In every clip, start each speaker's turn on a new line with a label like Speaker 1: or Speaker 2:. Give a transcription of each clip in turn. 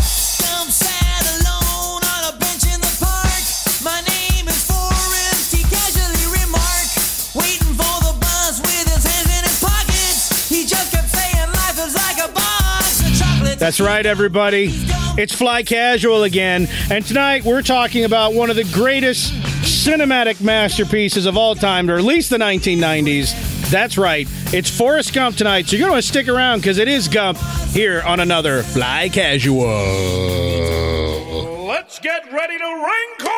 Speaker 1: I'm sad alone on a bench in the park. My name is Forrest, he casually remarked. Waiting for the bus with his hands in his pockets. He just kept saying life is like a box of chocolates.
Speaker 2: That's right, everybody. It's Fly Casual again. And tonight we're talking about one of the greatest cinematic masterpieces of all time, or at least the 1990s. That's right. It's Forrest Gump tonight. So you're going to stick around because it is Gump here on another Fly Casual.
Speaker 3: Let's get ready to wrinkle!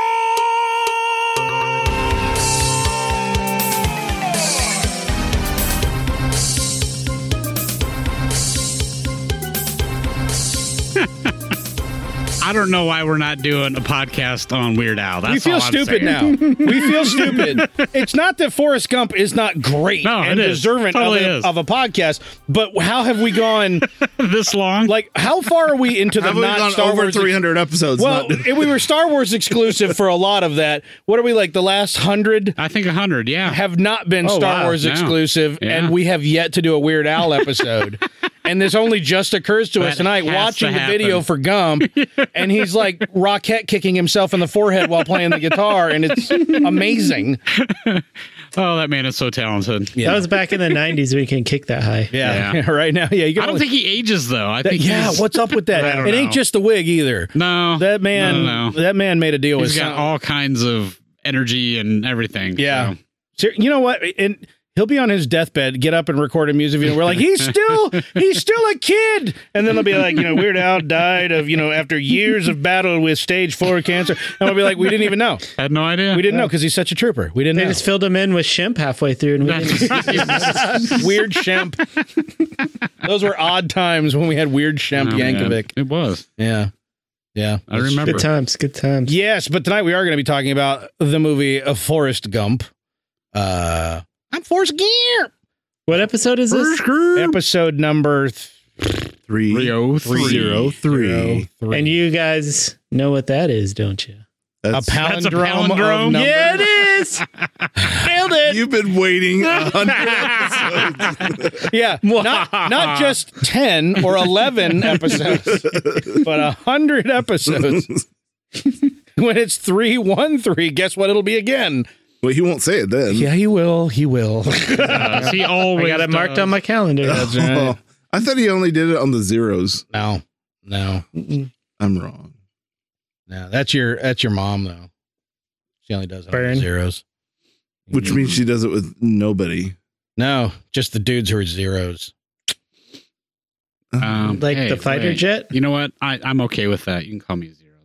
Speaker 4: I don't know why we're not doing a podcast on Weird Al. That's
Speaker 2: We feel
Speaker 4: all I'm
Speaker 2: stupid
Speaker 4: saying.
Speaker 2: now. We feel stupid. It's not that Forrest Gump is not great
Speaker 4: No,
Speaker 2: and
Speaker 4: it is.
Speaker 2: deserving
Speaker 4: Totally
Speaker 2: of, a,
Speaker 4: is.
Speaker 2: of a podcast, but how have we gone?
Speaker 4: this long.
Speaker 2: Like, how far are we into the
Speaker 5: I've
Speaker 2: not
Speaker 5: only gone
Speaker 2: Star
Speaker 5: over
Speaker 2: Wars
Speaker 5: 300 episodes.
Speaker 2: Well,
Speaker 5: not-
Speaker 2: if we were Star Wars exclusive for a lot of that. What are we like? The last hundred
Speaker 4: I think hundred. Yeah.
Speaker 2: have not been
Speaker 4: Oh,
Speaker 2: Star
Speaker 4: wow,
Speaker 2: Wars
Speaker 4: no.
Speaker 2: exclusive,
Speaker 4: Yeah.
Speaker 2: and we have yet to do a Weird Al episode. and this only just occurs to us
Speaker 4: That
Speaker 2: tonight
Speaker 4: has to
Speaker 2: watching the
Speaker 4: happen.
Speaker 2: video for Gump, and he's like Rockette kicking himself in the forehead while playing the guitar, and it's amazing.
Speaker 4: Oh, that man is so talented.
Speaker 6: That was back in the 90s. We can kick that high.
Speaker 2: Yeah,
Speaker 4: Yeah.
Speaker 2: right now, yeah. You can
Speaker 4: I don't
Speaker 2: only-
Speaker 4: think he ages though. I
Speaker 2: that-
Speaker 4: think.
Speaker 2: yeah,
Speaker 4: he's-
Speaker 2: what's up with that?
Speaker 4: I don't
Speaker 2: It ain't
Speaker 4: know.
Speaker 2: just the wig either.
Speaker 4: No.
Speaker 2: That man,
Speaker 4: No. no, no.
Speaker 2: that man made a deal
Speaker 4: He's
Speaker 2: with
Speaker 4: got
Speaker 2: some-
Speaker 4: all kinds of energy and everything.
Speaker 2: Yeah. So,
Speaker 4: so.
Speaker 2: you know what? And he'll be on his deathbed, get up and record a music video. We're like, he's still, he's still a kid. And then they'll be like, you know, Weird Al died of, you know, after years of battle with stage four cancer. And we'll be like, we didn't even know.
Speaker 4: I had no idea.
Speaker 2: We didn't know because he's such a trooper. We didn't
Speaker 6: They
Speaker 2: know.
Speaker 6: just filled him in with shimp halfway through, and we didn't
Speaker 2: weird Shemp. Those were odd times when we had Weird Shemp
Speaker 4: Oh, man.
Speaker 2: Yankovic.
Speaker 4: It was.
Speaker 2: Yeah. Yeah.
Speaker 4: I remember.
Speaker 6: Good times, good times.
Speaker 2: Yes, but tonight we are going to be talking about the movie of Forrest Gump. Uh, I'm Forrest Gump.
Speaker 6: What episode is this?
Speaker 2: Episode number
Speaker 5: three,
Speaker 4: Rio three. oh
Speaker 5: zero, three.
Speaker 2: three.
Speaker 6: And you guys know what that is, don't you?
Speaker 2: a
Speaker 5: That's-
Speaker 2: palindrome.
Speaker 4: That's a palindrome?
Speaker 2: Of numbers.
Speaker 6: Yeah, it is. Nailed it.
Speaker 5: You've been waiting a hundred episodes.
Speaker 2: yeah. Not, not just 10 or 11 episodes, but 100 episodes. when it's 313, guess what it'll be again?
Speaker 5: Well, he won't say it then.
Speaker 2: Yeah, he will. He will.
Speaker 4: Uh, he always
Speaker 6: I got it marked
Speaker 4: does.
Speaker 6: on my calendar.
Speaker 5: Oh, I thought he only did it on the zeros.
Speaker 2: no. No.
Speaker 5: I'm wrong.
Speaker 2: No. That's your that's your mom though. She only does it on
Speaker 6: Burn.
Speaker 2: zeros.
Speaker 5: Which means she does it with nobody.
Speaker 2: No, just the dudes who are zeros.
Speaker 4: Um,
Speaker 6: Like
Speaker 4: hey,
Speaker 6: the fighter
Speaker 4: wait.
Speaker 6: jet?
Speaker 4: You know what? I, I'm okay with that. You can call me a zero.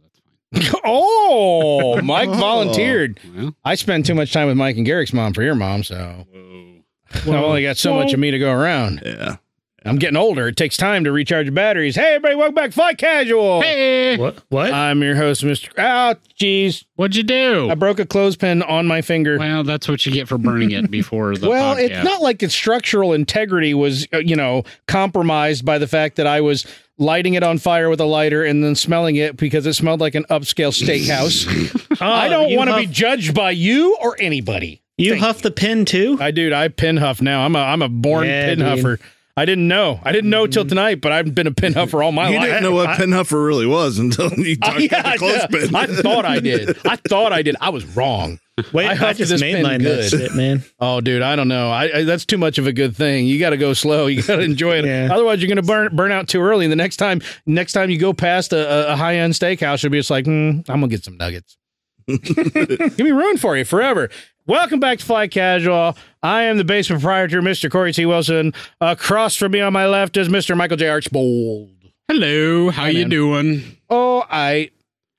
Speaker 4: That's fine.
Speaker 2: oh, Mike
Speaker 5: Oh.
Speaker 2: volunteered.
Speaker 4: Well,
Speaker 2: I spend too much time with Mike and Garrick's mom for your mom, so
Speaker 4: whoa.
Speaker 2: I've only got so
Speaker 6: oh,
Speaker 2: much of me to go around.
Speaker 5: Yeah.
Speaker 2: I'm getting older. It takes time to recharge your batteries. Hey, everybody, welcome back. Fly Casual.
Speaker 4: Hey,
Speaker 6: What? What?
Speaker 2: I'm your host, Mr. Oh, jeez.
Speaker 4: what'd you do?
Speaker 2: I broke a clothespin on my finger.
Speaker 4: Well, that's what you get for burning it before the
Speaker 2: well,
Speaker 4: podcast.
Speaker 2: it's not like its structural integrity was, uh, you know, compromised by the fact that I was lighting it on fire with a lighter and then smelling it because it smelled like an upscale steakhouse.
Speaker 4: Oh,
Speaker 2: I don't want to be judged by you or anybody.
Speaker 6: You huff the pin too?
Speaker 2: I dude, I pin huff now. I'm a I'm a born
Speaker 6: Yeah,
Speaker 2: pin
Speaker 6: dude. Mm-hmm.
Speaker 2: huffer. I didn't know. I didn't know till tonight, but I've been a pin huffer all my
Speaker 5: You
Speaker 2: life.
Speaker 5: didn't know what Penhuffer really was until you talked
Speaker 2: Oh, yeah,
Speaker 5: about the clothespin.
Speaker 2: I thought I did. I thought I did. I was wrong.
Speaker 6: Wait,
Speaker 2: I
Speaker 6: I,
Speaker 2: huffed
Speaker 6: just
Speaker 2: this pin
Speaker 6: mainlined
Speaker 2: good.
Speaker 6: that shit, man.
Speaker 2: Oh, dude, I don't know. I, I that's too much of a good thing. You got to go slow. You got to enjoy it.
Speaker 6: Yeah.
Speaker 2: Otherwise, you're gonna burn burn out too early. And the next time, next time you go past a, a- a high end steakhouse, you'll be just like, "Hmm, I'm gonna get some nuggets. Give me ruined for you forever. Welcome back to Fly Casual. I am the base proprietor, Mr. Corey T. Wilson. Across from me on my left is Mr. Michael J. Archbold.
Speaker 4: Hello, how you
Speaker 2: man.
Speaker 4: doing?
Speaker 2: Oh, I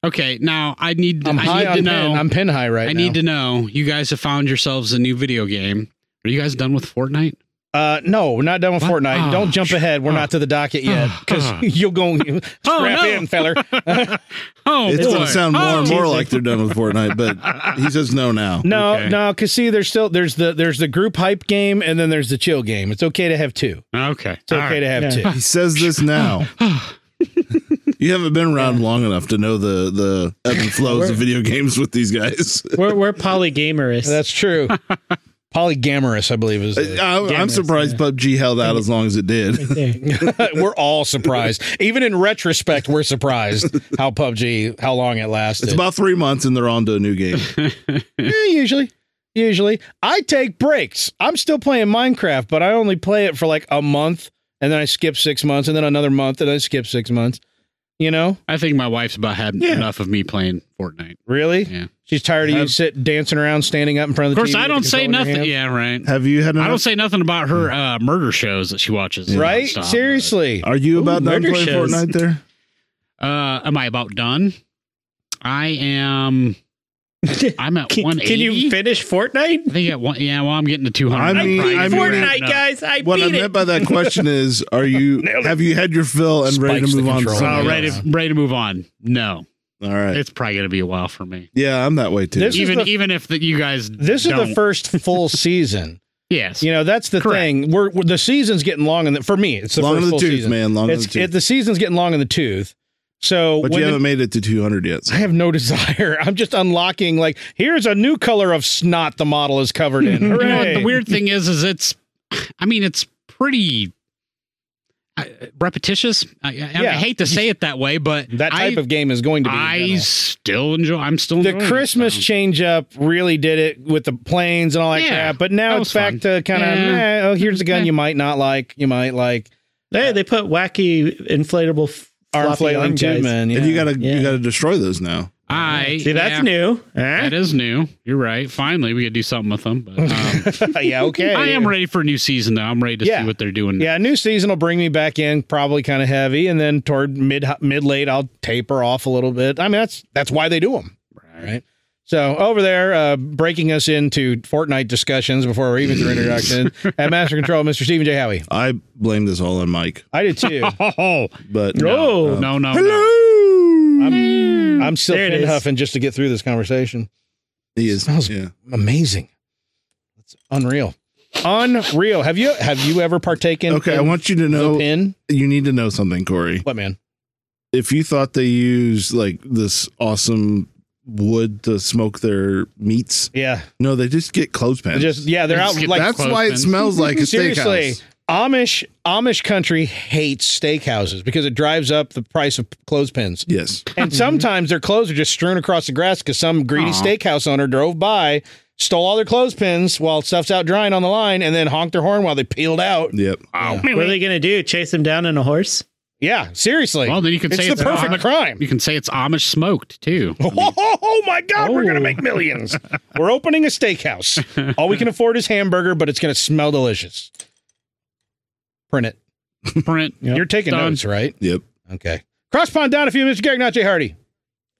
Speaker 4: Okay, now I need
Speaker 2: I'm
Speaker 4: I
Speaker 2: high
Speaker 4: need
Speaker 2: on
Speaker 4: to
Speaker 2: pin.
Speaker 4: know.
Speaker 2: I'm pin high right
Speaker 4: I
Speaker 2: now.
Speaker 4: need to know. You guys have found yourselves a new video game. Are you guys done with Fortnite?
Speaker 2: Uh, no, we're not done with
Speaker 4: What?
Speaker 2: Fortnite.
Speaker 4: Oh,
Speaker 2: Don't jump
Speaker 4: sh-
Speaker 2: ahead. We're
Speaker 4: oh.
Speaker 2: not to the docket yet because
Speaker 4: Oh.
Speaker 2: you'll go strap
Speaker 4: Oh, no.
Speaker 2: in, feller.
Speaker 4: Oh,
Speaker 5: It's going
Speaker 4: boy.
Speaker 5: to sound more
Speaker 4: Oh,
Speaker 5: and more like they're done with Fortnite, but he says no now.
Speaker 2: No,
Speaker 4: Okay.
Speaker 2: no, because see, there's still there's the there's the group hype game and then there's the chill game. It's okay to have two.
Speaker 4: Okay.
Speaker 2: It's okay to have
Speaker 6: Yeah.
Speaker 2: two.
Speaker 5: He says this now. you haven't been around long enough to know the the ebb and flows of video games with these guys.
Speaker 6: We're we're polygamerists.
Speaker 2: That's true. Polygamorous, I believe is. the-
Speaker 5: I, I'm
Speaker 6: Gamers,
Speaker 5: surprised PUBG held out as long as it did.
Speaker 6: There.
Speaker 2: we're all surprised. Even in retrospect, we're surprised how PUBG, how long it lasted.
Speaker 5: It's about three months and they're on to a new game.
Speaker 2: Eh, usually. Usually. I take breaks. I'm still playing Minecraft, but I only play it for like a month and then I skip six months and then another month and I skip six months. You know?
Speaker 4: I think my wife's about had
Speaker 5: Yeah.
Speaker 4: enough of me playing Fortnite.
Speaker 2: Really?
Speaker 4: Yeah.
Speaker 2: She's tired of you sit dancing around, standing up in front
Speaker 4: Of
Speaker 2: of the
Speaker 4: course,
Speaker 2: TV
Speaker 4: I
Speaker 2: with
Speaker 4: don't
Speaker 2: the
Speaker 4: say
Speaker 2: controller in your
Speaker 4: nothing.
Speaker 2: hand.
Speaker 4: Yeah, right.
Speaker 5: Have you had? Enough?
Speaker 4: I don't say nothing about her uh, murder shows that she watches.
Speaker 2: Right?
Speaker 4: nonstop,
Speaker 2: Seriously.
Speaker 5: Are you about done
Speaker 6: murder
Speaker 5: playing
Speaker 6: shows.
Speaker 5: Fortnite? There,
Speaker 4: but, Uh, am I about done? I am. I'm at
Speaker 6: Can,
Speaker 4: one eighty.
Speaker 6: can you finish Fortnite?
Speaker 4: I think at one. Yeah, well, I'm getting to two hundred.
Speaker 5: I mean-
Speaker 6: Beat
Speaker 5: I mean-
Speaker 6: Fortnite, guys. I
Speaker 5: what
Speaker 6: beat
Speaker 5: I
Speaker 6: it.
Speaker 5: meant by that question is: Are you? have you had your fill and ready
Speaker 2: Spikes
Speaker 5: to
Speaker 2: the
Speaker 5: move on? to
Speaker 2: controller.
Speaker 5: something
Speaker 4: uh,
Speaker 5: else?
Speaker 4: ready, ready to move on. No,
Speaker 5: All right.
Speaker 4: it's probably gonna be a while for me.
Speaker 5: Yeah, I'm that way too.
Speaker 2: This- is
Speaker 4: even
Speaker 2: the-
Speaker 4: even if that you guys
Speaker 2: This is
Speaker 4: don't.
Speaker 2: the first full season.
Speaker 4: yes
Speaker 2: You know, that's the
Speaker 4: Correct.
Speaker 2: thing. We're, we're- the season's getting long in the for me. It's the
Speaker 5: long
Speaker 2: first
Speaker 5: in the
Speaker 2: full
Speaker 5: tooth,
Speaker 2: season.
Speaker 5: man. Long in the
Speaker 2: It's
Speaker 5: tooth.
Speaker 2: it, the season's getting long in the tooth. So
Speaker 5: but you
Speaker 2: when the-
Speaker 5: haven't made it to 200 yet. so-
Speaker 2: I have no desire. I'm just unlocking. Like, here's a new color of snot the model is covered in.
Speaker 4: You know what
Speaker 2: Hooray.
Speaker 4: uh, the weird thing is is it's I mean it's pretty uh, repetitious I, I, I
Speaker 2: Yeah.
Speaker 4: hate to say it that way but
Speaker 2: that type
Speaker 4: I,
Speaker 2: of game is going to be. in
Speaker 4: I Oh,
Speaker 2: general.
Speaker 4: still enjoy I'm still
Speaker 2: the
Speaker 4: enjoying it,
Speaker 2: Christmas
Speaker 4: so.
Speaker 2: change up really did it with the planes and all that
Speaker 4: Yeah,
Speaker 2: crap. But
Speaker 4: that
Speaker 2: now it's
Speaker 4: was
Speaker 2: back
Speaker 4: fun.
Speaker 2: to kind of
Speaker 4: Yeah.
Speaker 2: oh, here's a gun you might not like, you might like.
Speaker 6: Hey, they put wacky inflatable f-
Speaker 2: Arm
Speaker 6: floppy
Speaker 2: flailing
Speaker 6: arm guys.
Speaker 2: tube man.
Speaker 5: And you gotta
Speaker 6: Yeah.
Speaker 5: you gotta destroy those now.
Speaker 4: I
Speaker 6: See, that's
Speaker 4: yeah,
Speaker 6: new.
Speaker 4: that is new you're right finally we could do something with them but, um,
Speaker 2: gotta. yeah. Okay.
Speaker 4: I am ready for a new season though I'm ready to
Speaker 2: Yeah.
Speaker 4: see what they're doing
Speaker 2: Yeah, new season will bring me back in probably kind of heavy, and then toward mid mid late I'll taper off a little bit. I mean that's that's why they do them, right? So over there, uh, breaking us into Fortnite discussions before we're even through introduction at Master Control, Mr. Stephen J. Howie.
Speaker 5: I blame this all on Mike,
Speaker 2: I did too.
Speaker 4: oh
Speaker 5: but
Speaker 4: no
Speaker 6: Oh.
Speaker 4: no no, no.
Speaker 5: hello,
Speaker 2: I'm, I'm still
Speaker 6: There it
Speaker 2: pin
Speaker 6: is.
Speaker 2: huffing just to get through this conversation.
Speaker 5: he is.
Speaker 2: Smells-
Speaker 5: Yeah,
Speaker 2: Amazing, it's unreal, unreal. Have you have you ever partaken?
Speaker 5: okay.
Speaker 2: in
Speaker 5: I want you to
Speaker 2: the
Speaker 5: know.
Speaker 2: pin.
Speaker 5: You need to know something, Corey.
Speaker 2: What man?
Speaker 5: If you thought they used like this awesome wood to smoke their meats,
Speaker 2: Yeah,
Speaker 5: no, they just get clothespins.
Speaker 2: just yeah, they're
Speaker 4: They
Speaker 2: out
Speaker 4: just get
Speaker 2: like
Speaker 5: That's
Speaker 4: clothespins.
Speaker 5: why it smells like a
Speaker 2: Seriously,
Speaker 5: steakhouse.
Speaker 2: Amish Amish country hates steakhouses because it drives up the price of clothespins.
Speaker 5: Yes,
Speaker 2: And sometimes their clothes are just strewn across the grass because some greedy
Speaker 4: Aw.
Speaker 2: steakhouse owner drove by, stole all their clothespins while stuff's out drying on the line, and then honked their horn while they peeled out.
Speaker 5: yep.
Speaker 4: Oh.
Speaker 6: What are they gonna do? Chase him down on a horse?
Speaker 2: Yeah, seriously.
Speaker 4: well then you can
Speaker 2: it's
Speaker 4: say
Speaker 2: the
Speaker 4: it's
Speaker 2: perfect
Speaker 4: Amish-
Speaker 2: crime.
Speaker 4: you can say it's Amish smoked too
Speaker 2: Oh, my God, we're going to
Speaker 6: Oh.
Speaker 2: make millions. we're opening a steakhouse. All we can afford is hamburger, but it's going to smell delicious. Print it.
Speaker 4: print
Speaker 2: You're taking
Speaker 4: Done.
Speaker 2: notes, right?
Speaker 5: Yep.
Speaker 2: Okay. Cross pond down a few, Mr. Garrick, not Jay Hardy.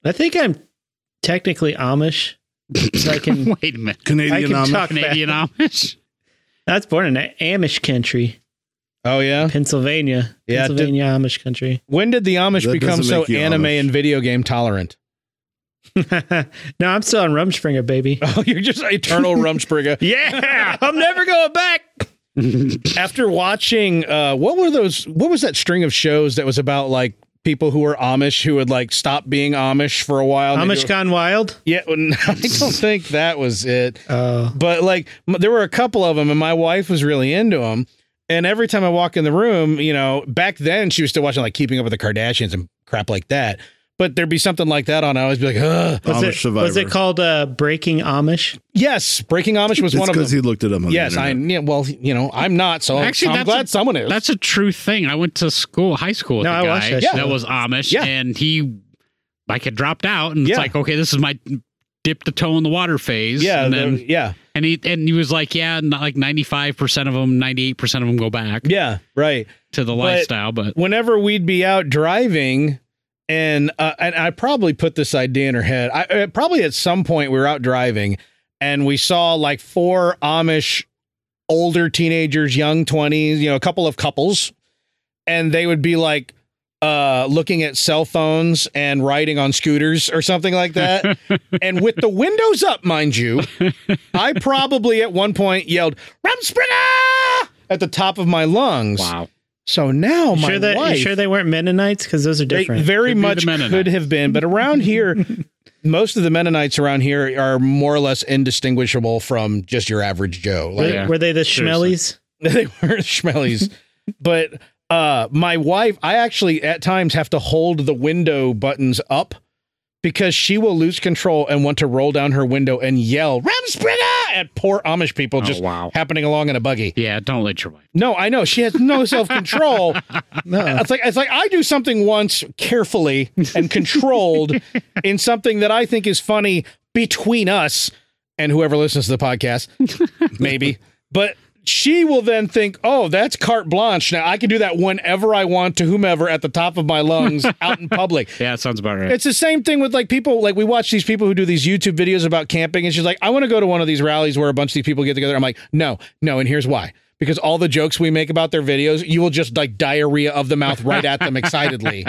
Speaker 6: I think I'm technically Amish. So I can.
Speaker 4: wait a minute
Speaker 6: I
Speaker 5: Canadian
Speaker 6: can
Speaker 5: omelet.
Speaker 6: talk back.
Speaker 4: Canadian Amish
Speaker 6: I was born in a- Amish country,
Speaker 2: Oh yeah.
Speaker 6: Pennsylvania.
Speaker 2: Yeah, did-
Speaker 6: Pennsylvania Amish country.
Speaker 2: When did the Amish
Speaker 5: That
Speaker 2: become
Speaker 5: doesn't
Speaker 2: so
Speaker 5: make you
Speaker 2: anime
Speaker 5: Amish.
Speaker 2: and video game tolerant?
Speaker 6: no, I'm still on Rumspringer, baby.
Speaker 2: Oh, you're just eternal Rumspringa.
Speaker 6: Yeah, I'm never going back.
Speaker 2: After watching, uh, what were those? What was that string of shows that was about like people who were Amish who would like stop being Amish for a while? and they
Speaker 6: Amish
Speaker 2: go-
Speaker 6: gone wild.
Speaker 2: yeah, well, no, I don't think that was it.
Speaker 6: Oh,
Speaker 2: But like, m- there were a couple of them, and my wife was really into them. And every time I walk in the room, you know, back then she was still watching like Keeping Up with the Kardashians and crap like that. But there'd be something like that on. I always be like, Ugh.
Speaker 6: was
Speaker 5: Amish
Speaker 6: it
Speaker 5: survivor.
Speaker 6: was it called uh, Breaking Amish?
Speaker 2: yes, Breaking Amish was
Speaker 5: It's
Speaker 2: one of them.
Speaker 5: because he looked it up. On the
Speaker 2: yes, I
Speaker 5: internet.
Speaker 2: yeah, well, you know, I'm not, so
Speaker 4: Actually,
Speaker 2: I'm
Speaker 4: that's
Speaker 2: glad
Speaker 4: a-
Speaker 2: someone is.
Speaker 4: That's a true thing. I went to school, high school with
Speaker 6: No,
Speaker 4: a
Speaker 6: I watched
Speaker 4: guy
Speaker 6: that
Speaker 4: that,
Speaker 2: Yeah. show.
Speaker 4: was Amish,
Speaker 2: Yeah.
Speaker 4: and he like had dropped out, and
Speaker 2: Yeah.
Speaker 4: it's like, okay, this is my dip the toe in the water phase.
Speaker 2: yeah,
Speaker 4: and
Speaker 2: the-
Speaker 4: then
Speaker 2: yeah,
Speaker 4: and he and he was like, yeah, not like ninety five percent of them, ninety eight percent of them go back
Speaker 2: yeah, right.
Speaker 4: to the lifestyle, but
Speaker 2: Whenever we'd be out driving, and uh, and I probably put this idea in her head. I uh, probably at some point we were out driving, and we saw like four Amish older teenagers, young twenties, you know, a couple of couples, and they would be like uh looking at cell phones and riding on scooters or something like that and with the windows up mind you i probably at one point yelled rumspringer at the top of my lungs
Speaker 4: wow,
Speaker 2: so now Oh, my
Speaker 6: sure that
Speaker 2: wife
Speaker 6: you sure they weren't Mennonites because those are
Speaker 2: they
Speaker 6: different.
Speaker 2: very
Speaker 4: Could be
Speaker 2: much
Speaker 4: the Mennonite.
Speaker 2: could have been, but around here, most of the Mennonites around here are more or less indistinguishable from just your average Joe.
Speaker 6: Were,
Speaker 2: Like
Speaker 4: Yeah.
Speaker 6: were they the
Speaker 4: Seriously.
Speaker 6: Schmellies?
Speaker 2: they weren't schmellies, but uh, my wife, I actually at times have to hold the window buttons up because she will lose control and want to roll down her window and yell "Rumspringa" at poor Amish people
Speaker 4: Oh,
Speaker 2: just
Speaker 4: wow.
Speaker 2: happening along in a buggy.
Speaker 4: Yeah, don't let your wife.
Speaker 2: No, I know she has no self control.
Speaker 6: No.
Speaker 2: It's like it's like I do something once carefully and controlled in something that I think is funny between us and whoever listens to the podcast, maybe. But she will then think, "Oh, that's carte blanche. Now I can do that whenever I want to whomever at the top of my lungs out in public."
Speaker 4: Yeah, that sounds about right.
Speaker 2: It's the same thing with like people like we watch these people who do these YouTube videos about camping and she's like, I want to go to one of these rallies where a bunch of these people get together. I'm like, no, no, and here's why. Because all the jokes we make about their videos, you will just like diarrhea of the mouth right at them excitedly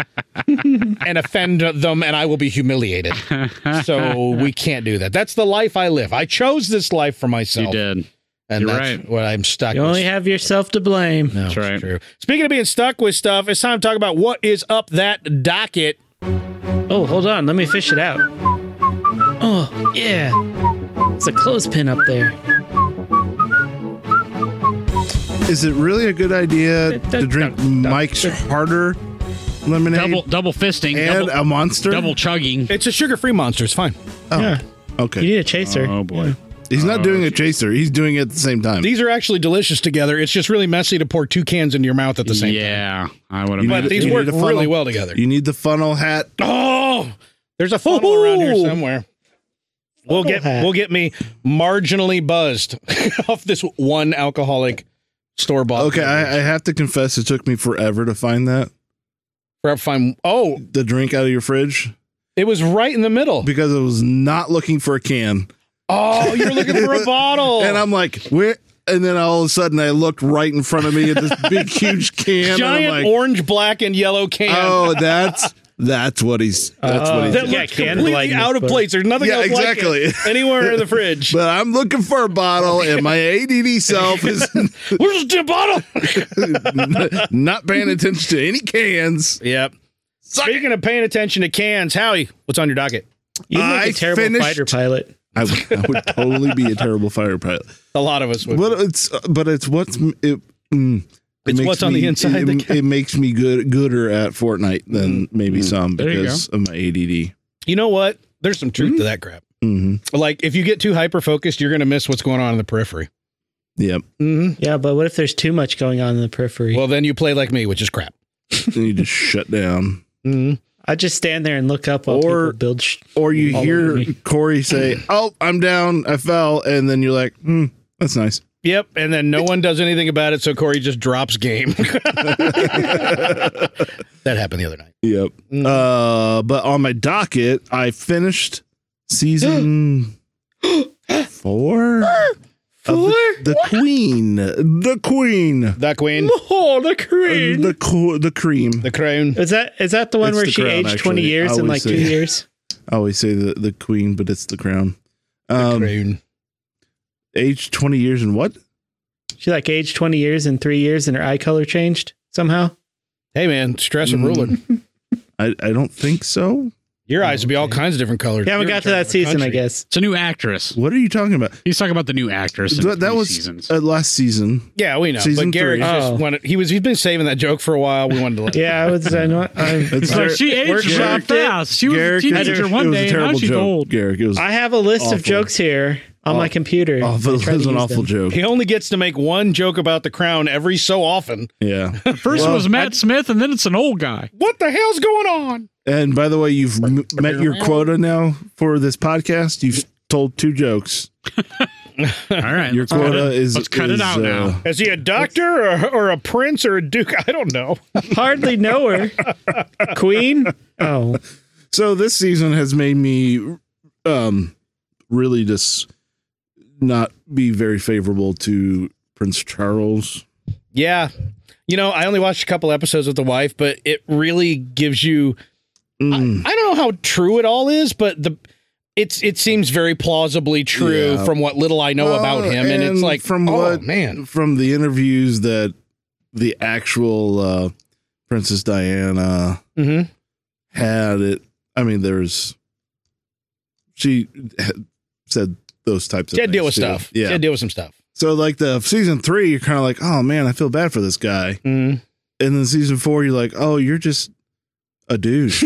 Speaker 2: and offend them, and I will be humiliated. So we can't do that. That's the life I live. I chose this life for myself.
Speaker 4: you did.
Speaker 2: And
Speaker 4: You're
Speaker 2: that's
Speaker 4: right.
Speaker 2: what I'm stuck
Speaker 6: You
Speaker 2: with.
Speaker 6: only have yourself to blame.
Speaker 2: No,
Speaker 4: That's
Speaker 2: it's
Speaker 4: right.
Speaker 2: True. Speaking of being stuck with stuff, it's time to talk about what is up that docket.
Speaker 6: Oh, hold on. Let me fish it out. Oh, yeah. It's a clothespin up there.
Speaker 5: Is it really a good idea to drink Mike's Harder lemonade
Speaker 4: Double double fisting.
Speaker 5: and
Speaker 4: Double,
Speaker 5: a monster?
Speaker 4: double chugging.
Speaker 2: It's a sugar free monster. It's fine.
Speaker 5: Oh.
Speaker 6: Yeah. You
Speaker 5: Okay,
Speaker 6: need a chaser.
Speaker 4: Oh boy.
Speaker 5: he's not doing a chaser. He's doing it at the same time.
Speaker 2: These are actually delicious together. It's just really messy to pour two cans into your mouth at the same time.
Speaker 4: Yeah, I would
Speaker 5: You
Speaker 4: imagine.
Speaker 2: But these
Speaker 5: You
Speaker 2: work
Speaker 5: need a funnel.
Speaker 2: really well together.
Speaker 5: You need the funnel hat.
Speaker 2: Oh, there's a funnel around here
Speaker 5: Ooh.
Speaker 2: somewhere. We'll
Speaker 6: Funnel
Speaker 2: get
Speaker 6: hat.
Speaker 2: we'll get me marginally buzzed off this one alcoholic store bought.
Speaker 5: Okay, I, I have to confess, it took me forever to find that
Speaker 2: fine. Oh,
Speaker 5: the drink out of your fridge
Speaker 2: it was right in the middle.
Speaker 5: because I was not looking for a can,
Speaker 2: Oh, you're looking for a bottle.
Speaker 5: and I'm like, where? And then all of a sudden, I looked right in front of me at this big, huge can.
Speaker 2: giant
Speaker 5: and I'm like,
Speaker 2: orange, black, and yellow can.
Speaker 5: Oh, that's that's what he's. That's what he's.
Speaker 2: That
Speaker 5: doing.
Speaker 6: Yeah,
Speaker 2: looks
Speaker 6: can
Speaker 2: completely
Speaker 6: blindness,
Speaker 2: out of
Speaker 6: but-
Speaker 2: place. There's nothing
Speaker 5: Yeah,
Speaker 2: else like it
Speaker 5: exactly.
Speaker 2: anywhere in the fridge.
Speaker 5: But I'm looking for a bottle, and my ADD self is
Speaker 2: Where's the bottle?
Speaker 5: not paying attention to any cans.
Speaker 2: Yep. Speaking of paying attention to cans, Howie, what's on your docket?
Speaker 6: You'd make
Speaker 5: I
Speaker 6: a terrible
Speaker 5: finished-
Speaker 6: fighter pilot.
Speaker 5: I, would- I would totally be a terrible fire pilot.
Speaker 2: A lot of us would.
Speaker 5: Well, it's uh, but it's what's it. Mm, it
Speaker 2: It's
Speaker 5: makes
Speaker 2: what's on the
Speaker 5: me-
Speaker 2: inside Mm-hmm.
Speaker 5: It,
Speaker 2: the
Speaker 5: it,
Speaker 2: can.
Speaker 5: makes me good gooder at Fortnite than maybe some
Speaker 4: There you
Speaker 5: because of my ADD.
Speaker 2: you know what? There's some truth to that crap.
Speaker 5: hmm
Speaker 2: Like if you get too hyper focused, you're going to miss what's going on in the periphery.
Speaker 5: Yep,
Speaker 2: Mm-hmm.
Speaker 6: Yeah, but what if there's too much going on in the periphery?
Speaker 2: Well, then you play like me, which is crap.
Speaker 5: and you just shut down.
Speaker 2: Mm-hmm.
Speaker 6: I just stand there and look up while
Speaker 5: Or-
Speaker 6: people build. Sh-
Speaker 5: Or you
Speaker 6: All over
Speaker 5: hear
Speaker 6: me.
Speaker 5: Corey say, "Oh, I'm down. I fell," and then you're like, hmm, "That's nice."
Speaker 2: Yep. And then no one does anything about it, so Corey just drops game. that happened the other night.
Speaker 5: Yep.
Speaker 2: Mm.
Speaker 5: Uh, but on my docket, I finished season four. Four. The, the Queen. The Queen.
Speaker 2: The queen,
Speaker 6: oh, the cream.
Speaker 5: The co- the cream.
Speaker 2: the crown.
Speaker 6: Is that is that the one
Speaker 5: It's
Speaker 6: where
Speaker 5: the
Speaker 6: she
Speaker 5: crown,
Speaker 6: aged
Speaker 5: actually.
Speaker 6: twenty
Speaker 5: I
Speaker 6: years in like
Speaker 5: always
Speaker 6: two
Speaker 5: say-
Speaker 6: years?
Speaker 5: I always say the, the Queen, but it's the crown. Um,
Speaker 2: crown.
Speaker 5: age twenty years and what?
Speaker 6: She like aged twenty years in three years, and her eye color changed somehow.
Speaker 2: Hey man, stress and
Speaker 5: Mm.
Speaker 2: ruler.
Speaker 5: I, I don't think so.
Speaker 2: Your eyes would be all kinds of different colors.
Speaker 6: Yeah, we
Speaker 2: You're in
Speaker 6: got to
Speaker 2: charge
Speaker 6: that
Speaker 2: of the
Speaker 6: season, I
Speaker 2: country.
Speaker 6: guess.
Speaker 4: it's a new actress.
Speaker 5: What are you talking about?
Speaker 4: He's talking about the new actress. in
Speaker 5: Th- that
Speaker 4: three
Speaker 5: was
Speaker 4: seasons.
Speaker 5: uh, last season.
Speaker 2: Yeah, we know.
Speaker 5: Season
Speaker 2: but Garrick
Speaker 5: three.
Speaker 2: just
Speaker 6: Oh.
Speaker 2: wanted, he was he's been saving that joke for a while. We wanted to let
Speaker 6: Yeah, I was. I know. I,
Speaker 5: It's
Speaker 4: So she aged
Speaker 5: Garrick-
Speaker 4: so fast. She was a teenager
Speaker 5: it
Speaker 4: one
Speaker 5: was
Speaker 4: day,
Speaker 5: a
Speaker 4: and now
Speaker 5: terrible
Speaker 4: she's
Speaker 5: joke,
Speaker 4: old.
Speaker 5: Garrick. It was
Speaker 6: I have a list
Speaker 5: Awful.
Speaker 6: of jokes here on my computer.
Speaker 5: awful.
Speaker 6: I
Speaker 5: It
Speaker 6: tried
Speaker 5: was
Speaker 6: to
Speaker 5: an
Speaker 6: use
Speaker 5: awful
Speaker 6: them.
Speaker 5: joke.
Speaker 2: He only gets to make one joke about the crown every so often.
Speaker 5: Yeah.
Speaker 4: First was Matt Smith, and then it's an old guy.
Speaker 2: What the hell's going on?
Speaker 5: And by the way, you've m- met your quota now for this podcast. You've told two jokes.
Speaker 4: All right,
Speaker 5: Your
Speaker 4: let's cut
Speaker 5: quota
Speaker 4: it-
Speaker 5: is
Speaker 4: let's cut
Speaker 5: is,
Speaker 4: it out
Speaker 5: uh,
Speaker 4: now.
Speaker 2: Is he a doctor or, or a prince or a duke? I don't know.
Speaker 6: Hardly know her. Queen. Oh,
Speaker 5: So this season has made me um really just not be very favorable to Prince Charles.
Speaker 2: Yeah. You know, I only watched a couple episodes with the wife, but it really gives you
Speaker 5: Mm.
Speaker 2: I don't know how true it all is, but the it's it seems very plausibly true
Speaker 5: Yeah.
Speaker 2: from what little I know about
Speaker 5: Well,
Speaker 2: him and, it's like
Speaker 5: from
Speaker 2: oh,
Speaker 5: what
Speaker 2: man.
Speaker 5: Mm. from the interviews that the actual uh Princess Diana
Speaker 2: Mhm.
Speaker 5: had it. I mean, there's she had said those types of
Speaker 2: She had to deal with
Speaker 5: things, too.
Speaker 2: stuff.
Speaker 5: Yeah.
Speaker 2: She had to deal with some stuff.
Speaker 5: So like the season three, you're kind of like, oh man, I feel bad for this guy.
Speaker 2: Mm.
Speaker 5: And then season four, you're like, oh, you're just a douche.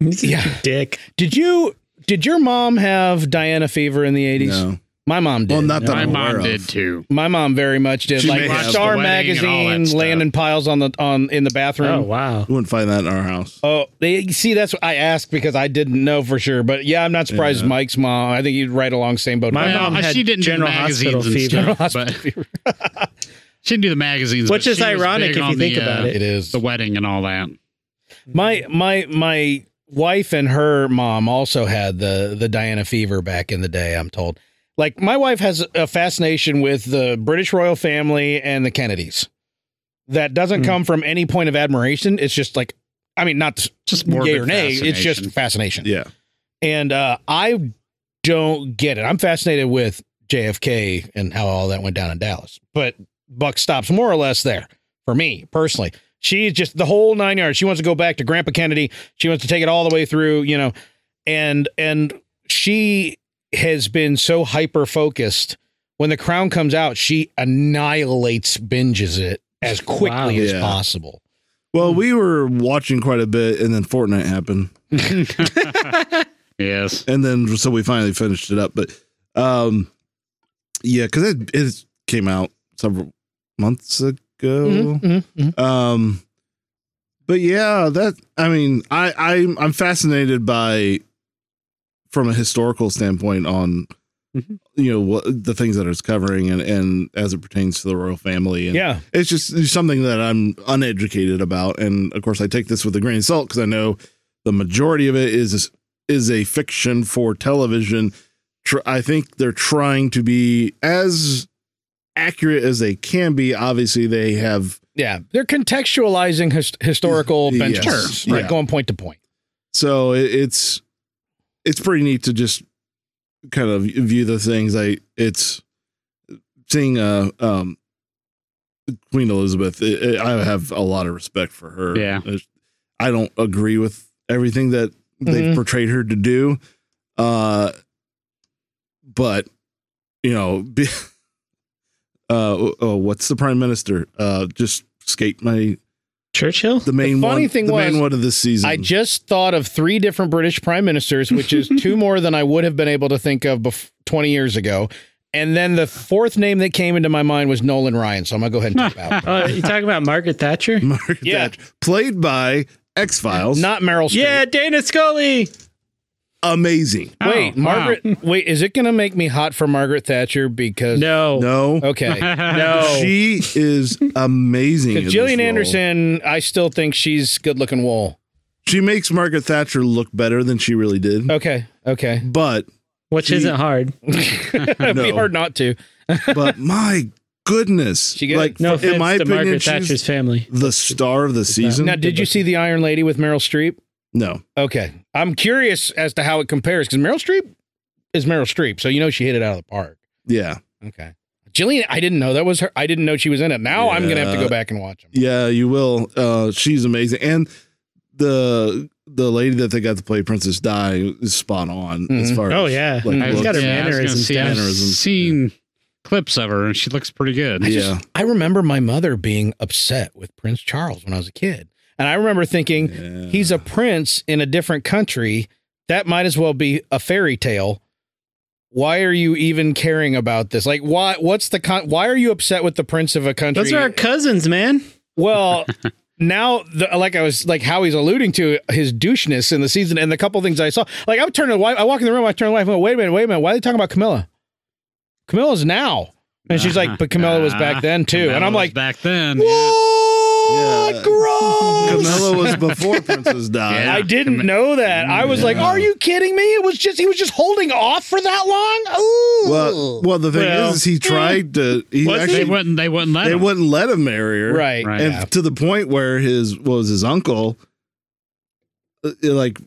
Speaker 2: Yeah.
Speaker 6: Dick.
Speaker 2: Did you? Did your mom have Diana fever in the eighties?
Speaker 5: no,
Speaker 2: My mom did.
Speaker 5: well, not that
Speaker 4: My
Speaker 5: I'm
Speaker 4: mom
Speaker 5: aware
Speaker 4: did
Speaker 5: of.
Speaker 4: too.
Speaker 2: My mom very much did.
Speaker 5: She may
Speaker 2: like
Speaker 5: have.
Speaker 2: Star
Speaker 4: The wedding and all
Speaker 2: magazine,
Speaker 4: that stuff.
Speaker 2: laying in piles on the on in the
Speaker 6: Oh
Speaker 2: bathroom.
Speaker 6: wow.
Speaker 5: Wouldn't find that in our house.
Speaker 2: Oh, they see that's what I asked because I didn't know for sure. But yeah, I'm not surprised
Speaker 5: Yeah.
Speaker 2: Mike's mom. I think he'd right along same boat.
Speaker 6: My
Speaker 2: Well,
Speaker 6: mom had
Speaker 4: she didn't
Speaker 6: General
Speaker 4: do magazines
Speaker 6: Hospital
Speaker 4: and
Speaker 6: fever.
Speaker 4: stuff,
Speaker 2: Hospital
Speaker 4: but she didn't do the magazines,
Speaker 6: Which
Speaker 4: but
Speaker 6: is
Speaker 4: she was
Speaker 6: ironic
Speaker 4: big
Speaker 6: if you
Speaker 4: on
Speaker 6: think
Speaker 4: the, uh,
Speaker 6: about it.
Speaker 2: it is
Speaker 4: The wedding and all that.
Speaker 2: my my my wife and her mom also had the the Diana fever back in the day. I'm told. Like my wife has a fascination with the British royal family and the Kennedys. That doesn't
Speaker 6: Hmm.
Speaker 2: come from any point of admiration. It's just like, I mean, not
Speaker 4: Just more
Speaker 2: yay or nay. It's just fascination.
Speaker 5: Yeah,
Speaker 2: and uh, I don't get it. I'm fascinated with JFK and how all that went down in Dallas, but Buck stops more or less there for me personally. She's just the whole nine yards. She wants to go back to Grandpa Kennedy. She wants to take it all the way through, you know, and and she has been so hyper focused. When the crown comes out, she annihilates binges it as quickly
Speaker 5: Wow.
Speaker 2: as
Speaker 5: Yeah.
Speaker 2: possible.
Speaker 5: Well, we were watching quite a bit, and then Fortnite happened,
Speaker 4: yes.
Speaker 5: and then so we finally finished it up. But um, yeah, because it, it came out several months ago.
Speaker 6: mm-hmm,
Speaker 2: Mhm, mhm, mhm.
Speaker 5: Um, but yeah, that I mean, I I'm, I'm fascinated by from a historical standpoint on
Speaker 4: Mhm.
Speaker 5: you know what the things that it's covering and and as it pertains to the royal family. And
Speaker 2: Yeah,
Speaker 5: it's just it's something that I'm uneducated about, and of course I take this with a grain of salt because I know the majority of it is is a fiction for television. Tr- I think they're trying to be as accurate as they can be. Obviously, they have
Speaker 2: yeah. They're contextualizing his- historical
Speaker 5: Yes.
Speaker 2: benchmarks,
Speaker 5: Sure,
Speaker 2: right?
Speaker 5: yeah.
Speaker 2: Going point to point.
Speaker 5: so it, it's it's pretty neat to just kind of view the things i it's seeing uh um queen elizabeth i i have a lot of respect for her Uh,
Speaker 4: Yeah.
Speaker 5: i don't agree with everything that
Speaker 2: Mhm.
Speaker 5: they've portrayed her to do uh but you know be, uh oh, what's the prime minister uh just skate my
Speaker 6: Churchill.
Speaker 5: the main
Speaker 2: funny
Speaker 5: one
Speaker 2: thing
Speaker 5: the
Speaker 2: was,
Speaker 5: main one of this season
Speaker 2: I just thought of three different British prime ministers, which is two more than I would have been able to think of bef- 20 years ago. And then the fourth name that came into my mind was Nolan Ryan. So I'm going to go ahead and tip out.
Speaker 6: Oh, you talking about Margaret Thatcher?
Speaker 5: Margaret
Speaker 2: Yeah.
Speaker 5: Thatcher, played by X Files.
Speaker 2: Not Meryl Streep.
Speaker 6: Yeah, Dana Scully.
Speaker 5: amazing.
Speaker 2: Wait,
Speaker 4: Oh, wow.
Speaker 2: Margaret. Wait, is it going to make me hot for Margaret Thatcher? Because.
Speaker 6: No, no.
Speaker 5: No,
Speaker 2: Okay.
Speaker 6: no.
Speaker 5: she is amazing. in
Speaker 2: Because
Speaker 5: this
Speaker 2: Oh. Gillian
Speaker 5: role.
Speaker 2: Anderson, I still think she's good looking wool.
Speaker 5: she makes Margaret Thatcher look better than she really did.
Speaker 2: Okay. Okay.
Speaker 5: But
Speaker 6: Which
Speaker 5: she-
Speaker 6: isn't hard.
Speaker 2: It'd be
Speaker 5: No.
Speaker 2: hard not to.
Speaker 5: but my goodness,
Speaker 2: She good?
Speaker 5: like
Speaker 6: No offense
Speaker 5: in my
Speaker 6: to
Speaker 5: opinion,
Speaker 6: Margaret
Speaker 5: she's
Speaker 6: Thatcher's family.
Speaker 5: the star of the season.
Speaker 2: Now, did you see The Iron Lady with Meryl Streep?
Speaker 5: No,
Speaker 2: Okay. I'm curious as to how it compares because Meryl Streep is Meryl Streep. So you know she hit it out of the park.
Speaker 5: yeah,
Speaker 2: Okay. Jillian, I didn't know that was her. I didn't know she was in it. Now I'm going to have to
Speaker 5: Yeah.
Speaker 2: go back and watch them.
Speaker 5: yeah, you will. Uh, she's amazing, and the the lady that they got to play Princess Di is spot on as
Speaker 2: Mhm.
Speaker 5: far.
Speaker 6: Oh,
Speaker 5: as,
Speaker 6: yeah.
Speaker 5: like, looks.
Speaker 6: She's got her
Speaker 4: I was gonna
Speaker 6: mannerisms
Speaker 4: say, I've
Speaker 5: Mannerisms,
Speaker 4: seen clips of her, and she looks pretty good.
Speaker 5: yeah,
Speaker 2: I remember my mother being upset with Prince Charles when I was a kid. And I remember thinking,
Speaker 5: Yeah.
Speaker 2: he's a prince in a different country. That might as well be a fairy tale. Why are you even caring about this? Like, why? What's the con? Why are you upset with the prince of a country?
Speaker 6: Those are our cousins, man.
Speaker 2: Well, now, the, like I was, like how he's alluding to his doucheness in the season, and the couple things I saw, like I would turn to the wife, I walk in the room, I turn to the wife, and go, wait a minute, wait a minute, why are they talking about Camilla? Camilla's now, and she's like, but Camilla was back then too,
Speaker 4: Camilla
Speaker 2: and I'm
Speaker 4: was
Speaker 2: like,
Speaker 4: back then.
Speaker 2: what?
Speaker 5: Yeah.
Speaker 2: Gross.
Speaker 5: Camilla was before Princess Di.
Speaker 4: Yeah.
Speaker 2: I didn't know that. I was like,
Speaker 5: Yeah.
Speaker 2: "Are you kidding me? It was just he was just holding off for that long." Ooh.
Speaker 5: Well, well, the thing
Speaker 6: Well,
Speaker 5: is, is he tried to. He
Speaker 6: Was
Speaker 5: actually
Speaker 4: They wouldn't. They wouldn't let.
Speaker 5: they
Speaker 4: him.
Speaker 5: wouldn't let him marry her,
Speaker 2: right.
Speaker 4: Right.
Speaker 5: And
Speaker 2: Yeah.
Speaker 5: to the point where his what was his uncle, uh, like,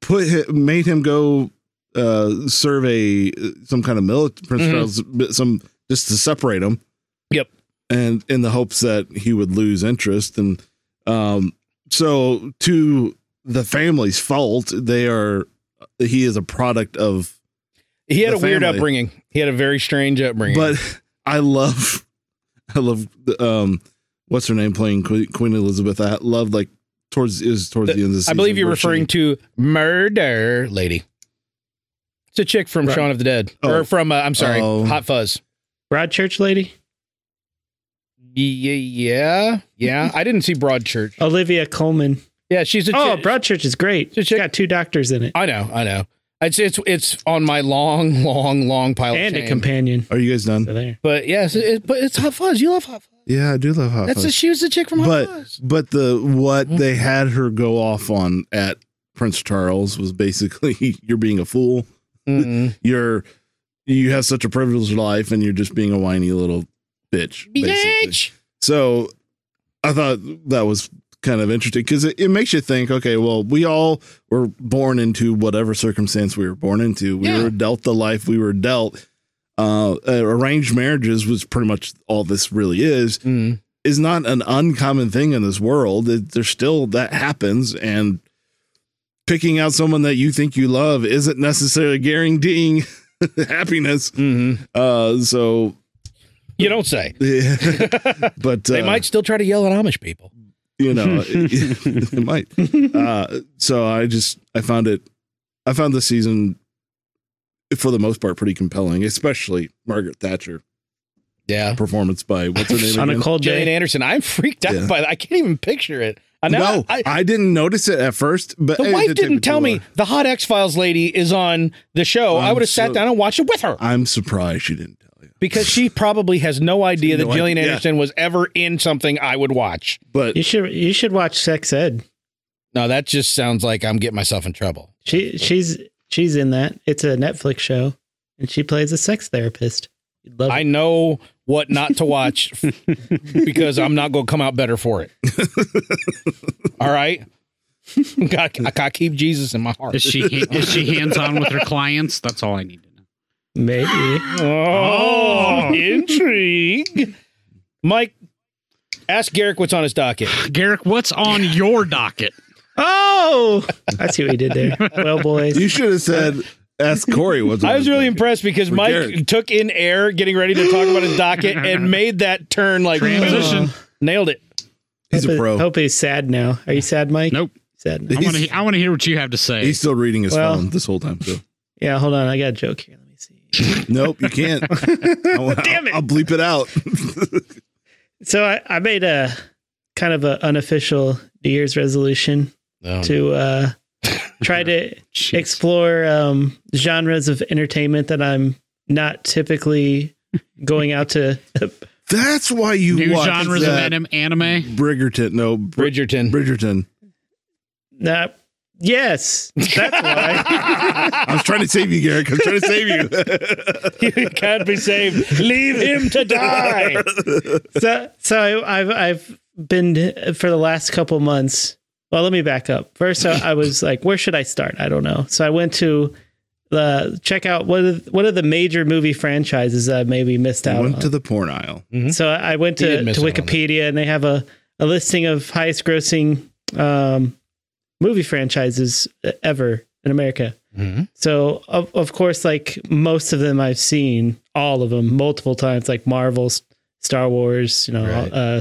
Speaker 5: put hi- made him go uh serve a some kind of military Prince
Speaker 2: Mhm.
Speaker 5: Charles, but some just to separate him.
Speaker 2: Yep.
Speaker 5: And in the hopes that he would lose interest, and um, so to the family's fault, they are he is a product of
Speaker 2: He had
Speaker 5: The
Speaker 2: a weird
Speaker 5: family.
Speaker 2: upbringing. He had a very strange upbringing.
Speaker 5: But I love, I love the, um, what's her name playing Que- Queen Elizabeth. I love like towards is towards the, end of the
Speaker 2: I
Speaker 5: season
Speaker 2: believe you're
Speaker 5: where she-
Speaker 2: referring to Murder Lady. It's a chick from
Speaker 5: Right.
Speaker 2: Shaun of the Dead,
Speaker 5: Oh.
Speaker 2: or from uh, I'm sorry,
Speaker 5: Oh.
Speaker 2: Hot Fuzz.
Speaker 6: Broadchurch lady?
Speaker 2: Yeah, yeah, yeah. I didn't see Broadchurch.
Speaker 6: Olivia Coleman.
Speaker 2: Yeah, she's a
Speaker 6: Oh,
Speaker 2: chick-
Speaker 6: Broadchurch is great.
Speaker 2: It's a
Speaker 6: It's
Speaker 2: chick-
Speaker 6: got two doctors in it
Speaker 2: I know, I know. It's it's it's on my long, long, long pile
Speaker 6: and
Speaker 2: of
Speaker 6: a
Speaker 2: shame.
Speaker 6: companion.
Speaker 5: Are you guys done?
Speaker 6: So there.
Speaker 2: But yes, it, but it's Hot Fuzz. You love Hot Fuzz.
Speaker 5: Yeah, I do love Hot
Speaker 2: That's
Speaker 5: Fuzz.
Speaker 2: the she was the chick from Hot
Speaker 5: but
Speaker 2: Fuzz.
Speaker 5: but the what they had her go off on at Prince Charles was basically you're being a fool.
Speaker 2: Mm.
Speaker 5: You're you have such a privileged life and you're just being a whiny little bitch. basically.
Speaker 2: Bitch.
Speaker 5: So I thought that was kind of interesting because it, it makes you think, okay, well, we all were born into whatever circumstance we were born into. We
Speaker 2: Yeah.
Speaker 5: were dealt the life we were dealt. Uh, uh, arranged marriages was pretty much all this really is
Speaker 2: Mm.
Speaker 5: is not an uncommon thing in this world. It- There's still that happens, and picking out someone that you think you love isn't necessarily guaranteeing happiness.
Speaker 2: Mhm.
Speaker 5: Uh, so,
Speaker 2: You don't say.
Speaker 5: but
Speaker 2: They
Speaker 5: uh,
Speaker 2: might still try to yell at Amish people.
Speaker 5: you know, they might. Uh, so I just I found it, I found the season for the most part pretty compelling, especially Margaret Thatcher
Speaker 2: Yeah.
Speaker 5: performance by what's her name
Speaker 6: On
Speaker 5: again?
Speaker 6: a cold
Speaker 2: Jillian
Speaker 6: day.
Speaker 2: Anderson. I'm freaked out
Speaker 5: Yeah.
Speaker 2: by that. I can't even picture it. I know.
Speaker 5: no, I,
Speaker 2: I,
Speaker 5: didn't notice it at first, but
Speaker 2: the
Speaker 5: it
Speaker 2: wife
Speaker 5: did take
Speaker 2: didn't
Speaker 5: too
Speaker 2: tell me
Speaker 5: long.
Speaker 2: the hot X Files lady is on the show. I
Speaker 5: I'm
Speaker 2: would have sat
Speaker 5: so-
Speaker 2: down and watched it with her
Speaker 5: I'm surprised she didn't tell you.
Speaker 2: because she probably has no idea that
Speaker 5: No idea.
Speaker 2: Jillian Anderson was ever in something I would watch.
Speaker 5: But
Speaker 6: You should you should watch Sex Ed.
Speaker 2: No, that just sounds like I'm getting myself in trouble.
Speaker 6: She she's she's in that. It's a Netflix show, and she plays a sex therapist. You'd love
Speaker 2: I
Speaker 6: it.
Speaker 2: know what not to watch because I'm not going to come out better for it. All right. God, I gotta keep Jesus in my heart.
Speaker 4: Is she is she hands on with her clients? That's all I need to know.
Speaker 6: Maybe
Speaker 2: Oh, intrigue. Mike, ask Garrick what's on his docket.
Speaker 4: Garrick, what's on your docket?
Speaker 6: Oh, I see what you did there. Well, boys,
Speaker 5: You should have said, "Ask Corey." What's
Speaker 2: I was really impressed
Speaker 5: impressed.
Speaker 2: because
Speaker 5: For
Speaker 2: Mike
Speaker 5: Garrick.
Speaker 2: took in air getting ready to talk about his docket and made that turn like
Speaker 4: Transition.
Speaker 2: nailed it.
Speaker 5: He's a
Speaker 6: Hope-
Speaker 5: pro.
Speaker 6: Hope he's sad now. Are you sad, Mike?
Speaker 4: Nope.
Speaker 6: Sad. Now.
Speaker 4: I want to. I want to hear what you have to say.
Speaker 5: He's still reading his
Speaker 6: Well-
Speaker 5: phone this whole time. So,
Speaker 6: Yeah, hold on. I got a joke here. Let me see.
Speaker 5: nope, you can't. Damn
Speaker 6: it.
Speaker 5: I'll bleep it out.
Speaker 6: So I, I made a kind of an unofficial New Year's resolution to uh, try to
Speaker 4: Jeez.
Speaker 6: explore um, genres of entertainment that I'm not typically going out to.
Speaker 5: That's why you
Speaker 4: New
Speaker 5: watch
Speaker 4: genres of
Speaker 5: that
Speaker 4: anim- anime.
Speaker 5: Bridgerton. No, Br-
Speaker 2: Bridgerton.
Speaker 5: Bridgerton.
Speaker 6: Not yes, that's why.
Speaker 5: I was trying to save you, Garrick. I was trying to save you.
Speaker 2: He can't be saved. Leave him to die.
Speaker 6: so so I, I've I've been for the last couple months. Well, let me back up. First, I, I was like, where should I start? I don't know. So I went to the check out what are, what are the major movie franchises that I maybe missed out
Speaker 5: Went
Speaker 6: on.
Speaker 5: to the porn aisle.
Speaker 6: so I went
Speaker 2: Hmm? You
Speaker 6: to,
Speaker 2: did miss
Speaker 6: to
Speaker 2: out on that.
Speaker 6: Wikipedia and they have a, a listing of highest grossing um, movie franchises ever in America.
Speaker 2: Hmm?
Speaker 6: So of, of course, like most of them I've seen, all of them multiple times, like Marvel, S- Star Wars, you know,
Speaker 2: Right.
Speaker 6: uh,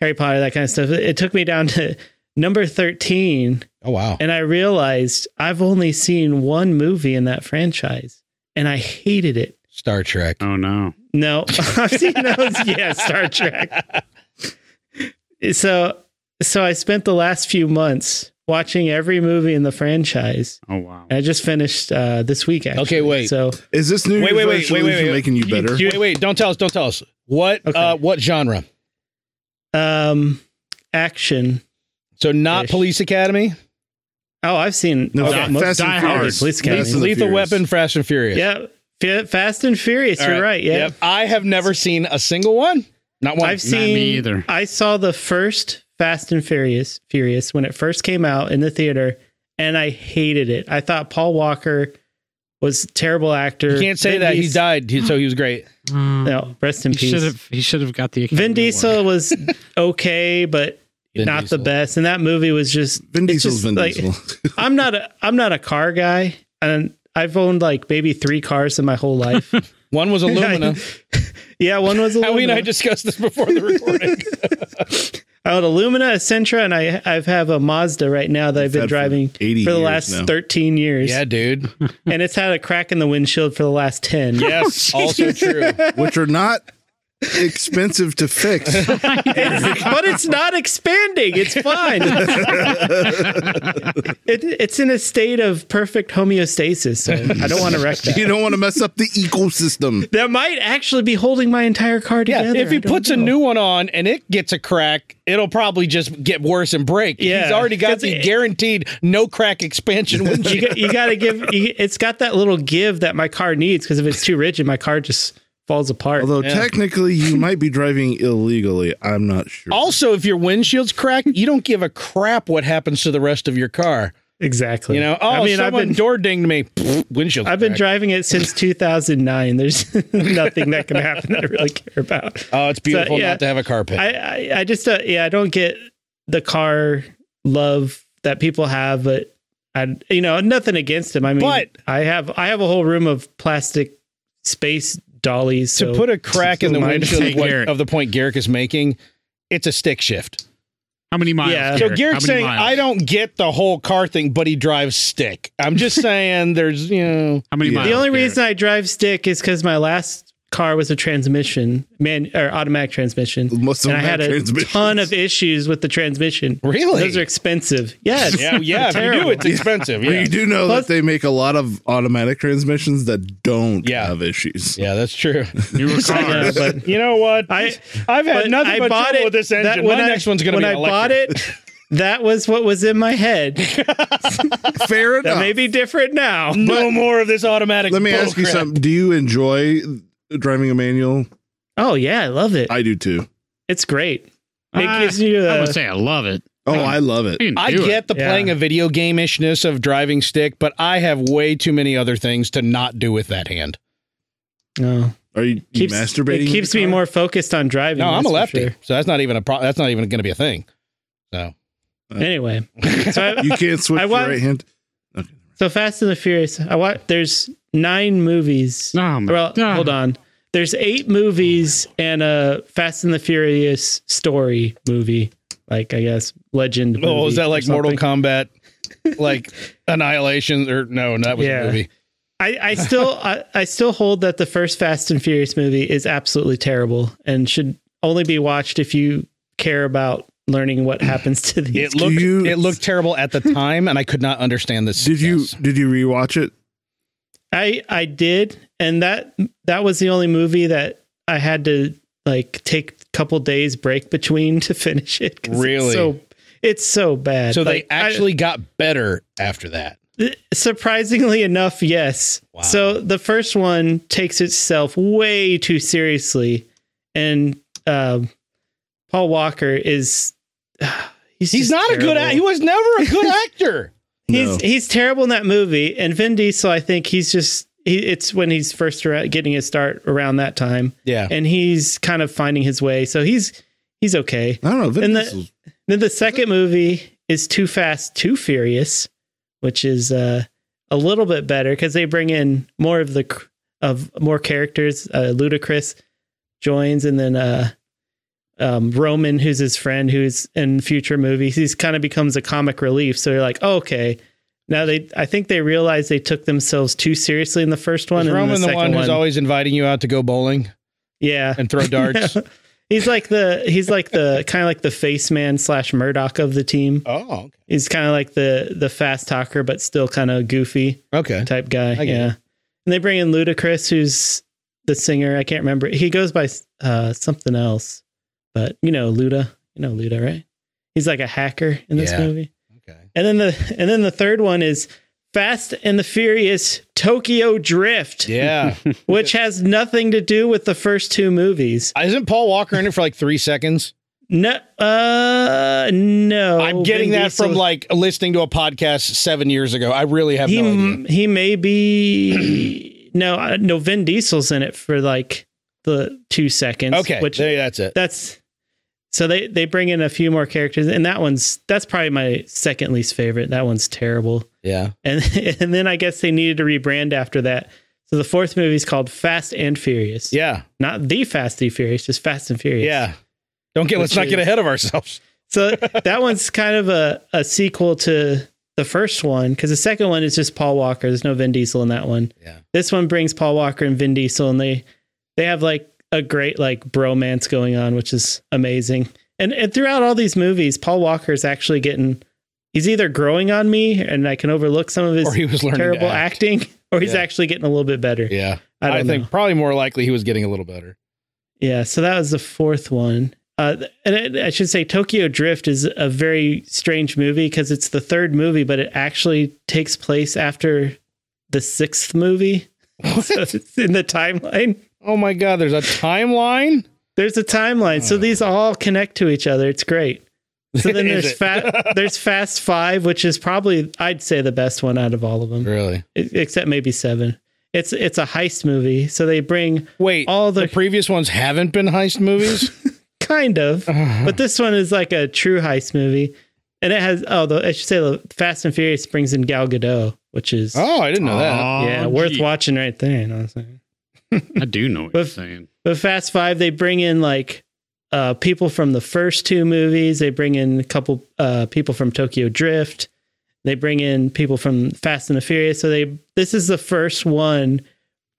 Speaker 6: Harry Potter, that kind of stuff. It it took me down to number 13
Speaker 2: Oh wow.
Speaker 6: and I realized I've only seen one movie in that franchise and I hated it.
Speaker 2: Star Trek.
Speaker 4: Oh no!
Speaker 6: No, I've seen those. yeah, Star Trek. So, so I spent the last few months watching every movie in the franchise.
Speaker 4: Oh wow!
Speaker 6: And I just finished uh, this week. Actually.
Speaker 2: Okay, wait.
Speaker 6: So
Speaker 5: Is this new?
Speaker 2: Wait, wait, wait,
Speaker 5: Year's
Speaker 2: wait, wait,
Speaker 5: resolution
Speaker 2: wait.
Speaker 5: making you better.
Speaker 2: Wait, wait, don't tell us, don't tell us. What
Speaker 6: Okay.
Speaker 2: uh what genre?
Speaker 6: um, action.
Speaker 2: So not
Speaker 6: Ish.
Speaker 2: Police Academy,
Speaker 6: Oh, I've seen
Speaker 5: no,
Speaker 6: oh,
Speaker 5: Fa-
Speaker 6: most-
Speaker 5: Fast
Speaker 4: Die
Speaker 5: and
Speaker 4: Hard.
Speaker 5: Furious.
Speaker 6: Police
Speaker 5: Fast
Speaker 6: Academy.
Speaker 5: and the
Speaker 2: Lethal
Speaker 5: Furious.
Speaker 2: Weapon, Fast and Furious.
Speaker 6: yeah, Fa- Fast and Furious.
Speaker 2: All
Speaker 6: you're right. Yeah,
Speaker 2: Yep. I have never seen a single one. Not one.
Speaker 6: I've seen.
Speaker 4: me either.
Speaker 6: I saw the first Fast and Furious Furious when it first came out in the theater, and I hated it. I thought Paul Walker was a terrible actor.
Speaker 2: you can't say
Speaker 6: Vin
Speaker 2: that. He
Speaker 6: Dies-
Speaker 2: died, he- so he was great.
Speaker 6: No, rest in
Speaker 4: He should
Speaker 6: peace.
Speaker 4: have. He should have got the. Academy
Speaker 6: Vin
Speaker 4: Award.
Speaker 6: Diesel was okay, but
Speaker 2: Vin
Speaker 6: not
Speaker 2: Diesel.
Speaker 6: the best. And that movie was just
Speaker 5: Vin
Speaker 6: it's
Speaker 5: Diesel's
Speaker 6: just
Speaker 5: Vin
Speaker 6: like-
Speaker 5: Diesel.
Speaker 6: I'm not a I'm not a car guy, and I I've owned like maybe three cars in my whole life.
Speaker 2: One was aluminum.
Speaker 6: yeah, one was
Speaker 2: Howie and
Speaker 6: aluminum.
Speaker 2: I discussed this before the recording.
Speaker 6: I own a Lumina, a Sentra, and I I've have a Mazda right now that I've been
Speaker 5: Had for
Speaker 6: driving
Speaker 5: 80
Speaker 6: for the
Speaker 5: years
Speaker 6: last
Speaker 5: now.
Speaker 6: thirteen years,
Speaker 2: yeah, dude.
Speaker 6: and it's had a crack in the windshield for the last ten.
Speaker 2: Yes, also true.
Speaker 5: which are not expensive to fix.
Speaker 6: but it's not expanding. It's fine. it, it's in a state of perfect homeostasis. So I don't want to wreck that.
Speaker 5: You don't want to mess up the ecosystem.
Speaker 6: that might actually be holding my entire car
Speaker 2: Yeah,
Speaker 6: together.
Speaker 2: if he
Speaker 6: I don't
Speaker 2: puts a
Speaker 6: know.
Speaker 2: new one on and it gets a crack, it'll probably just get worse and break.
Speaker 6: Yeah.
Speaker 2: He's already got
Speaker 6: 'Cause
Speaker 2: the
Speaker 6: it-
Speaker 2: guaranteed no crack expansion
Speaker 6: you,
Speaker 2: windshield.
Speaker 6: got, you gotta give. You, it's got that little give that my car needs because if it's too rigid, my car just falls apart.
Speaker 5: Although technically you might be driving illegally. I'm not sure.
Speaker 2: also, if your windshield's cracked, you don't give a crap what happens to the rest of your car.
Speaker 6: exactly.
Speaker 2: You know, oh,
Speaker 6: I mean, I've
Speaker 2: someone
Speaker 6: been
Speaker 2: door dinged me. Pfft, windshield.
Speaker 6: I've been
Speaker 2: cracked.
Speaker 6: driving it since 2009. There's nothing that can happen that I really care about.
Speaker 2: Oh, it's beautiful
Speaker 6: yeah.
Speaker 2: not to have a carpet.
Speaker 6: I, I, I just, uh, yeah, I don't get the car love that people have, but I, you know, nothing against him. I mean,
Speaker 2: But-
Speaker 6: I have, I have a whole room of plastic space dollies.
Speaker 2: to
Speaker 6: so
Speaker 2: put a crack in the
Speaker 6: Mine-
Speaker 2: windshield of,
Speaker 4: Take
Speaker 2: what,
Speaker 4: Garrick.
Speaker 2: of the point Garrick is making, it's a stick shift.
Speaker 4: How many miles?
Speaker 6: Yeah.
Speaker 2: So
Speaker 4: Garrick?
Speaker 2: Garrick's
Speaker 4: How many
Speaker 2: saying,
Speaker 4: miles?
Speaker 2: I don't get the whole car thing, but he drives stick. I'm just saying there's, you know.
Speaker 4: How many
Speaker 5: Yeah.
Speaker 4: miles?
Speaker 6: the only
Speaker 4: Garrick?
Speaker 6: reason I drive stick is because my last car was a transmission, man, or automatic transmission.
Speaker 5: Most of
Speaker 6: and I
Speaker 5: them
Speaker 6: had
Speaker 5: have
Speaker 6: a
Speaker 5: transmissions.
Speaker 6: ton of issues with the transmission.
Speaker 2: Really?
Speaker 6: Those are expensive. Yes.
Speaker 2: Yeah, yeah. If you do,
Speaker 6: terrible.
Speaker 2: it's expensive.
Speaker 5: But
Speaker 2: Yeah,
Speaker 5: you do know
Speaker 6: Plus-
Speaker 5: that they make a lot of automatic transmissions that don't
Speaker 2: Yeah.
Speaker 5: have issues.
Speaker 2: yeah, that's true.
Speaker 4: newer
Speaker 6: I know,
Speaker 4: cars.
Speaker 6: but
Speaker 2: You know what?
Speaker 6: I-
Speaker 2: I've had
Speaker 6: but
Speaker 2: nothing
Speaker 6: I
Speaker 2: but
Speaker 6: bought
Speaker 2: trouble
Speaker 6: it
Speaker 2: with this
Speaker 6: that
Speaker 2: engine. My
Speaker 6: when I-
Speaker 2: next one's going to
Speaker 6: when
Speaker 2: be
Speaker 6: I
Speaker 2: electric.
Speaker 6: bought it. That was what was in my head.
Speaker 5: Fair
Speaker 6: That
Speaker 5: enough.
Speaker 6: may be different now.
Speaker 2: No more of this automatic.
Speaker 5: Let me ask you
Speaker 2: bullcrap.
Speaker 5: something. Do you enjoy driving a manual?
Speaker 6: Oh yeah, I love it.
Speaker 5: I do too.
Speaker 6: it's great. It
Speaker 4: Ah,
Speaker 6: gives you uh,
Speaker 4: I'm
Speaker 6: a,
Speaker 4: gonna say I love it.
Speaker 5: Oh, I love it.
Speaker 4: can
Speaker 2: I
Speaker 4: do it.
Speaker 2: get the
Speaker 6: Yeah.
Speaker 2: playing a video game ishness of driving stick, but I have way too many other things to not do with that hand.
Speaker 6: no.
Speaker 5: Are you, you
Speaker 6: Keeps,
Speaker 5: masturbating?
Speaker 6: It
Speaker 5: in
Speaker 6: keeps
Speaker 5: the
Speaker 6: me
Speaker 5: car?
Speaker 6: more focused on driving.
Speaker 2: No, I'm
Speaker 6: that's
Speaker 2: a
Speaker 6: for
Speaker 2: lefty,
Speaker 6: sure.
Speaker 2: so that's not even a pro- that's not even going to be a thing. So
Speaker 5: Uh,
Speaker 6: Anyway, so, I,
Speaker 5: You can't switch
Speaker 6: I
Speaker 5: your
Speaker 6: want-
Speaker 5: right hand.
Speaker 6: so Fast and the Furious. I want. There's nine movies.
Speaker 4: Oh, my
Speaker 6: well,
Speaker 4: God.
Speaker 6: hold on. There's eight movies and a Fast and the Furious story movie. Like I guess legend.
Speaker 2: oh,
Speaker 6: movie
Speaker 2: is that
Speaker 6: or
Speaker 2: like Mortal
Speaker 6: something.
Speaker 2: Kombat, like Annihilation, or no? That was
Speaker 6: Yeah.
Speaker 2: a movie.
Speaker 6: I, I still I, I still hold that the first Fast and Furious movie is absolutely terrible and should only be watched if you care about learning what happens to these.
Speaker 2: It looked
Speaker 5: you-
Speaker 2: it looked terrible at the time, and I could not understand this.
Speaker 5: Did you did you rewatch it?
Speaker 6: I I did, and that that was the only movie that I had to like take a couple days break between to finish it. 'cause
Speaker 2: Really?
Speaker 6: it's so it's so bad.
Speaker 2: So
Speaker 6: Like,
Speaker 2: they
Speaker 6: I-
Speaker 2: actually got better after that.
Speaker 6: surprisingly enough, yes.
Speaker 2: Wow.
Speaker 6: So the first one takes itself way too seriously, and um, Paul Walker is he's
Speaker 2: He's
Speaker 6: just
Speaker 2: not a good
Speaker 6: terrible.
Speaker 2: act. He was never a good actor.
Speaker 6: He's
Speaker 5: No.
Speaker 6: he's terrible in that movie, and Vin Diesel. I think he's just he, it's when he's first around, getting his start around that time,
Speaker 2: Yeah.
Speaker 6: and he's kind of finding his way. So he's he's okay.
Speaker 5: I don't know. Vin
Speaker 6: And the-
Speaker 5: Diesel's-
Speaker 6: Then the second movie is Too Fast, Too Furious, which is uh, a little bit better because they bring in more of the cr- of more characters. Uh, Ludacris joins, and then uh, um, Roman, who's his friend, who's in future movies, he's kind of becomes a comic relief. So you're like, oh, okay. Now they, I think they realized they took themselves too seriously in the first one.
Speaker 2: Is
Speaker 6: and in
Speaker 2: Roman the,
Speaker 6: second
Speaker 2: one who's always inviting you out to go bowling
Speaker 6: yeah,
Speaker 2: and throw darts?
Speaker 6: he's like the he's like the kind of like the face man slash Murdoch of the team.
Speaker 2: oh,
Speaker 6: He's kind of like the the fast talker, but still kind of goofy
Speaker 2: okay.
Speaker 6: type guy.
Speaker 2: I get
Speaker 6: yeah. And they bring in Ludacris, who's the singer. I can't remember. He goes by uh, something else, but you know Luda. You know Luda, right? He's like a hacker in this
Speaker 2: Yeah.
Speaker 6: movie.
Speaker 2: Okay.
Speaker 6: And then the and then the third one is Fast and the Furious Tokyo Drift,
Speaker 2: Yeah.
Speaker 6: which has nothing to do with the first two movies.
Speaker 2: Isn't Paul Walker in it for like three seconds?
Speaker 6: No, uh, no.
Speaker 2: I'm getting
Speaker 6: Vin
Speaker 2: that from
Speaker 6: Diesel-
Speaker 2: like listening to a podcast seven years ago. I really have
Speaker 6: he
Speaker 2: no idea.
Speaker 6: m- he may be no uh, no Vin Diesel's in it for like the two seconds.
Speaker 2: Okay.
Speaker 6: which
Speaker 2: there- that's it.
Speaker 6: that's so they they bring in a few more characters, and that one's that's probably my second least favorite. That one's terrible.
Speaker 2: Yeah.
Speaker 6: and and then I guess they needed to rebrand after that. So the fourth movie is called Fast and Furious.
Speaker 2: Yeah.
Speaker 6: not the Fast and Furious, just Fast and Furious.
Speaker 2: Yeah. Don't get, let's
Speaker 6: Which
Speaker 2: not get
Speaker 6: is-
Speaker 2: ahead of ourselves.
Speaker 6: So that one's kind of a a sequel to the first one because the second one is just Paul Walker. There's no Vin Diesel in that one.
Speaker 2: Yeah.
Speaker 6: This one brings Paul Walker and Vin Diesel, and they they have like a great like bromance going on, which is amazing. And and throughout all these movies, Paul Walker is actually getting. He's either growing on me, and I can overlook some of his
Speaker 2: Or he was learning to
Speaker 6: terrible
Speaker 2: act.
Speaker 6: acting, or he's
Speaker 2: Yeah.
Speaker 6: actually getting a little bit better.
Speaker 2: Yeah.
Speaker 6: I
Speaker 2: I,
Speaker 6: don't
Speaker 2: think
Speaker 6: know.
Speaker 2: probably more likely he was getting a little better.
Speaker 6: Yeah, so that was the fourth one. Uh, th- and I I should say Tokyo Drift is a very strange movie because it's the third movie, but it actually takes place after the sixth movie. So it's in the timeline.
Speaker 2: Oh my God. There's a timeline.
Speaker 6: There's a timeline,
Speaker 2: Oh.
Speaker 6: so these all connect to each other. It's great. So then
Speaker 2: Is
Speaker 6: there's
Speaker 2: it?
Speaker 6: fa- there's Fast Five, which is probably I'd say the best one out of all of them, e-,
Speaker 2: Really?
Speaker 6: except maybe Seven. It's it's a heist movie, so they bring
Speaker 2: Wait.
Speaker 6: All the-
Speaker 2: the previous ones haven't been heist movies.
Speaker 6: kind of, but this one is like a true heist movie, and it has oh, the, I should say the Fast and Furious brings in Gal Gadot, which is
Speaker 2: oh, I didn't know that.
Speaker 6: yeah,
Speaker 4: Oh,
Speaker 6: worth
Speaker 4: gee.
Speaker 6: watching right there. You know what I'm saying?
Speaker 4: I do know what you're
Speaker 6: With-
Speaker 4: saying.
Speaker 6: But Fast Five, they bring in like uh, people from the first two movies. They bring in a couple uh, people from Tokyo Drift. They bring in people from Fast and the Furious. So they this is the first one.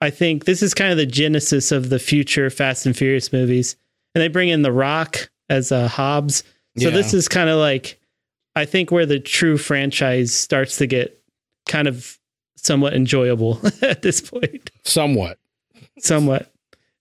Speaker 6: I think this is kind of the genesis of the future Fast and Furious movies. And they bring in The Rock as uh, Hobbs.
Speaker 2: Yeah.
Speaker 6: So this is kind of like I think where the true franchise starts to get kind of somewhat enjoyable at this point
Speaker 2: Somewhat.
Speaker 6: somewhat.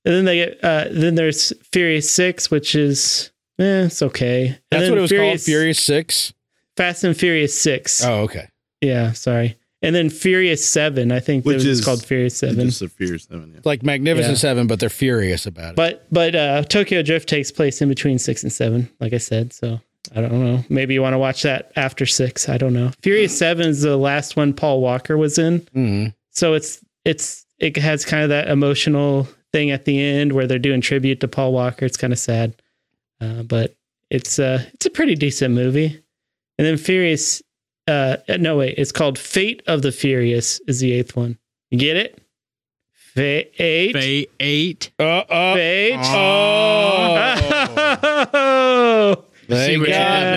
Speaker 6: And then they get uh, then there's Furious Six, which is eh, it's okay. And
Speaker 2: That's
Speaker 6: then
Speaker 2: what it was called. Furious Six.
Speaker 6: Fast and Furious Six.
Speaker 2: Oh, okay.
Speaker 6: Yeah, sorry. And then Furious Seven, I think
Speaker 5: Which
Speaker 6: which is
Speaker 5: is-
Speaker 6: called Furious Seven.
Speaker 5: Just a fierce seven. Yeah.
Speaker 2: Like Magnificent
Speaker 6: Yeah.
Speaker 2: Seven, but they're furious about it.
Speaker 6: But but uh, Tokyo Drift takes place in between six and seven, like I said. So I don't know. Maybe you want to watch that after six. I don't know. Furious Seven is the last one Paul Walker was in.
Speaker 2: Mhm.
Speaker 6: so it's it's it has kind of that emotional thing at the end where they're doing tribute to Paul Walker. It's kind of sad, uh, but it's uh it's a pretty decent movie. And then Furious, uh, no wait, it's called Fate of the Furious is the eighth one. You get it? Fate. Fate.
Speaker 4: Bay eight.
Speaker 2: Uh, uh,
Speaker 6: Oh.
Speaker 2: They
Speaker 4: See what you
Speaker 2: got
Speaker 4: did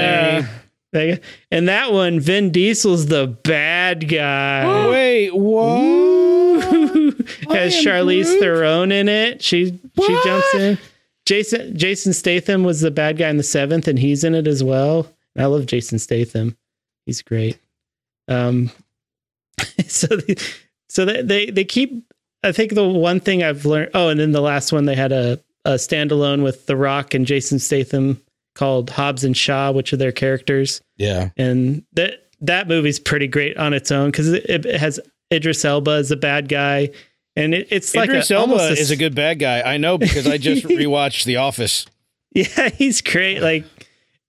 Speaker 2: me.
Speaker 4: there.
Speaker 6: They- And that one, Vin Diesel's the bad guy.
Speaker 2: Wait,
Speaker 6: Ooh.
Speaker 2: what?
Speaker 6: has
Speaker 2: am
Speaker 6: Charlize
Speaker 2: Groot.
Speaker 6: Theron in it. She she
Speaker 2: What?
Speaker 6: jumps in. Jason Jason Statham was the bad guy in the seventh, and he's in it as well. I love Jason Statham; he's great. Um, so the, so they, they they keep. I think the one thing I've learned. Oh, and then the last one they had a a standalone with The Rock and Jason Statham called Hobbs and Shaw, which are their characters
Speaker 2: Yeah.
Speaker 6: and that that movie's pretty great on its own because it, it has Idris Elba as a bad guy, and it, it's like
Speaker 2: Idris
Speaker 6: a,
Speaker 2: Elba
Speaker 6: almost
Speaker 2: is a good bad guy. I know because I just rewatched The Office.
Speaker 6: yeah he's great like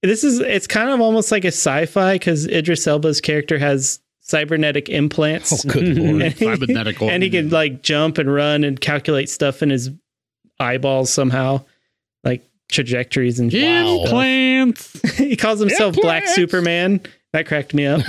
Speaker 6: this is it's kind of almost like a sci-fi because Idris Elba's character has cybernetic implants
Speaker 2: Oh, good lord.
Speaker 6: and, he,
Speaker 4: Cybernetical.
Speaker 6: and he can like jump and run and calculate stuff in his eyeballs somehow like trajectories and
Speaker 2: Wow.
Speaker 4: Implants.
Speaker 6: he calls himself Black
Speaker 2: Implants.
Speaker 6: Superman that cracked me up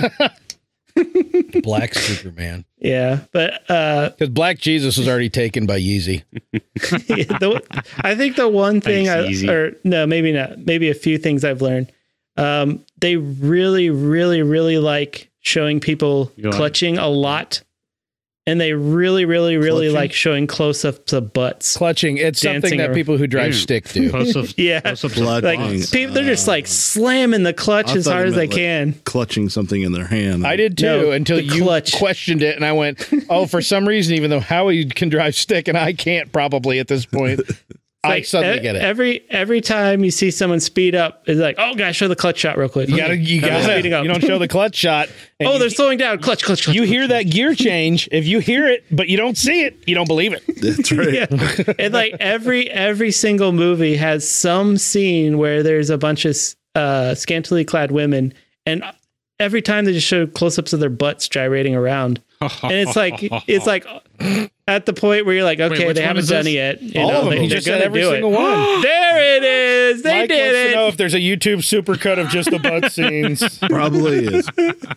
Speaker 2: Black Superman.
Speaker 6: yeah but uh
Speaker 2: Because Black Jesus was already taken by Yeezy.
Speaker 6: Yeah, the, I think the one thing
Speaker 4: Thanks, Yeezy.
Speaker 6: I, or no, maybe not, maybe a few things I've learned. Um, they really, really, really like showing people
Speaker 4: You like-
Speaker 6: clutching a lot. And they really, really, really
Speaker 5: Clutching?
Speaker 6: like showing close ups of butts.
Speaker 2: Clutching. It's something
Speaker 6: Dancing
Speaker 2: that
Speaker 6: or-
Speaker 2: people who drive
Speaker 4: Dude.
Speaker 2: stick do.
Speaker 4: Close up.
Speaker 6: Yeah.
Speaker 4: Close up.
Speaker 5: Blood
Speaker 6: Like
Speaker 5: lungs.
Speaker 6: people, they're just
Speaker 2: Oh.
Speaker 6: like slamming the clutch
Speaker 5: I
Speaker 6: as
Speaker 5: thought
Speaker 6: hard
Speaker 5: you
Speaker 6: as they
Speaker 5: meant, like,
Speaker 6: can.
Speaker 5: Clutching something in their hand.
Speaker 2: I did too
Speaker 6: No,
Speaker 2: until
Speaker 6: the
Speaker 2: you
Speaker 6: clutch.
Speaker 2: questioned it, and I went, "Oh, for some reason, even though Howie can drive stick and I can't, probably at this point, I
Speaker 6: Like,
Speaker 2: suddenly
Speaker 6: e-
Speaker 2: get it."
Speaker 6: Every every time you see someone speed up, it's like, oh, gotta show the clutch shot real quick.
Speaker 2: you gotta, you
Speaker 6: I'm
Speaker 2: gotta,
Speaker 6: speeding up.
Speaker 2: you don't show the clutch shot. and
Speaker 6: oh,
Speaker 2: you-
Speaker 6: they're slowing down. Clutch, clutch, clutch.
Speaker 2: you hear that gear change. If you hear it, but you don't see it, you don't believe it.
Speaker 5: That's right.
Speaker 6: yeah. And like every every single movie has some scene where there's a bunch of uh, scantily clad women, and every time they just show close ups of their butts gyrating around. And it's like it's like at the point where you're like, okay,
Speaker 4: which
Speaker 6: they
Speaker 4: one
Speaker 6: haven't
Speaker 4: is
Speaker 6: done
Speaker 4: this?
Speaker 6: it yet. You
Speaker 5: All
Speaker 6: know,
Speaker 5: of them.
Speaker 6: They,
Speaker 5: He
Speaker 6: are
Speaker 2: just said
Speaker 6: gonna
Speaker 2: every
Speaker 6: do
Speaker 2: single
Speaker 6: it.
Speaker 2: one.
Speaker 6: There it is. They
Speaker 2: Mike wants to
Speaker 6: did
Speaker 2: know
Speaker 6: it.
Speaker 2: if there's a YouTube supercut of just the butt scenes.
Speaker 5: Probably is.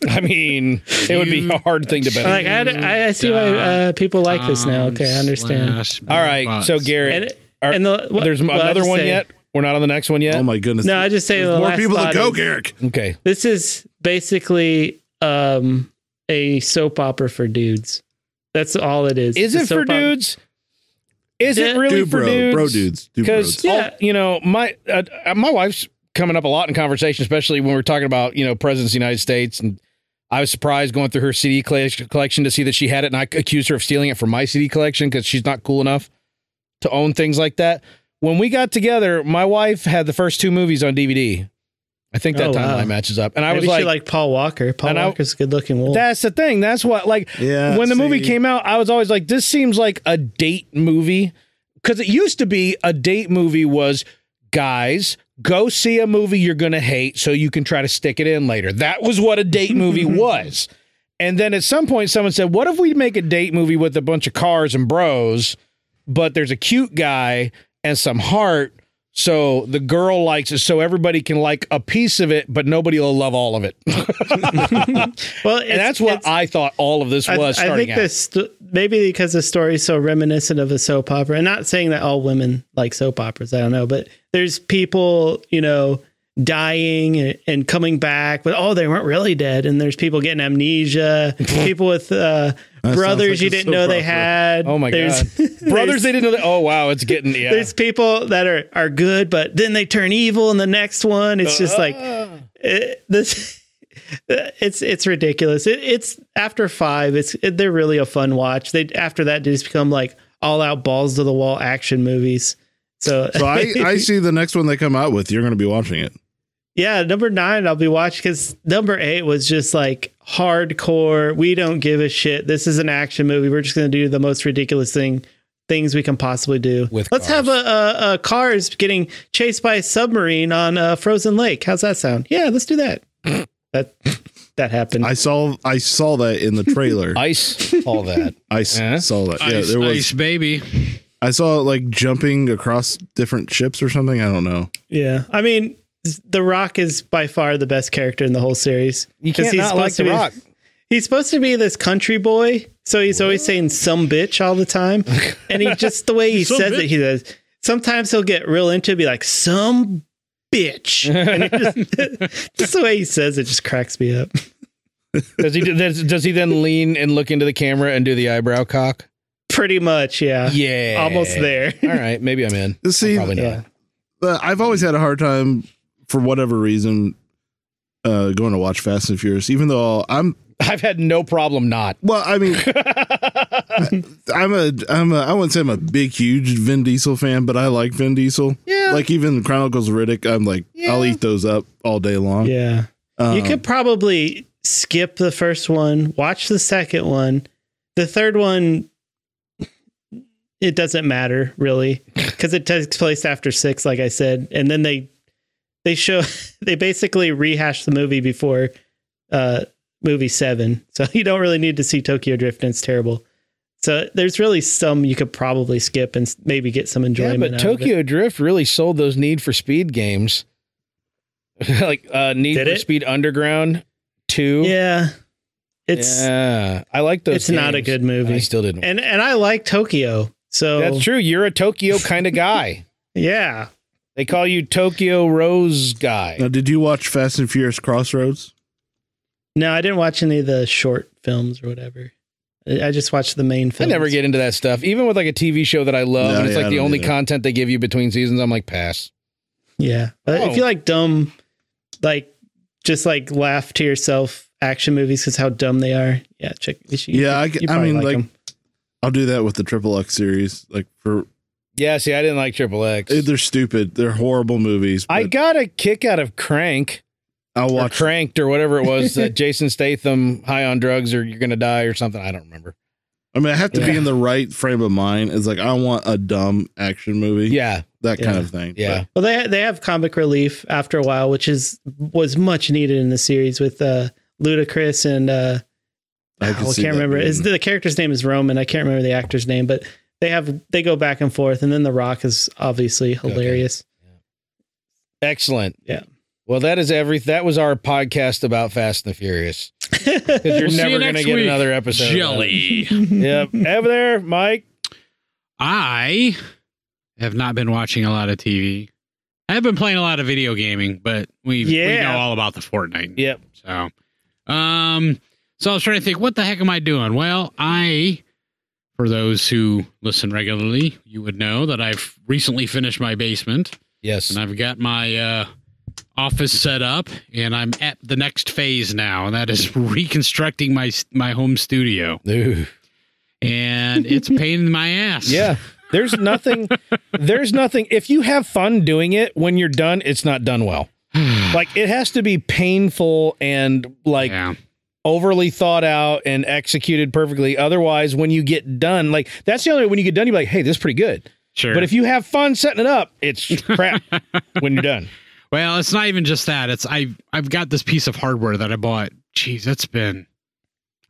Speaker 2: I mean, it would be a hard thing to bet.
Speaker 6: I'm like I, I see why uh, people like this now. Okay, I understand.
Speaker 2: All right, so Gary,
Speaker 6: And
Speaker 2: are-
Speaker 6: and the- what-
Speaker 2: there's
Speaker 6: well, I
Speaker 2: another
Speaker 6: just
Speaker 2: one
Speaker 6: say-
Speaker 2: yet. We're not on the next one yet.
Speaker 5: Oh my goodness.
Speaker 6: No, I just say the
Speaker 5: There's more
Speaker 6: last
Speaker 5: people to
Speaker 6: thought
Speaker 5: go,
Speaker 6: is-
Speaker 5: Garrick.
Speaker 2: okay,
Speaker 6: This is basically um, a soap opera for dudes. That's all it is.
Speaker 2: is it
Speaker 6: It's a
Speaker 2: for
Speaker 6: soap op-
Speaker 2: dudes? Is it
Speaker 6: Yeah.
Speaker 2: really
Speaker 5: Dude
Speaker 2: for
Speaker 5: bro,
Speaker 2: dudes?
Speaker 5: bro dudes, dude
Speaker 2: because
Speaker 6: bros.
Speaker 2: all- you know my uh, uh, my wife's coming up a lot in conversation, especially when we're talking about you know presidents of the United States. And I was surprised going through her CD colle- collection to see that she had it, and I accused her of stealing it from my CD collection because she's not cool enough to own things like that. When we got together, my wife had the first two movies on DVD. I think that
Speaker 6: Oh, wow.
Speaker 2: timeline matches up, and I
Speaker 6: Maybe
Speaker 2: was
Speaker 6: she
Speaker 2: like,
Speaker 6: like Paul Walker. Paul
Speaker 2: And I-
Speaker 6: Walker's a good looking wolf.
Speaker 2: "That's the thing. That's what like."
Speaker 5: Yeah.
Speaker 2: when the movie
Speaker 5: see,
Speaker 2: came out, I was always like, this seems like a date movie. Because it used to be a date movie was guys, go see a movie you're going to hate so you can try to stick it in later. That was what a date movie was. And then at some point, someone said, what if we make a date movie with a bunch of cars and bros, but there's a cute guy and some heart. So the girl likes it, so everybody can like a piece of it, but nobody will love all of it.
Speaker 6: well,
Speaker 2: and that's what I thought all of this
Speaker 6: I,
Speaker 2: was.
Speaker 6: I
Speaker 2: starting
Speaker 6: think
Speaker 2: out.
Speaker 6: this maybe because the story is so reminiscent of a soap opera, and not saying that all women like soap operas. I don't know, but there's people you know dying and, and coming back, but oh, they weren't really dead. And there's people getting amnesia, people with uh,
Speaker 5: sounds
Speaker 6: brothers
Speaker 5: like
Speaker 6: you
Speaker 5: a
Speaker 6: didn't
Speaker 5: soap
Speaker 6: know they
Speaker 5: opera.
Speaker 6: had.
Speaker 2: Oh my
Speaker 6: There's-
Speaker 2: god, brothers!
Speaker 6: there's-
Speaker 2: They didn't know that. Oh wow, it's getting yeah.
Speaker 6: There's people that are are good, but then they turn evil in the next one.
Speaker 2: Uh-huh.
Speaker 6: It's just like
Speaker 2: Uh,
Speaker 6: it, this. It's it's ridiculous. It, it's after five. It's it, they're really a fun watch. They after that they just become like all out balls to the wall action movies. So,
Speaker 5: So I, I see the next one they come out with. You're going to be watching it.
Speaker 6: yeah, number nine I'll be watching because number eight was just like hardcore. We don't give a shit. This is an action movie. We're just gonna do the most ridiculous thing things we can possibly do.
Speaker 2: With
Speaker 6: Let's have a, a, a cars getting chased by a submarine on a frozen lake. How's that sound? Yeah, let's do that. that that happened.
Speaker 5: I saw I saw that in the trailer. I,
Speaker 2: ice, all that.
Speaker 5: s-
Speaker 2: Yeah.
Speaker 5: saw that. yeah,
Speaker 4: Ice,
Speaker 5: there was.
Speaker 4: ice baby.
Speaker 5: I saw it like jumping across different ships or something. I don't know.
Speaker 6: yeah, I mean, The Rock is by far the best character in the whole series.
Speaker 2: You
Speaker 6: 'Cause
Speaker 2: can't not like
Speaker 6: supposed
Speaker 2: the
Speaker 6: to be-
Speaker 2: rock.
Speaker 6: He's supposed to be this country boy, so he's always saying "some bitch" all the time, and he just the way he
Speaker 4: Some
Speaker 6: says it, he says. Sometimes he'll get real into it, be like "some bitch," and it just, just the way he says it just cracks me up.
Speaker 2: Does he? do- Does, does he then lean and look into the camera and do the eyebrow cock?
Speaker 6: Pretty much, yeah,
Speaker 2: Yeah,
Speaker 6: almost there.
Speaker 2: All right, maybe I'm in.
Speaker 5: See,
Speaker 2: Probably not.
Speaker 6: Yeah.
Speaker 5: uh, I've always had a hard time for whatever reason uh, going to watch Fast and Furious, even though I'm
Speaker 2: I've had no problem not.
Speaker 5: Well, I mean, I, am a, I'm a, I wouldn't say I'm a big, huge Vin Diesel fan, but I like Vin Diesel.
Speaker 2: Yeah.
Speaker 5: Like even Chronicles of Riddick, I'm like, I'll eat those up all day long.
Speaker 6: Yeah.
Speaker 5: Um,
Speaker 6: you could probably skip the first one, watch the second one. The third one, it doesn't matter really because it takes place after six, like I said. And then they, they show, they basically rehash the movie before uh, movie seven. So you don't really need to see Tokyo Drift and it's terrible. So there's really some you could probably skip and s- maybe get some
Speaker 2: Yeah,
Speaker 6: enjoyment.
Speaker 2: but
Speaker 6: out of it.
Speaker 2: Tokyo Drift really sold those Need for Speed games, like uh, Need
Speaker 6: Did
Speaker 2: for
Speaker 6: it?
Speaker 2: Speed Underground Two.
Speaker 6: Yeah. It's,
Speaker 2: yeah. I like those.
Speaker 6: it's not a
Speaker 2: games.
Speaker 6: good movie.
Speaker 2: I still didn't.
Speaker 6: and and I like Tokyo. So
Speaker 2: That's true. You're a Tokyo kind of guy.
Speaker 6: Yeah,
Speaker 2: They call you Tokyo Rose Guy.
Speaker 5: Now, did you watch Fast and Furious Crossroads?
Speaker 6: no, I didn't watch any of the short films or whatever. I I just watched the main
Speaker 2: I
Speaker 6: film.
Speaker 2: never get into that stuff. Even with like a TV show that I love,
Speaker 5: No,
Speaker 2: and it's
Speaker 5: yeah,
Speaker 2: like
Speaker 5: I
Speaker 2: the
Speaker 5: don't
Speaker 2: only
Speaker 5: either.
Speaker 2: content they give you between seasons, I'm like, pass.
Speaker 6: Yeah, but
Speaker 2: Oh.
Speaker 6: if you like dumb, like just like laugh to yourself action movies because how dumb they are. Yeah, check. You, should-
Speaker 5: Yeah, I
Speaker 6: you
Speaker 5: g- I
Speaker 6: probably
Speaker 5: mean, like-
Speaker 6: 'em.
Speaker 5: I'll do that with the Triple X series. Like for
Speaker 2: Yeah, see, I didn't like Triple X.
Speaker 5: eh, they're stupid, they're horrible movies.
Speaker 2: I
Speaker 5: but
Speaker 2: got a kick out of Crank
Speaker 5: I'll
Speaker 2: or
Speaker 5: watch.
Speaker 2: Cranked or whatever it was that Jason Statham high on drugs or you're gonna die or something. I don't remember.
Speaker 5: I mean, I have to be
Speaker 6: Yeah.
Speaker 5: in the right frame of mind. It's like I want a dumb action movie.
Speaker 2: Yeah,
Speaker 5: that kind
Speaker 6: Yeah.
Speaker 5: of thing.
Speaker 2: yeah.
Speaker 6: well, they they have comic relief after a while, which is was much needed in the series with uh Ludacris and uh,
Speaker 5: I
Speaker 6: I,
Speaker 5: could see
Speaker 6: can't
Speaker 5: that
Speaker 6: remember.
Speaker 5: being-
Speaker 6: Is the character's name is Roman? I can't remember the actor's name, but they have they go back and forth, and then The Rock is obviously hilarious.
Speaker 2: Excellent.
Speaker 6: Yeah.
Speaker 2: Well, that is every. That was our podcast about Fast and the Furious. 'Cause you're
Speaker 4: We'll see
Speaker 2: never
Speaker 4: you
Speaker 2: going to
Speaker 4: next
Speaker 2: get
Speaker 4: week.
Speaker 2: another episode. of that.
Speaker 4: Jelly.
Speaker 2: Yep. Over there, Mike.
Speaker 4: I have not been watching a lot of TV. I have been playing a lot of video gaming, but we we
Speaker 6: Yeah.
Speaker 4: know all about the Fortnite.
Speaker 2: Yep.
Speaker 4: So, um, so I was trying to think, what the heck am I doing? Well, I, for those who listen regularly, you would know that I've recently finished my basement
Speaker 2: Yes.
Speaker 4: and I've got my uh, office set up, and I'm at the next phase now, and that is reconstructing my my home studio,
Speaker 2: Ooh.
Speaker 4: and it's a pain in my ass.
Speaker 2: Yeah. There's nothing. there's nothing. If you have fun doing it, when you're done, it's not done well. Like it has to be painful and like
Speaker 4: yeah.
Speaker 2: overly thought out and executed perfectly. Otherwise, when you get done, like that's the only when you get done, you're like, hey, this is pretty good.
Speaker 4: Sure.
Speaker 2: But if you have fun setting it up, it's crap when you're done.
Speaker 4: Well, it's not even just that. It's I've I've got this piece of hardware that I bought. Jeez, it's been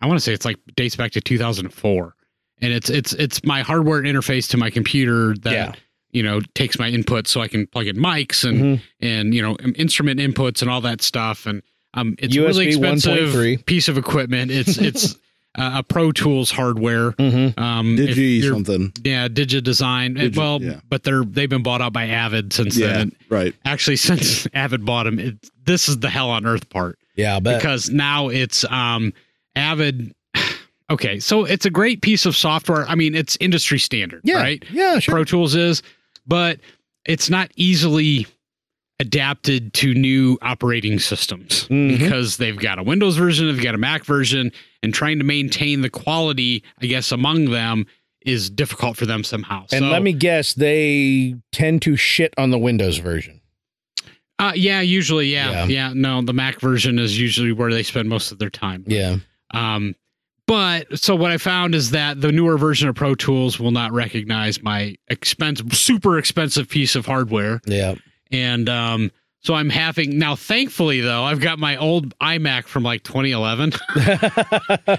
Speaker 4: I want to say it's like dates back to 2004. And it's it's it's my hardware interface to my computer that
Speaker 2: Yeah.
Speaker 4: you know takes my input so I can plug in mics and
Speaker 2: Mm-hmm.
Speaker 4: and you know um, instrument inputs and all that stuff and um it's a really
Speaker 2: USB
Speaker 4: expensive
Speaker 2: 1.3.
Speaker 4: piece of equipment. It's it's uh, a Pro Tools hardware.
Speaker 2: Mm-hmm.
Speaker 4: Um if
Speaker 5: Digi
Speaker 4: you're-
Speaker 5: something.
Speaker 4: yeah, Digidesign.
Speaker 5: Digi-
Speaker 4: well,
Speaker 5: yeah.
Speaker 4: but they're they've been bought out by Avid since
Speaker 5: Yeah,
Speaker 4: then
Speaker 5: right.
Speaker 4: actually since avid bought him it, this is the hell on earth part
Speaker 2: Yeah, I bet.
Speaker 4: because now it's um avid okay so it's a great piece of software i mean it's industry standard
Speaker 2: yeah,
Speaker 4: right
Speaker 2: yeah, sure.
Speaker 4: pro tools is but it's not easily adapted to new operating systems
Speaker 2: Mhm.
Speaker 4: because they've got a windows version they've got a mac version and trying to maintain the quality i guess among them is difficult for them somehow
Speaker 2: and
Speaker 4: So-
Speaker 2: let me guess, they tend to shit on the Windows version.
Speaker 4: Uh, yeah, usually, yeah,
Speaker 2: Yeah.
Speaker 4: yeah, No, the Mac version is usually where they spend most of their time.
Speaker 2: Yeah.
Speaker 4: Um, but so what I found is that the newer version of Pro Tools will not recognize my expensive, super expensive piece of hardware,
Speaker 2: Yeah.
Speaker 4: and um, so I'm having now. Thankfully, though, I've got my old iMac from like 2011.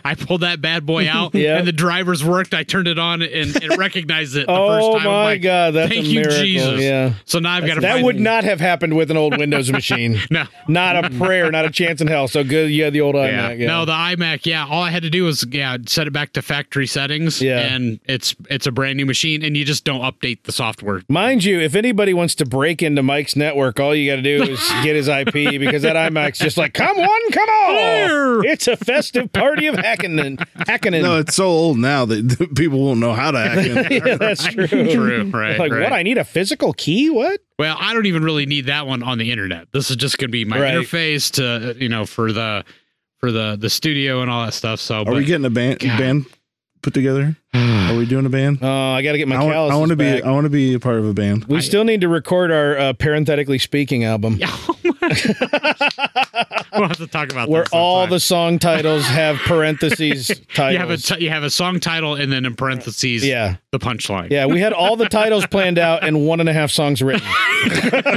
Speaker 4: I pulled that bad boy out,
Speaker 2: Yeah.
Speaker 4: and the drivers worked. I turned it on and it recognized it the
Speaker 2: oh
Speaker 4: first time. I'm
Speaker 2: my
Speaker 4: like,
Speaker 2: god, that's
Speaker 4: Thank
Speaker 2: a
Speaker 4: you,
Speaker 2: miracle.
Speaker 4: Jesus.
Speaker 2: Yeah.
Speaker 4: So now I've got to
Speaker 2: That
Speaker 4: find-
Speaker 2: would not have happened with an old Windows machine.
Speaker 4: no.
Speaker 2: Not a prayer, not a chance in hell. So good. Yeah, the old iMac. Yeah.
Speaker 4: No, the iMac. Yeah, all I had to do was yeah set it back to factory settings.
Speaker 2: Yeah.
Speaker 4: and it's it's a brand new machine, and you just don't update the software.
Speaker 2: Mind you, if anybody wants to break into Mike's network, all you got to do is get his IP because that iMac's just like, come one, come all. It's a festive party of hacking and hacking.
Speaker 5: No, it's so old now that people won't know how to hack it.
Speaker 2: yeah, that's true.
Speaker 4: True, right?
Speaker 2: Like
Speaker 4: right.
Speaker 2: what? I need a physical key? What?
Speaker 4: well, I don't even really need that one on the internet. This is just going to be my
Speaker 2: Right.
Speaker 4: interface to uh, you know for the for the the studio and all that stuff. So,
Speaker 5: Are we getting a band
Speaker 4: God.
Speaker 5: band put together? Are we doing a band?
Speaker 2: Oh, I got to get my
Speaker 5: I want,
Speaker 2: calluses
Speaker 5: I want to be.
Speaker 2: back.
Speaker 5: I want to be a um, part of a band.
Speaker 2: we still need to record our uh, parenthetically speaking album.
Speaker 4: yeah, oh my gosh. we'll have to talk about
Speaker 2: Where
Speaker 4: that
Speaker 2: all
Speaker 4: sometime.
Speaker 2: the song titles have parentheses titles.
Speaker 4: you have a t- you have a song title and then in parentheses
Speaker 2: yeah,
Speaker 4: the punchline.
Speaker 2: yeah. We had all the titles planned out and one and a half songs written.
Speaker 4: No,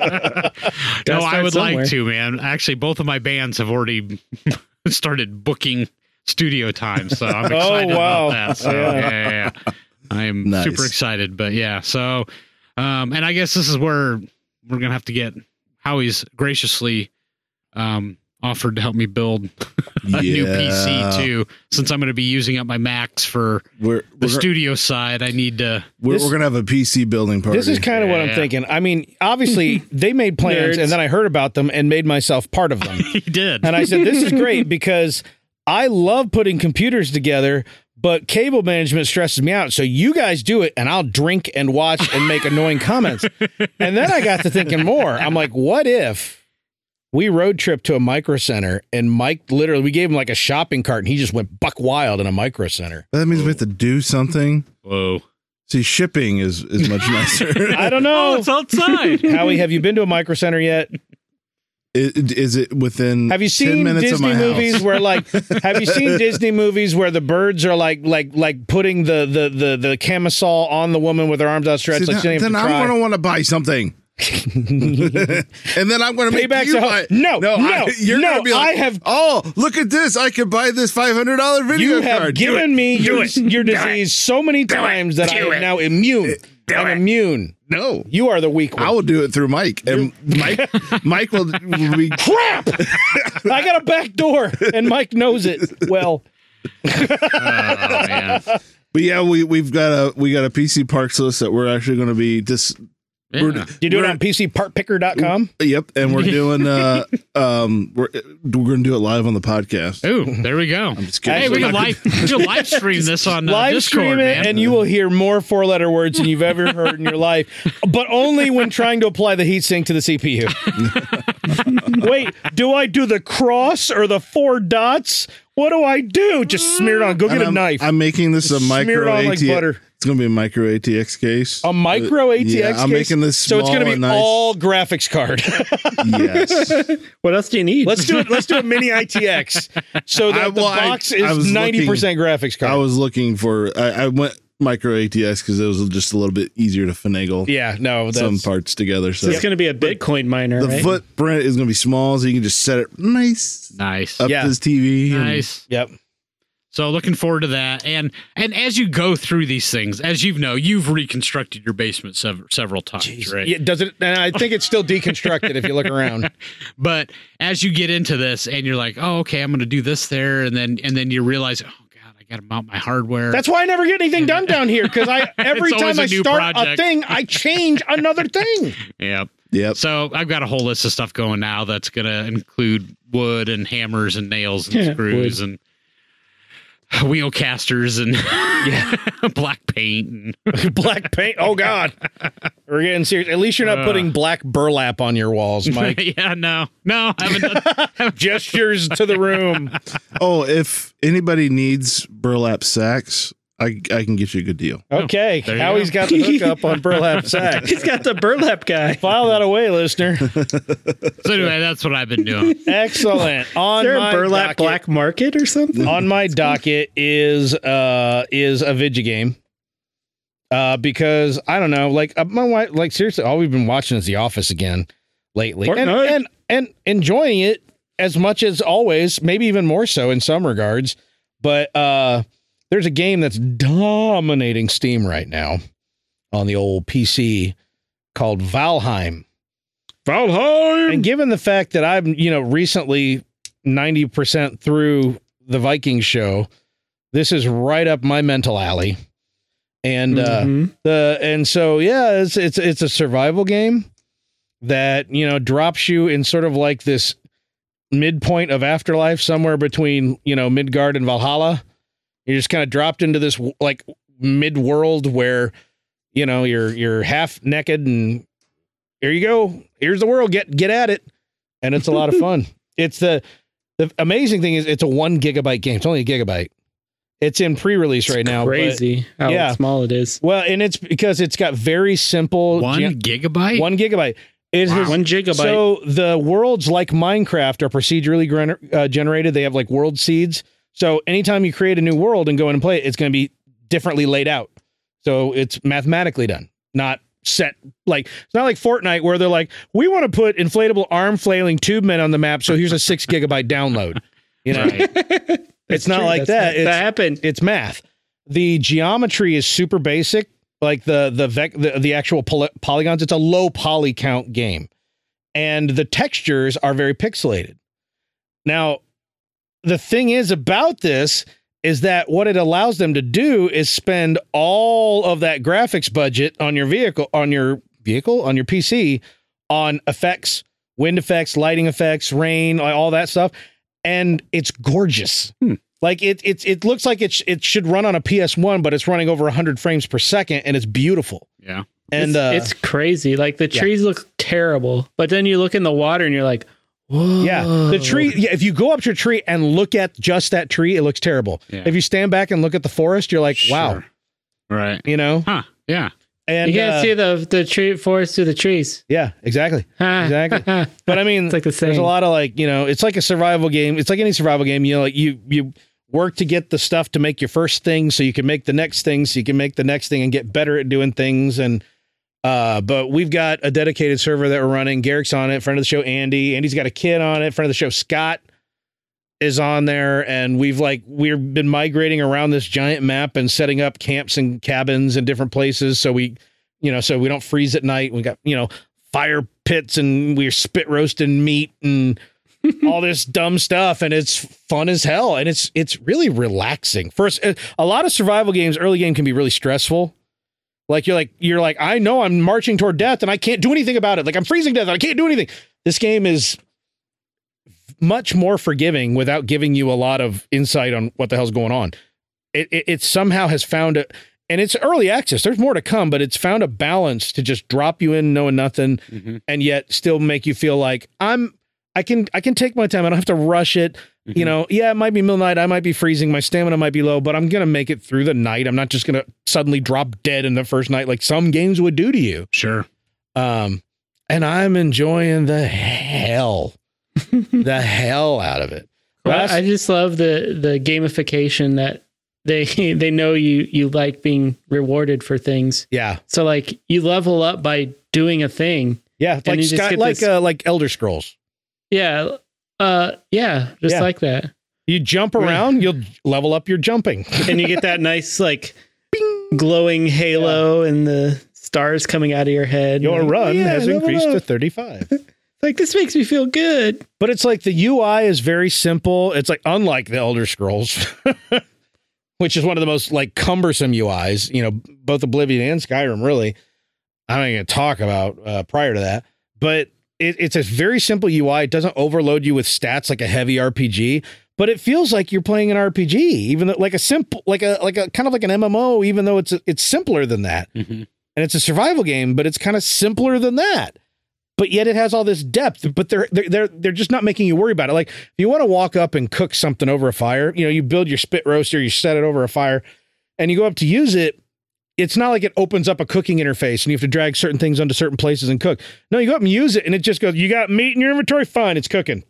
Speaker 6: Gotta
Speaker 4: I
Speaker 6: start
Speaker 4: would
Speaker 6: somewhere.
Speaker 4: like to, man. Actually, both of my bands have already started booking studio time, so I'm excited
Speaker 2: wow.
Speaker 4: about that. So,
Speaker 2: Yeah.
Speaker 4: yeah. yeah, yeah. I'm
Speaker 5: Nice.
Speaker 4: super excited, but yeah. So, um, and I guess this is where we're gonna have to get Howie's graciously um, offered to help me build a new PC too, since I'm gonna be using up my Macs for
Speaker 5: We're
Speaker 4: the
Speaker 5: we're,
Speaker 4: studio side. I need to.
Speaker 5: we're,
Speaker 2: This-
Speaker 5: we're gonna have a PC building party.
Speaker 2: This is kind of what I'm
Speaker 4: Yeah.
Speaker 2: thinking. I mean, obviously they made plans
Speaker 6: Nerds.
Speaker 2: and then I heard about them and made myself part of them.
Speaker 4: He did.
Speaker 2: and I said this is great because I love putting computers together, but cable management stresses me out. So you guys do it and I'll drink and watch and make annoying comments. And then I got to thinking more. I'm like, what if we road trip to a micro center and Mike literally we gave him like a shopping cart and he just went buck wild in a micro center.
Speaker 5: that means we have to do something.
Speaker 4: Whoa!
Speaker 5: See, shipping is is much nicer.
Speaker 2: I don't
Speaker 4: Oh,
Speaker 2: know.
Speaker 4: it's outside.
Speaker 2: Howie, have you been to a micro center yet?
Speaker 5: Is, is it within?
Speaker 2: Have you seen
Speaker 5: 10 minutes
Speaker 2: Disney
Speaker 5: of my
Speaker 2: movies
Speaker 5: House?
Speaker 2: where like have you seen Disney movies where the birds are like like like putting the the the, the camisole on the woman with her arms outstretched
Speaker 5: See,
Speaker 2: like she
Speaker 5: then
Speaker 2: doesn't even
Speaker 5: then I'm
Speaker 2: have to
Speaker 5: gonna want to buy something. and then I'm going to make
Speaker 2: Payback's
Speaker 5: you
Speaker 2: a ho-
Speaker 5: buy.
Speaker 2: No, no, no,
Speaker 5: gonna
Speaker 2: I have-
Speaker 5: Oh, look at this! I could buy this five hundred dollar video
Speaker 2: you have
Speaker 5: card. Do it.
Speaker 2: given me your, your disease so many times that I am now
Speaker 5: Eh,
Speaker 2: immune. I'm immune.
Speaker 5: no.
Speaker 2: You are the weak one.
Speaker 5: I will do it through Mike, and Mike, Mike will, will be.
Speaker 2: Crap! I got a back door, and Mike knows it. Well,
Speaker 4: Oh, man.
Speaker 5: But yeah, we we've got a we got a PC parks list that we're actually going to be just.
Speaker 4: Yeah.
Speaker 5: We're,
Speaker 2: do you do it
Speaker 5: we're-
Speaker 2: on PCPartPicker.com?
Speaker 5: Yep, and we're doing uh um we're we're going to do it live on the podcast.
Speaker 4: Ooh, there we go.
Speaker 5: I'm just kidding.
Speaker 4: Hey, we
Speaker 5: We're
Speaker 4: can
Speaker 5: not-
Speaker 4: live, we can live stream this on uh,
Speaker 2: Live
Speaker 4: Discord,
Speaker 2: stream it,
Speaker 4: man.
Speaker 2: and you will hear more four letter words than you've ever heard in your life, but only when trying to apply the heat sink to the CPU. Wait, do I do the cross or the four dots? What do I do? Just smear it on. Go
Speaker 5: and
Speaker 2: get a
Speaker 5: I'm,
Speaker 2: knife.
Speaker 5: I'm making this a
Speaker 2: Smear it
Speaker 5: micro
Speaker 2: on like
Speaker 5: ATX.
Speaker 2: butter.
Speaker 5: It's going to be a micro ATX case.
Speaker 2: a micro
Speaker 5: Uh,
Speaker 2: ATX
Speaker 5: yeah, I'm
Speaker 2: case?
Speaker 5: making this
Speaker 2: so it's
Speaker 5: going to
Speaker 2: be all graphics card.
Speaker 5: Yes.
Speaker 6: What else do you need?
Speaker 2: let's do it. Let's do a mini ITX. So that
Speaker 5: I-
Speaker 2: the
Speaker 5: well, I-
Speaker 2: box
Speaker 5: I was
Speaker 2: is ninety percent graphics card.
Speaker 5: I was looking for. I, I went micro ATX because it was just a little bit easier to finagle
Speaker 2: yeah, no,
Speaker 5: some
Speaker 2: that's
Speaker 5: parts together.
Speaker 6: So
Speaker 5: So
Speaker 6: it's going to be a Bitcoin miner,
Speaker 5: the
Speaker 6: right?
Speaker 5: footprint is going to be small, so you can just set it nice
Speaker 4: nice.
Speaker 5: up
Speaker 2: Yeah.
Speaker 5: to this TV. and-
Speaker 4: Nice.
Speaker 2: yep.
Speaker 4: So looking forward to that. And and as you go through these things, as you know, you've reconstructed your basement sev- several times, right?
Speaker 2: Yeah, does it? And I think it's still deconstructed if you look around.
Speaker 4: But as you get into this and you're like, "Oh, okay, I'm going to do this there." And then and then you realize, "Oh god, I got to mount my hardware."
Speaker 2: That's why I never get anything done down here because I every
Speaker 4: It's always
Speaker 2: time I
Speaker 4: a new
Speaker 2: start a
Speaker 4: project.
Speaker 2: thing, I change another thing.
Speaker 4: Yep.
Speaker 5: Yep.
Speaker 4: So I've got a whole list of stuff going now that's going to include wood and hammers and nails and
Speaker 6: Yeah,
Speaker 4: screws and wheel casters and black paint and
Speaker 2: black paint. Oh God, we're getting serious. At least you're not
Speaker 4: Uh.
Speaker 2: putting black burlap on your walls, Mike.
Speaker 4: yeah, no, no, I haven't done
Speaker 2: Gestures to the room.
Speaker 5: Oh, if anybody needs burlap sacks, I I can get you a good deal.
Speaker 2: Okay,
Speaker 4: There you
Speaker 2: Howie's
Speaker 4: go.
Speaker 2: got the hookup on burlap sacks.
Speaker 6: He's got the burlap guy.
Speaker 2: File that away, listener.
Speaker 4: So anyway, that's what I've been doing.
Speaker 2: Excellent. On
Speaker 6: Is there
Speaker 2: my
Speaker 6: a burlap
Speaker 2: docket-
Speaker 6: black market or something?
Speaker 2: on my docket is uh is a video game. Uh, because I don't know, like uh, my wife, like seriously, all we've been watching is The Office again lately, and,
Speaker 6: Fortnite.
Speaker 2: and and enjoying it as much as always, maybe even more so in some regards. But uh, there's a game that's dominating Steam right now on the old PC called Valheim.
Speaker 6: Valheim.
Speaker 2: And given the fact that I'm, you know, recently 90% through the Viking show, this is right up my mental alley. And uh
Speaker 6: Mhm.
Speaker 2: the and so yeah, it's it's it's a survival game that, you know, drops you in sort of like this midpoint of afterlife somewhere between, you know, Midgard and Valhalla. You're just kind of dropped into this like mid-world where you know you're you're half naked and here you go here's the world get get at it and it's a lot of fun it's the the amazing thing is it's a one gigabyte game it's only a gigabyte it's in pre-release right now but-
Speaker 6: crazy how
Speaker 2: yeah.
Speaker 6: small it is.
Speaker 2: well and it's because it's got very simple
Speaker 4: One
Speaker 2: gen-
Speaker 4: gigabyte.
Speaker 2: one gigabyte It's just-
Speaker 6: One gigabyte.
Speaker 2: so the worlds like Minecraft are procedurally gener- uh, generated. They have like world seeds. So anytime you create a new world and go in and play it, it's going to be differently laid out. So it's mathematically done, not set like it's not like Fortnite where they're like, we want to put inflatable arm flailing tube men on the map. So here's a six gigabyte download. You know,
Speaker 4: Right.
Speaker 2: it's not
Speaker 6: true.
Speaker 2: like
Speaker 6: That's
Speaker 2: that.
Speaker 6: not-
Speaker 2: It's-
Speaker 6: that happened.
Speaker 2: it's math. The geometry is super basic, like the the vec, the, the actual poly- polygons. It's a low poly count game, and the textures are very pixelated. Now, the thing is about this is that what it allows them to do is spend all of that graphics budget on your vehicle, on your vehicle, on your PC, on effects, wind effects, lighting effects, rain, all that stuff, and it's gorgeous.
Speaker 4: Hmm.
Speaker 2: Like it, it, it looks like it, sh- it should run on a PS1, but it's running over 100 frames per second, and it's beautiful.
Speaker 4: Yeah.
Speaker 2: and
Speaker 6: it's,
Speaker 2: uh,
Speaker 6: it's crazy. Like the
Speaker 2: yeah.
Speaker 6: trees look terrible, but then you look in the water and you're like, whoa.
Speaker 2: yeah, the tree. Yeah, if you go up to a tree and look at just that tree, it looks terrible.
Speaker 4: Yeah.
Speaker 2: If you stand back and look at the forest, you're like, wow,
Speaker 4: Sure. Right.
Speaker 2: you know.
Speaker 4: Huh. Yeah.
Speaker 2: And
Speaker 6: you can't
Speaker 2: uh,
Speaker 6: see the the tree forest through the trees.
Speaker 2: yeah, exactly. Exactly. But I mean,
Speaker 6: it's like the
Speaker 2: there's
Speaker 6: same.
Speaker 2: a lot of like you know it's like a survival game it's like any survival game you know like you you work to get the stuff to make your first thing so you can make the next thing so you can make the next thing and get better at doing things and Uh, but we've got a dedicated server that we're running. Garrick's on it, friend of the show, Andy. Andy's got a kid on it, friend of the show, Scott is on there. And we've like, we've been migrating around this giant map and setting up camps and cabins in different places. So we, you know, so we don't freeze at night. We got, you know, fire pits and we're spit roasting meat and all this dumb stuff and it's fun as hell and it's it's really relaxing first uh, a lot of survival games early game can be really stressful like you're like you're like i know i'm marching toward death and i can't do anything about it like i'm freezing to death and i can't do anything this game is much more forgiving without giving you a lot of insight on what the hell's going on it it, it somehow has found a and it's early access there's more to come but it's found a balance to just drop you in knowing nothing and yet still make you feel like I'm I can I can take my time. I don't have to rush it.
Speaker 6: Mm-hmm.
Speaker 2: You know, yeah, it might be middle night. I might be freezing. My stamina might be low, but I'm gonna make it through the night. I'm not just gonna suddenly drop dead in the first night like some games would do to you.
Speaker 4: Sure.
Speaker 2: Um, and I'm enjoying the hell, the hell out of it. Last-
Speaker 6: I I just love the the gamification that they they know you you like being rewarded for things.
Speaker 2: yeah,
Speaker 6: So like you level up by doing a thing.
Speaker 2: yeah,
Speaker 6: you
Speaker 2: like
Speaker 6: just
Speaker 2: Sky,
Speaker 6: get
Speaker 2: like
Speaker 6: this-
Speaker 2: uh, like Elder Scrolls.
Speaker 6: Yeah. Uh yeah, just
Speaker 2: Yeah.
Speaker 6: like that.
Speaker 2: You jump around, you'll level up your jumping.
Speaker 6: And you get that nice like glowing halo and the stars coming out of your head.
Speaker 2: Your
Speaker 6: Like,
Speaker 2: run
Speaker 6: yeah,
Speaker 2: has
Speaker 6: level
Speaker 2: increased to
Speaker 6: up.
Speaker 2: 35.
Speaker 6: Like this makes me feel good.
Speaker 2: But it's like the UI is very simple. It's like unlike the Elder Scrolls, which is one of the most like cumbersome UIs, you know, both Oblivion and Skyrim really. I'm not going to talk about uh, prior to that, but it, it's a very simple UI. It doesn't overload you with stats like a heavy RPG, but it feels like you're playing an RPG, even though like a simple, like a like a kind of like an MMO, even though it's it's simpler than that
Speaker 4: Mhm.
Speaker 2: and it's a survival game, but it's kind of simpler than that. But yet it has all this depth. But they're they're they're, they're just not making you worry about it. Like if you want to walk up and cook something over a fire, you know, you build your spit roaster, you set it over a fire, and you go up to use it. It's not like it opens up a cooking interface and you have to drag certain things onto certain places and cook. No, you go up and use it, and it just goes. You got meat in your inventory? Fine, it's cooking.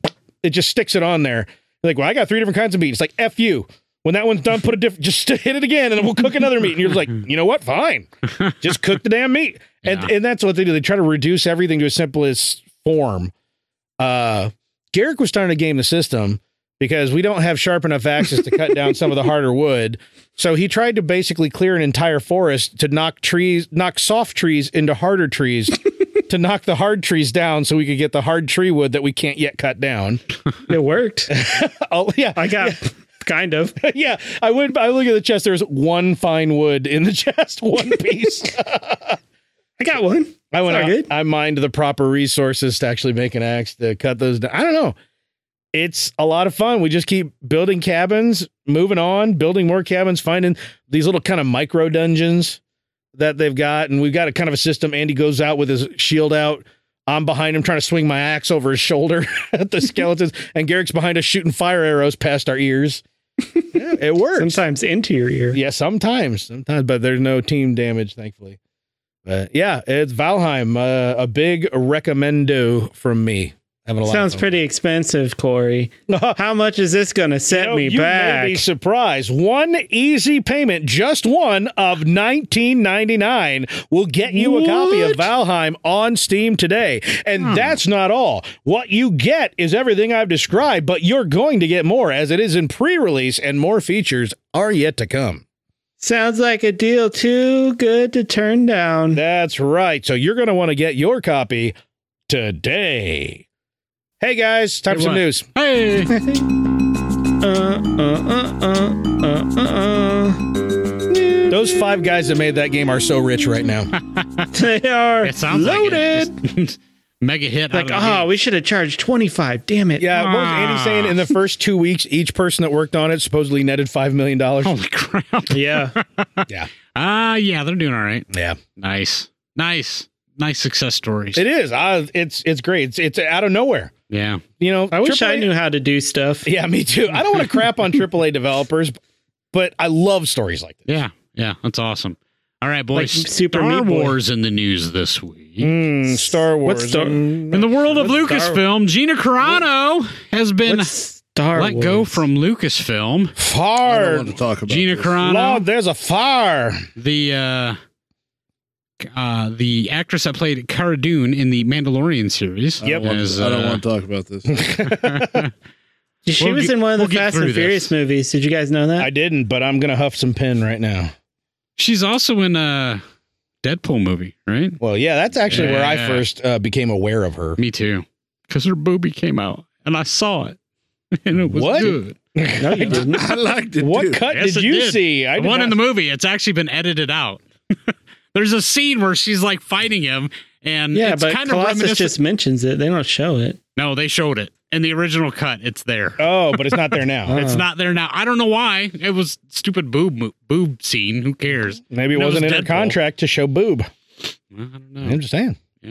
Speaker 2: It just sticks it on there. You're like, well, I got three different kinds of meat. It's like f you. When that one's done, put a different. Just hit it again, and we'll cook another meat. And you're just like, you know what? Fine just cook the damn meat and and that's what they do they try to reduce everything to its simplest form uh garrick was starting to game the system because we don't have sharp enough axes to cut down some of the harder wood so he tried to basically clear an entire forest to knock trees knock soft trees into harder trees to knock the hard trees down so we could get the hard tree wood that we can't yet cut down
Speaker 6: It worked.
Speaker 2: oh yeah
Speaker 6: I got kind of.
Speaker 2: yeah, I went. I look at the chest. There's one fine wood in the chest, one piece.
Speaker 6: I got one.
Speaker 2: I went.
Speaker 6: It's
Speaker 2: Out,
Speaker 6: all good.
Speaker 2: I mined the proper resources to actually make an axe to cut those. Down. I don't know. It's a lot of fun. We just keep building cabins, moving on, building more cabins, finding these little kind of micro dungeons that they've got, and we've got a kind of a system. Andy goes out with his shield out. I'm behind him trying to swing my axe over his shoulder at the skeletons, and Garrick's behind us shooting fire arrows past our ears. Yeah, it works.
Speaker 6: Sometimes into your ear.
Speaker 2: Yeah, sometimes, sometimes, but there's no team damage, thankfully. But yeah, it's Valheim, uh, a big recommendo from me. Having a lot
Speaker 6: Sounds
Speaker 2: of
Speaker 6: pretty expensive, Corey.
Speaker 2: fun.
Speaker 6: How much is this going to set
Speaker 2: You know,
Speaker 6: me
Speaker 2: you
Speaker 6: back?
Speaker 2: May be surprised. One easy payment, just one of nineteen ninety nine, will get you a copy of Valheim on Steam today. And that's not all. What you get is everything I've described, but you're going to get more as it is in pre release, and more features are yet to come.
Speaker 6: Sounds like a deal too good to turn down.
Speaker 2: That's right. So you're going to want to get your copy today. Hey guys, time for some
Speaker 4: what?
Speaker 2: news.
Speaker 4: Hey.
Speaker 6: Uh, uh, uh, uh, uh, uh,
Speaker 2: Those five guys that made that game are so rich right now.
Speaker 6: uh. They are
Speaker 4: It sounds
Speaker 6: loaded.
Speaker 4: like it. Just mega hit.
Speaker 6: Like,
Speaker 4: out
Speaker 6: oh,
Speaker 4: of
Speaker 6: we should have charged 25. Damn it.
Speaker 2: Yeah, what was Andy saying? In the
Speaker 6: Ah.
Speaker 2: first two weeks, each person that worked on it supposedly netted five million dollars.
Speaker 6: Oh.
Speaker 4: the gate. holy crap!
Speaker 6: Yeah.
Speaker 2: Yeah,
Speaker 4: Ah, yeah, they're doing all right.
Speaker 2: yeah,
Speaker 4: Nice, nice, nice success stories.
Speaker 2: it is. I, it's it's great. It's it's out of nowhere.
Speaker 4: yeah,
Speaker 2: You know,
Speaker 6: I wish I
Speaker 2: AAA
Speaker 6: knew how to do stuff.
Speaker 2: Yeah, me too. I don't want to crap on AAA developers, but I love stories like this.
Speaker 4: yeah, yeah. That's awesome. All right, boys.
Speaker 6: Like Super
Speaker 4: Star
Speaker 6: Meat Boy.
Speaker 4: Wars in the news this week.
Speaker 2: Mm, Star Wars.
Speaker 6: What's Star-
Speaker 2: Mm.
Speaker 4: In the world of Lucasfilm, Gina Carano has been
Speaker 6: What's Star
Speaker 4: let go
Speaker 6: Wars?
Speaker 4: from Lucasfilm.
Speaker 5: I don't
Speaker 2: Far.
Speaker 5: want to talk about
Speaker 4: Gina
Speaker 5: this.
Speaker 4: Carano,
Speaker 2: Lord, there's a fire.
Speaker 4: the uh, uh, the actress that played Cara Dune in the Mandalorian series.
Speaker 5: I don't, want,
Speaker 4: is,
Speaker 5: I don't
Speaker 4: uh,
Speaker 5: want to talk about this.
Speaker 6: She
Speaker 4: We'll
Speaker 6: was
Speaker 4: get-
Speaker 6: in one of the
Speaker 4: we'll get
Speaker 6: Fast and
Speaker 4: through
Speaker 6: Furious
Speaker 4: this.
Speaker 6: movies. Did you guys know that?
Speaker 2: I didn't, but I'm gonna huff some pen right now.
Speaker 4: She's also in a Deadpool movie, right?
Speaker 2: Well, yeah, that's actually where I
Speaker 4: Yeah.
Speaker 2: first uh, became aware of her.
Speaker 4: Me too, because her booby came out, and I saw it, and it was
Speaker 2: What?
Speaker 4: good.
Speaker 6: no, you didn't.
Speaker 5: I liked it.
Speaker 2: What
Speaker 5: too.
Speaker 2: cut
Speaker 4: Yes,
Speaker 2: did
Speaker 4: it
Speaker 2: you
Speaker 4: did.
Speaker 2: see? I
Speaker 4: The
Speaker 2: did
Speaker 4: one in the
Speaker 2: not-
Speaker 4: movie, it's actually been edited out. There's a scene where she's like fighting him, and
Speaker 6: Yeah,
Speaker 4: it's
Speaker 6: but
Speaker 4: kind of
Speaker 6: Colossus
Speaker 4: reminiscent.
Speaker 6: just mentions it. They don't show it.
Speaker 4: no, they showed it in the original cut. It's there.
Speaker 6: Uh-huh.
Speaker 2: Oh, but it's not there now.
Speaker 4: It's not there now. I don't know why. It was stupid boob mo- boob scene. Who cares?
Speaker 2: Maybe it
Speaker 4: No, it
Speaker 2: wasn't
Speaker 4: was
Speaker 2: in her
Speaker 4: Deadpool.
Speaker 2: contract to show boob.
Speaker 4: Well, I don't
Speaker 2: I'm
Speaker 4: know.
Speaker 2: just saying.
Speaker 4: Yeah.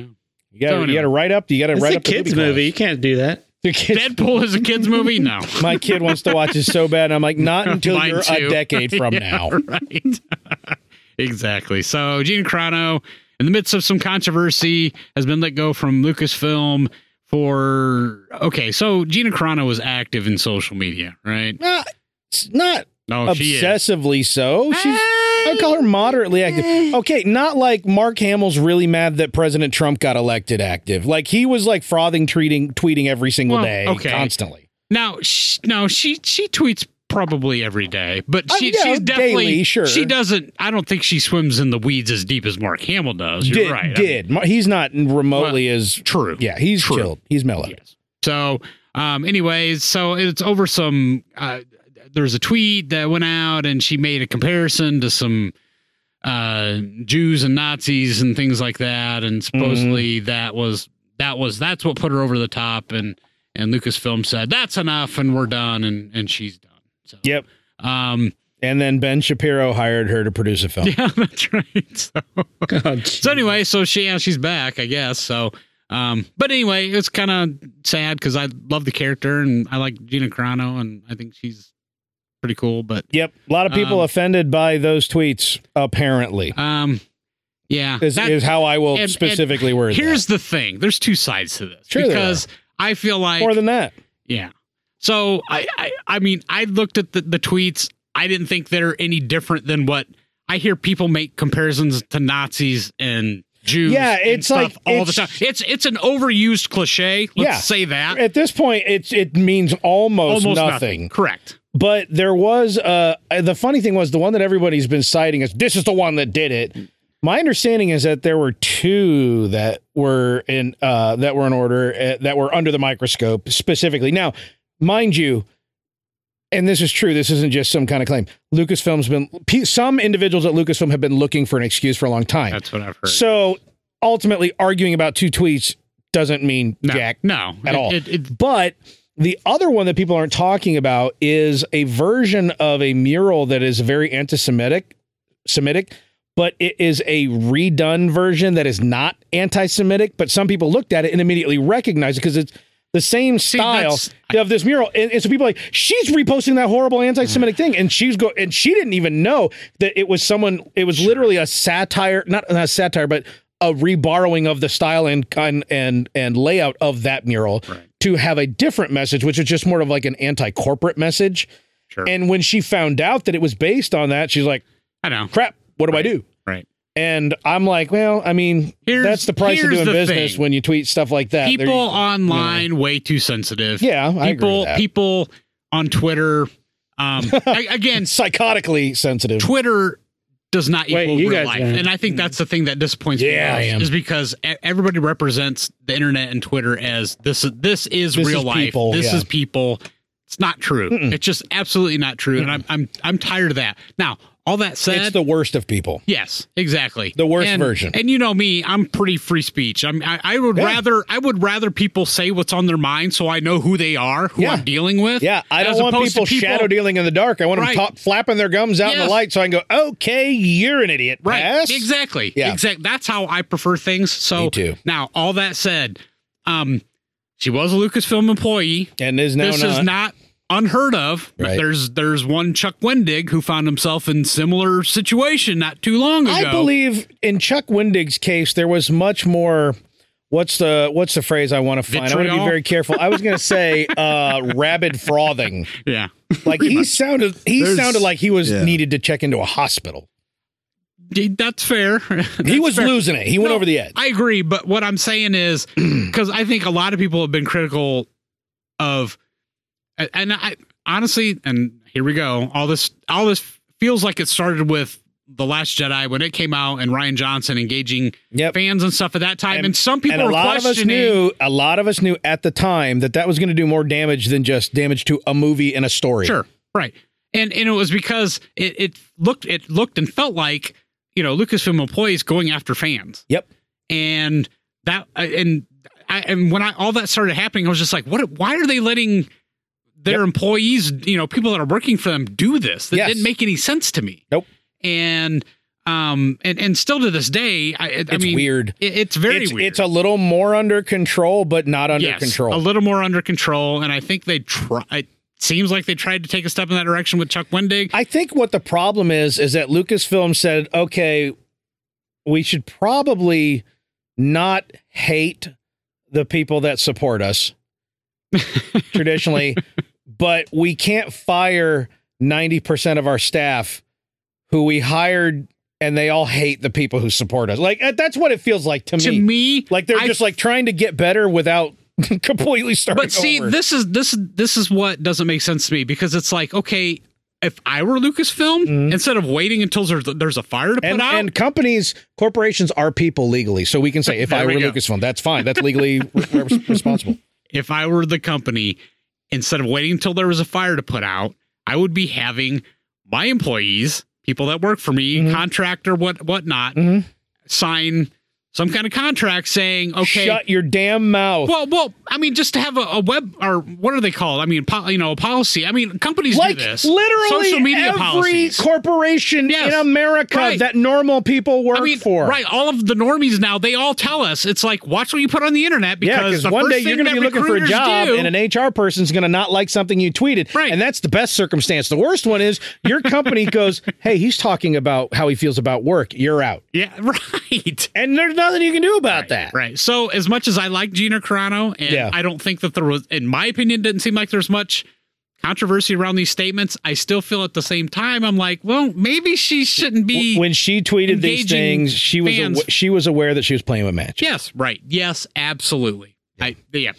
Speaker 2: You gotta,
Speaker 4: So
Speaker 2: you
Speaker 4: anyway.
Speaker 2: gotta write up. You gotta
Speaker 6: It's
Speaker 2: write
Speaker 6: a
Speaker 2: up. the
Speaker 6: kids
Speaker 2: booby
Speaker 6: movie. You
Speaker 2: calls.
Speaker 6: can't do that.
Speaker 2: The kids-
Speaker 4: Deadpool is a kids movie. No,
Speaker 2: my kid wants to watch it so bad. I'm like, not until
Speaker 4: Mine
Speaker 2: you're
Speaker 4: too.
Speaker 2: a decade from
Speaker 4: Yeah,
Speaker 2: now.
Speaker 4: right? exactly. So Gene Crono, in the midst of some controversy, has been let go from Lucasfilm for okay. So Gina Crono was active in social media, right? Oh,
Speaker 2: Not, not
Speaker 4: No,
Speaker 2: obsessively so.
Speaker 4: she
Speaker 2: She's.
Speaker 4: is.
Speaker 2: I would call her moderately
Speaker 4: Eh.
Speaker 2: active. Okay, not like Mark Hamill's really mad that President Trump got elected active. Like he was like frothing, treating, tweeting every single
Speaker 4: Well,
Speaker 2: day,
Speaker 4: okay.
Speaker 2: constantly.
Speaker 4: Now, sh- no, she she tweets probably every day, but
Speaker 2: Uh,
Speaker 4: she
Speaker 2: yeah,
Speaker 4: she's definitely
Speaker 2: daily, sure.
Speaker 4: she doesn't. I don't think she swims in the weeds as deep as Mark Hamill does. You're
Speaker 2: did
Speaker 4: right. I mean,
Speaker 2: did Mar- he's not remotely as
Speaker 4: true.
Speaker 2: yeah he's
Speaker 4: True.
Speaker 2: chilled he's mellow.
Speaker 4: Yes. So, um, anyways, so it's over some. Uh, there's a tweet that went out, and she made a comparison to some uh, Jews and Nazis and things like that, and supposedly that was that was that's what put her over the top, and and Lucasfilm said that's enough, and we're done, and and she's done. So,
Speaker 2: Yep.
Speaker 4: um,
Speaker 2: And then Ben Shapiro hired her to produce a film.
Speaker 4: yeah, that's right. So,
Speaker 6: Oh,
Speaker 4: so anyway, so she yeah, she's back, I guess. So, um, but anyway, it's kind of sad because I love the character and I like Gina Carano and I think she's pretty cool. But
Speaker 2: Yep, a lot of people
Speaker 4: Um,
Speaker 2: offended by those tweets. Apparently,
Speaker 4: um, yeah,
Speaker 2: is,
Speaker 4: that-
Speaker 2: is how I will
Speaker 4: and- and
Speaker 2: specifically word
Speaker 4: here's the thing: there's two sides to this
Speaker 2: Sure there
Speaker 4: because I feel
Speaker 2: that.
Speaker 4: like
Speaker 2: more than that.
Speaker 4: yeah. So I, I I mean I looked at the the tweets. I didn't think they're any different than what I hear people make comparisons to Nazis and. Jews
Speaker 2: Yeah,
Speaker 4: and
Speaker 2: it's
Speaker 4: stuff
Speaker 2: like-
Speaker 4: all the
Speaker 2: it's-
Speaker 4: time. It's it's an overused cliche. Let's
Speaker 2: Yeah.
Speaker 4: say that.
Speaker 2: At this point, it's it means almost, nothing.
Speaker 4: Correct.
Speaker 2: But there was uh the funny thing was the one that everybody's been citing is this is the one that did it. My understanding is that there were two that were in uh that were in order uh, that were under the microscope specifically. Now, mind you, and this is true. This isn't just some kind of claim. Lucasfilm's been pe- some individuals at Lucasfilm have been looking for an excuse for a long time.
Speaker 4: That's what I've heard.
Speaker 2: So ultimately, arguing about two tweets doesn't mean
Speaker 4: no,
Speaker 2: jack
Speaker 4: no,
Speaker 2: at
Speaker 4: It-
Speaker 2: all.
Speaker 4: it- it-
Speaker 2: but the other one that people aren't talking about is a version of a mural that is very anti-Semitic, Semitic, but it is a redone version that is not anti-Semitic. But some people looked at it and immediately recognized it because it's the same style
Speaker 4: that's-
Speaker 2: of this mural. And, and so people are like, she's reposting that horrible anti-Semitic thing, and she's go and she didn't even know that it was someone. It was literally a satire, not not satire, but a reborrowing of the style and and and, and layout of that mural to have a different message, which is just more of like an anti-corporate message.
Speaker 4: Sure.
Speaker 2: And when she found out that it was based on that, she's like,
Speaker 4: I know.
Speaker 2: "Crap, what do I do?"
Speaker 4: Right.
Speaker 2: And I'm like, "Well, I mean,
Speaker 4: Here's-
Speaker 2: that's the price of
Speaker 4: here's
Speaker 2: doing
Speaker 4: the
Speaker 2: business
Speaker 4: thing.
Speaker 2: when you tweet stuff like that." There
Speaker 4: People
Speaker 2: you-
Speaker 4: online way too sensitive.
Speaker 2: yeah, I agree
Speaker 4: people
Speaker 2: with that.
Speaker 4: people on Twitter. Um, a- again,
Speaker 2: psychotically sensitive.
Speaker 4: Twitter does not equal
Speaker 6: Wait, you
Speaker 4: real
Speaker 6: guys
Speaker 4: life,
Speaker 6: aren't.
Speaker 4: and I think that's the thing that disappoints
Speaker 2: Yeah, I
Speaker 4: me
Speaker 2: am.
Speaker 4: most, is because e- everybody represents the internet and Twitter as this is this is
Speaker 2: This
Speaker 4: real
Speaker 2: is
Speaker 4: life.
Speaker 2: people,
Speaker 4: this
Speaker 2: yeah.
Speaker 4: is people. It's not true. It's just absolutely not true, and I'm I'm I'm tired of that. Now, all that said,
Speaker 2: It's the worst of people.
Speaker 4: Yes, exactly.
Speaker 2: The worst
Speaker 4: And-
Speaker 2: version.
Speaker 4: And you know me, I'm pretty free speech. I'm, I I would
Speaker 2: Yeah.
Speaker 4: rather I would rather people say what's on their mind so I know who they are, who
Speaker 2: Yeah.
Speaker 4: I'm dealing with.
Speaker 2: Yeah, I
Speaker 4: as
Speaker 2: don't want
Speaker 4: opposed to
Speaker 2: people, shadow dealing in the dark. I want
Speaker 4: Right.
Speaker 2: them top, flapping their gums out in
Speaker 4: Yes.
Speaker 2: the light so I can go, "Okay, you're an idiot."
Speaker 4: Right.
Speaker 2: Pass.
Speaker 4: Exactly.
Speaker 2: Yeah.
Speaker 4: Exactly. That's how I prefer things. So
Speaker 2: Me too.
Speaker 4: now all that said, um she was a Lucasfilm employee.
Speaker 2: And is now
Speaker 4: this
Speaker 2: not.
Speaker 4: is not unheard of. But
Speaker 2: Right.
Speaker 4: There's there's one Chuck Wendig who found himself in similar situation not too long ago.
Speaker 2: I believe in Chuck Wendig's case, there was much more. What's the what's the phrase I want to find? I want to
Speaker 4: Vitriol?
Speaker 2: be very careful. I was going to say uh, rabid frothing.
Speaker 4: Yeah.
Speaker 2: Like he sounded, he
Speaker 5: There's-
Speaker 2: sounded like he was
Speaker 5: yeah.
Speaker 2: needed to check into a hospital.
Speaker 4: that's fair.
Speaker 2: he was losing it. He went
Speaker 4: No,
Speaker 2: over the edge.
Speaker 4: I agree, but what I'm saying is because I think a lot of people have been critical of, a- and I honestly, and here we go. All this, all this feels like it started with the Last Jedi when it came out, and Ryan Johnson engaging
Speaker 2: Yep.
Speaker 4: fans and stuff at that time, and, some people
Speaker 2: and a
Speaker 4: were
Speaker 2: lot of us
Speaker 4: questioning.
Speaker 2: knew a lot of us knew at the time that that was going to do more damage than just damage to a movie and a story.
Speaker 4: Sure, right, and and it was because it, it looked it looked and felt like you know Lucasfilm employees going after fans.
Speaker 2: Yep.
Speaker 4: and that I- and I, and when I all that started happening, I was just like, what? Why are they letting their employees, you know, people that are working for them, do this? That
Speaker 2: Yes.
Speaker 4: didn't make any sense to me.
Speaker 2: Nope.
Speaker 4: And um and and still to this day, I, I
Speaker 2: It's
Speaker 4: mean,
Speaker 2: weird.
Speaker 4: It, it's very
Speaker 2: it's,
Speaker 4: weird.
Speaker 2: it's a little more under control, but not under
Speaker 4: Yes,
Speaker 2: control.
Speaker 4: a little more under control, and I think they try. It seems like they tried to take a step in that direction with Chuck Wendig.
Speaker 2: I think what the problem is is that Lucasfilm said, okay, we should probably not hate the people that support us traditionally, but we can't fire 90% of our staff who we hired and they all hate the people who support us. Like uh, that's what it feels like to,
Speaker 4: to
Speaker 2: me.
Speaker 4: me,
Speaker 2: Like they're
Speaker 4: I
Speaker 2: just like trying to get better without completely starting
Speaker 4: But see,
Speaker 2: over.
Speaker 4: this is this this is what doesn't make sense to me because it's like, okay, if I were Lucasfilm, instead of waiting until there's there's a fire to put
Speaker 2: Mm-hmm. and,
Speaker 4: out,
Speaker 2: and companies, corporations are people legally, so we can say if
Speaker 4: There
Speaker 2: I were
Speaker 4: we go.
Speaker 2: Lucasfilm, that's fine. That's legally re- re- responsible.
Speaker 4: if I were the company, instead of waiting until there was a fire to put out, I would be having my employees, people that work for me,
Speaker 2: Mm-hmm.
Speaker 4: contractor, what whatnot,
Speaker 2: Mhm.
Speaker 4: sign some kind of contract saying, okay,
Speaker 2: Shut your damn mouth.
Speaker 4: Well, well, I mean, just to have a, a web or what are they called? I mean, po- you know, a policy. I mean, companies
Speaker 2: like
Speaker 4: do this.
Speaker 2: literally
Speaker 4: social media
Speaker 2: every
Speaker 4: policies.
Speaker 2: corporation
Speaker 4: Yes.
Speaker 2: in America
Speaker 4: Right.
Speaker 2: that normal people work
Speaker 4: I mean,
Speaker 2: for.
Speaker 4: right? All of the normies now they all tell us it's like watch what you put on the internet
Speaker 2: Yeah,
Speaker 4: because the
Speaker 2: one
Speaker 4: first
Speaker 2: day you're
Speaker 4: thing
Speaker 2: going to be
Speaker 4: that
Speaker 2: looking for a
Speaker 4: recruiters
Speaker 2: job,
Speaker 4: do-
Speaker 2: and an HR person's going to not like something you tweeted.
Speaker 4: Right.
Speaker 2: And that's the best circumstance. The worst one is your company goes, "Hey, he's talking about how he feels about work. You're out."
Speaker 4: yeah, right.
Speaker 2: And there's nothing you can do about that.
Speaker 4: Right. So as much as I like Gina Carano, and
Speaker 2: Yeah.
Speaker 4: I don't think that there was, in my opinion, didn't seem like there's much controversy around these statements. I still feel at the same time, I'm like, well, maybe she shouldn't be.
Speaker 2: when she tweeted these
Speaker 4: engaging
Speaker 2: things, she was
Speaker 4: fans.
Speaker 2: awa- she was aware that she was playing with magic.
Speaker 4: yes. Right. Yes. Absolutely. I yeah.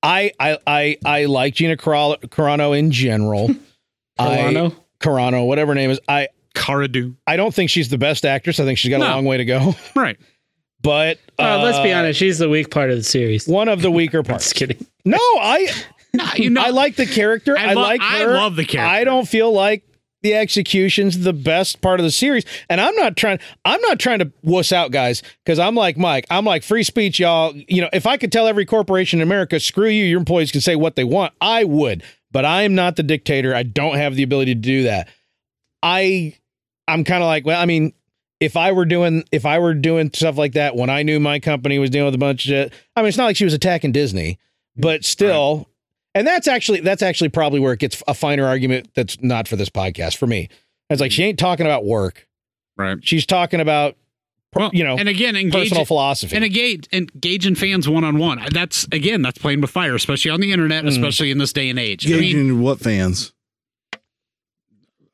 Speaker 2: I I I, I like Gina Carano, Carano in general. I,
Speaker 6: Carano?
Speaker 2: Carano, whatever her name is. I
Speaker 4: Cara Dune.
Speaker 2: I don't think she's the best actress. I think she's got a
Speaker 4: No.
Speaker 2: long way to go.
Speaker 4: Right.
Speaker 2: But
Speaker 6: Uh, let's be
Speaker 2: uh,
Speaker 6: honest, she's the weak part of the series.
Speaker 2: one of the weaker parts.
Speaker 6: Just kidding.
Speaker 2: No, I
Speaker 4: No, you know.
Speaker 2: I like the character.
Speaker 4: I
Speaker 2: I,
Speaker 4: lo-
Speaker 2: like
Speaker 4: I
Speaker 2: her.
Speaker 4: love the character.
Speaker 2: I don't feel like the execution's the best part of the series. And I'm not trying I'm not trying to wuss out guys because I'm like Mike. I'm like free speech, y'all. You know, if I could tell every corporation in America, screw you, your employees can say what they want, I would. But I am not the dictator. I don't have the ability to do that. I I'm kind of like, well, I mean, if I were doing if I were doing stuff like that when I knew my company was dealing with a bunch of shit, I mean, it's not like she was attacking Disney, but still, and that's actually that's actually probably where it gets a finer argument that's not for this podcast for me. It's like she ain't talking about work;
Speaker 4: Right.
Speaker 2: she's talking about
Speaker 4: Well,
Speaker 2: you know,
Speaker 4: and again, engage
Speaker 2: personal philosophy.
Speaker 4: and engage engaging fans one on one. That's again, that's playing with fire, especially on the
Speaker 2: Mm.
Speaker 4: internet, especially in this day and age. I mean,
Speaker 5: Gauging what fans?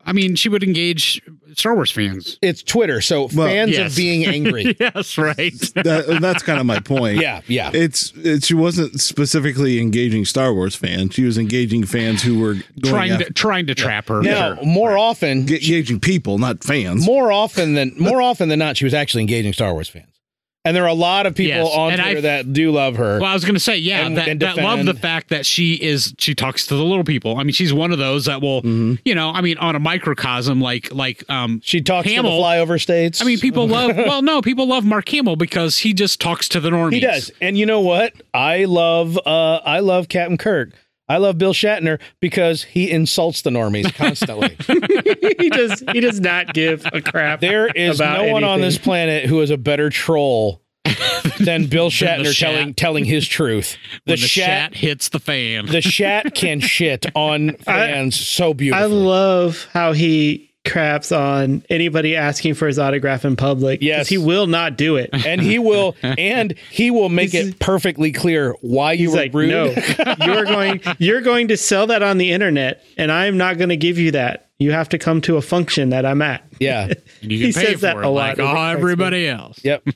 Speaker 4: I mean, she would engage Star Wars fans.
Speaker 2: it's Twitter, so
Speaker 5: Well,
Speaker 2: fans
Speaker 4: yes.
Speaker 2: of being angry.
Speaker 4: yes, right.
Speaker 5: That, uh, that's kind of my point.
Speaker 2: yeah, yeah.
Speaker 5: It's it, she wasn't specifically engaging Star Wars fans. She was engaging fans who were going
Speaker 4: trying
Speaker 5: after,
Speaker 4: to trying to trap her.
Speaker 2: Now, more often,
Speaker 5: ga- engaging people, not fans.
Speaker 2: more often than more often than not, she was actually engaging Star Wars fans, and there are a lot of people
Speaker 4: Yes,
Speaker 2: on
Speaker 4: and I-
Speaker 2: Twitter that do love her.
Speaker 4: Well, I was going to say, yeah,
Speaker 2: And-
Speaker 4: that,
Speaker 2: and
Speaker 4: that love
Speaker 2: defend-
Speaker 4: the fact that she is she talks to the little people. I mean, she's one of those that will, you know, I mean, on a microcosm like like um
Speaker 2: Mm-hmm. she talks to
Speaker 4: Hamill-
Speaker 2: the flyover states.
Speaker 4: I mean, people love well, no, people love Mark Hamill because he just talks to the normies.
Speaker 2: He does. And you know what? I love uh I love Captain Kirk. I love Bill Shatner because he insults the normies constantly.
Speaker 6: he does. He does not give a crap.
Speaker 2: there is no
Speaker 6: About
Speaker 2: one on
Speaker 6: anything.
Speaker 2: this planet who is a better troll than Bill
Speaker 4: Than the
Speaker 2: Shatner
Speaker 4: Shat.
Speaker 2: telling telling his truth. The,
Speaker 4: When the
Speaker 2: Shat,
Speaker 4: shat hits the fan.
Speaker 2: the Shat can shit on fans so
Speaker 6: I
Speaker 2: beautifully.
Speaker 6: love how he craps on anybody asking for his autograph in public. 'cause
Speaker 2: Yes.
Speaker 6: he will not do it.
Speaker 2: and he will and he will make
Speaker 6: He's-
Speaker 2: it perfectly clear why you
Speaker 6: He's
Speaker 2: were
Speaker 6: like,
Speaker 2: rude.
Speaker 6: no, you're going, you're going to sell that on the internet, and I'm not going to give you that. You have to come to a function that I'm at.
Speaker 2: Yeah.
Speaker 4: And you
Speaker 6: He
Speaker 4: can pay
Speaker 6: says that
Speaker 4: for it
Speaker 6: a lot.
Speaker 4: like
Speaker 2: "Oh,
Speaker 6: It
Speaker 4: all
Speaker 6: affects me.
Speaker 4: everybody else.
Speaker 2: Yep.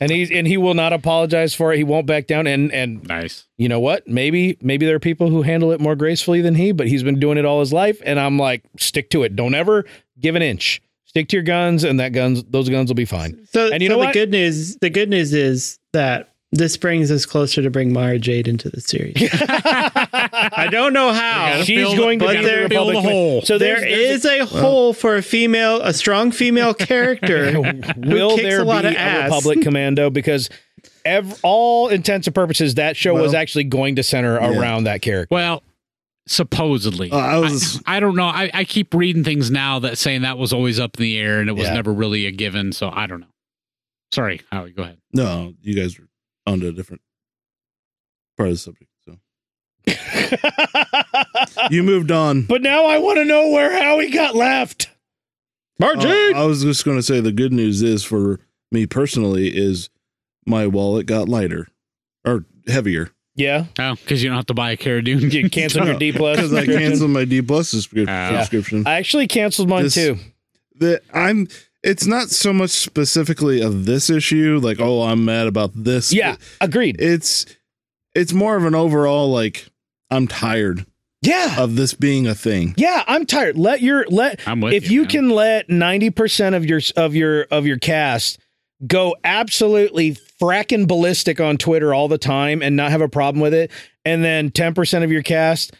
Speaker 2: and he's and he will not apologize for it. He won't back down. And and
Speaker 4: Nice.
Speaker 2: you know what? Maybe maybe there are people who handle it more gracefully than he, but he's been doing it all his life. And I'm like, stick to it. Don't ever give an inch. Stick to your guns, and that guns those guns will be fine.
Speaker 6: So,
Speaker 2: And you
Speaker 6: so
Speaker 2: know
Speaker 6: the
Speaker 2: what?
Speaker 6: good news, the good news is that this brings us closer to bring Mara Jade into the series. I don't know how.
Speaker 4: gotta
Speaker 2: She's
Speaker 4: fill the-
Speaker 2: going to
Speaker 6: but
Speaker 2: be
Speaker 6: there-
Speaker 2: the
Speaker 4: fill the
Speaker 2: Republican.
Speaker 4: hole.
Speaker 2: So
Speaker 6: there is a hole for a female, a strong female character.
Speaker 2: will
Speaker 6: kicks
Speaker 2: there
Speaker 6: a lot
Speaker 2: be
Speaker 6: of
Speaker 2: a
Speaker 6: ass.
Speaker 2: Republic Commando? Because ev- all intents and purposes, that show was
Speaker 5: Well-
Speaker 2: actually going to center
Speaker 5: Yeah.
Speaker 2: around that character.
Speaker 4: Well, supposedly.
Speaker 5: Uh, I was-
Speaker 4: I, I don't know. I, I keep reading things now that saying that was always up in the air and it was
Speaker 2: Yeah.
Speaker 4: never really a given. So I don't know. Sorry, Howie. Go ahead.
Speaker 5: No, you guys are onto a different part of the subject. So you moved on.
Speaker 2: but now I want to know where Howie got left.
Speaker 5: Uh, I was just going to say the good news is for me personally is my wallet got lighter or heavier
Speaker 2: Yeah,
Speaker 4: Oh, because you don't have to buy a Cara Dune.
Speaker 2: you canceled your D plus.
Speaker 5: because I
Speaker 2: subscription.
Speaker 5: canceled my D plus subscri-
Speaker 4: Oh.
Speaker 5: subscription.
Speaker 2: I actually canceled mine
Speaker 5: This-
Speaker 2: too.
Speaker 5: that I'm it's not so much specifically of this issue like oh I'm mad about this
Speaker 2: Yeah, agreed.
Speaker 5: it's it's more of an overall like I'm tired
Speaker 2: Yeah,
Speaker 5: of this being a thing
Speaker 2: yeah. I'm tired. Let your let.
Speaker 4: I'm with
Speaker 2: if
Speaker 4: you,
Speaker 2: you,
Speaker 4: man.
Speaker 2: can let ninety percent of your of your of your cast go absolutely fracking ballistic on Twitter all the time and not have a problem with it, and then ten percent of your cast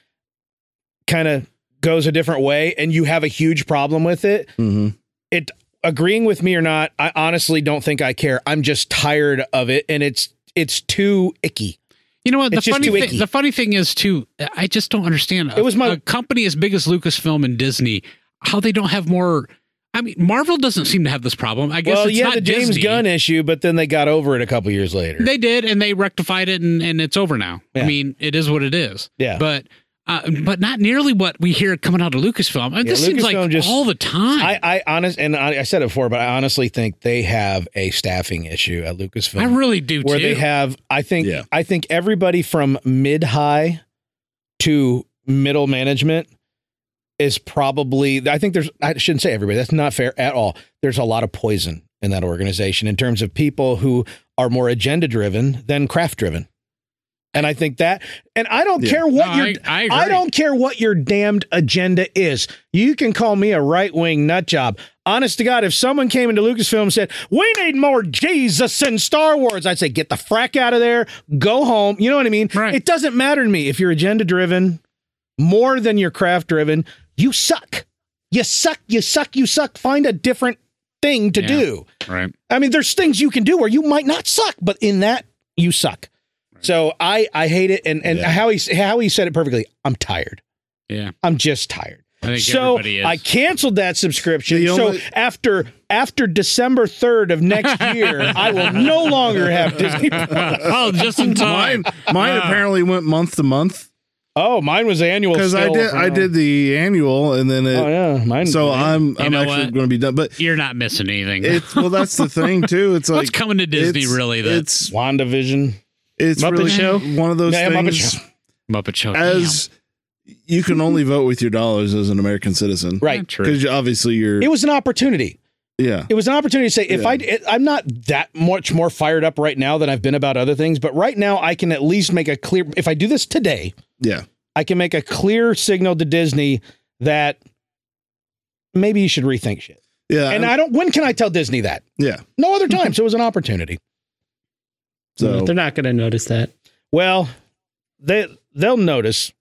Speaker 2: kind of goes a different way, and you have a huge problem with it.
Speaker 5: mm-hmm.
Speaker 2: it agreeing with me or not i honestly don't think i care i'm just tired of it and it's it's too icky
Speaker 4: You know what? The
Speaker 2: It's just
Speaker 4: funny
Speaker 2: too
Speaker 4: thing,
Speaker 2: icky.
Speaker 4: the funny thing is too. I just don't understand.
Speaker 2: It was my-
Speaker 4: a company as big as Lucasfilm and Disney. How they don't have more? I mean, Marvel doesn't seem to have this problem. I guess
Speaker 2: well
Speaker 4: it's
Speaker 2: yeah
Speaker 4: not
Speaker 2: the james
Speaker 4: Disney.
Speaker 2: gunn issue but then they got over it a couple years later
Speaker 4: They did, and they rectified it, and, and it's over now.
Speaker 2: Yeah.
Speaker 4: I mean, it is what it is.
Speaker 2: Yeah.
Speaker 4: But uh, but not nearly what we hear coming out of Lucasfilm. I mean,
Speaker 2: Yeah,
Speaker 4: this seems
Speaker 2: Lucasfilm
Speaker 4: like
Speaker 2: just-
Speaker 4: all the time.
Speaker 2: i
Speaker 4: I,
Speaker 2: i honest and I, I said it before but i honestly think they have a staffing issue at lucasfilm
Speaker 4: really do
Speaker 2: where
Speaker 4: too.
Speaker 2: they have i think
Speaker 5: Yeah.
Speaker 2: i think everybody from mid high to middle management is probably i think there's i shouldn't say everybody that's not fair at all there's a lot of poison in that organization in terms of people who are more agenda driven than craft driven and i think that and i don't
Speaker 5: Yeah.
Speaker 2: care
Speaker 4: No,
Speaker 2: what you're
Speaker 4: I, I, agree.
Speaker 2: I don't care what your damned agenda is. You can call me a right wing nut job. Honest to God, if someone came into Lucasfilm and said, We need more Jesus in Star Wars, I'd say, Get the frack out of there, go home. You know what I mean?
Speaker 4: Right.
Speaker 2: It doesn't matter to me if you're agenda driven more than you're craft driven. You suck. You suck. You suck. You suck. Find a different thing to
Speaker 4: Yeah.
Speaker 2: do.
Speaker 4: Right.
Speaker 2: I mean, there's things you can do where you might not suck, but in that you suck. So I I hate it, and and
Speaker 5: Yeah.
Speaker 2: how he how he said it perfectly. I'm tired.
Speaker 4: Yeah.
Speaker 2: I'm just tired.
Speaker 4: I think
Speaker 2: so
Speaker 4: everybody is.
Speaker 2: I canceled that subscription.
Speaker 5: The
Speaker 2: So
Speaker 5: only-
Speaker 2: after after December third of next year, I will no longer have Disney.
Speaker 4: oh, just in time.
Speaker 5: Mm-hmm. mine mine
Speaker 4: Uh.
Speaker 5: apparently went month to month
Speaker 2: Oh, mine was annual
Speaker 5: because I
Speaker 2: still.
Speaker 5: did I did the annual and then it
Speaker 2: Oh yeah, mine.
Speaker 5: so I'm I'm
Speaker 4: know
Speaker 5: actually
Speaker 4: what?
Speaker 5: going to be done but
Speaker 4: You're not missing anything.
Speaker 5: it's well that's the thing too it's like
Speaker 4: What's coming to Disney
Speaker 5: it's-
Speaker 4: really? The
Speaker 5: it's
Speaker 2: Wandavision.
Speaker 5: it's
Speaker 6: Muppet
Speaker 5: really
Speaker 6: Show?
Speaker 5: one of those
Speaker 2: Yeah, Muppet
Speaker 5: things
Speaker 2: Show.
Speaker 4: Muppet Show.
Speaker 5: as you can only vote with your dollars as an American citizen,
Speaker 4: Damn.
Speaker 2: Right.
Speaker 4: True.
Speaker 5: Because obviously you're,
Speaker 2: It was an opportunity.
Speaker 5: yeah,
Speaker 2: It was an opportunity to say if
Speaker 5: Yeah.
Speaker 2: I it- I'm not that much more fired up right now than I've been about other things, but right now I can at least make a clear if I do this today,
Speaker 5: yeah,
Speaker 2: I can make a clear signal to Disney that maybe you should rethink shit.
Speaker 5: yeah,
Speaker 2: and I don't when can I tell Disney that?
Speaker 5: Uh, yeah.
Speaker 2: No other time. so it was an opportunity.
Speaker 5: So
Speaker 6: Hmm, They're not going to notice that.
Speaker 2: Well, they they'll notice.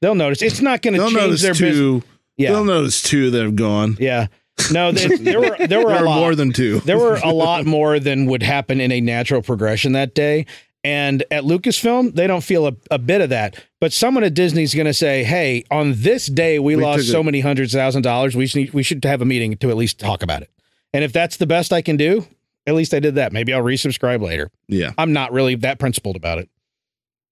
Speaker 2: They'll notice. It's not going to
Speaker 5: they'll
Speaker 2: change
Speaker 5: notice
Speaker 2: their business.
Speaker 5: two.
Speaker 2: Yeah.
Speaker 5: They'll notice two that have gone.
Speaker 2: yeah. No, there, there were there were
Speaker 5: There
Speaker 2: a
Speaker 5: are
Speaker 2: lot.
Speaker 5: more than two.
Speaker 2: there were a lot more than would happen in a natural progression that day. And at Lucasfilm, they don't feel a, a bit of that. But someone at Disney's going to say, "Hey, on this day, we,
Speaker 5: We
Speaker 2: lost
Speaker 5: took
Speaker 2: so
Speaker 5: it."
Speaker 2: many hundreds of thousand dollars. We should need, we should have a meeting to at least talk about it. And if that's the best I can do, at least I did that. Maybe I'll resubscribe later.
Speaker 5: Yeah,
Speaker 2: I'm not really that principled about it.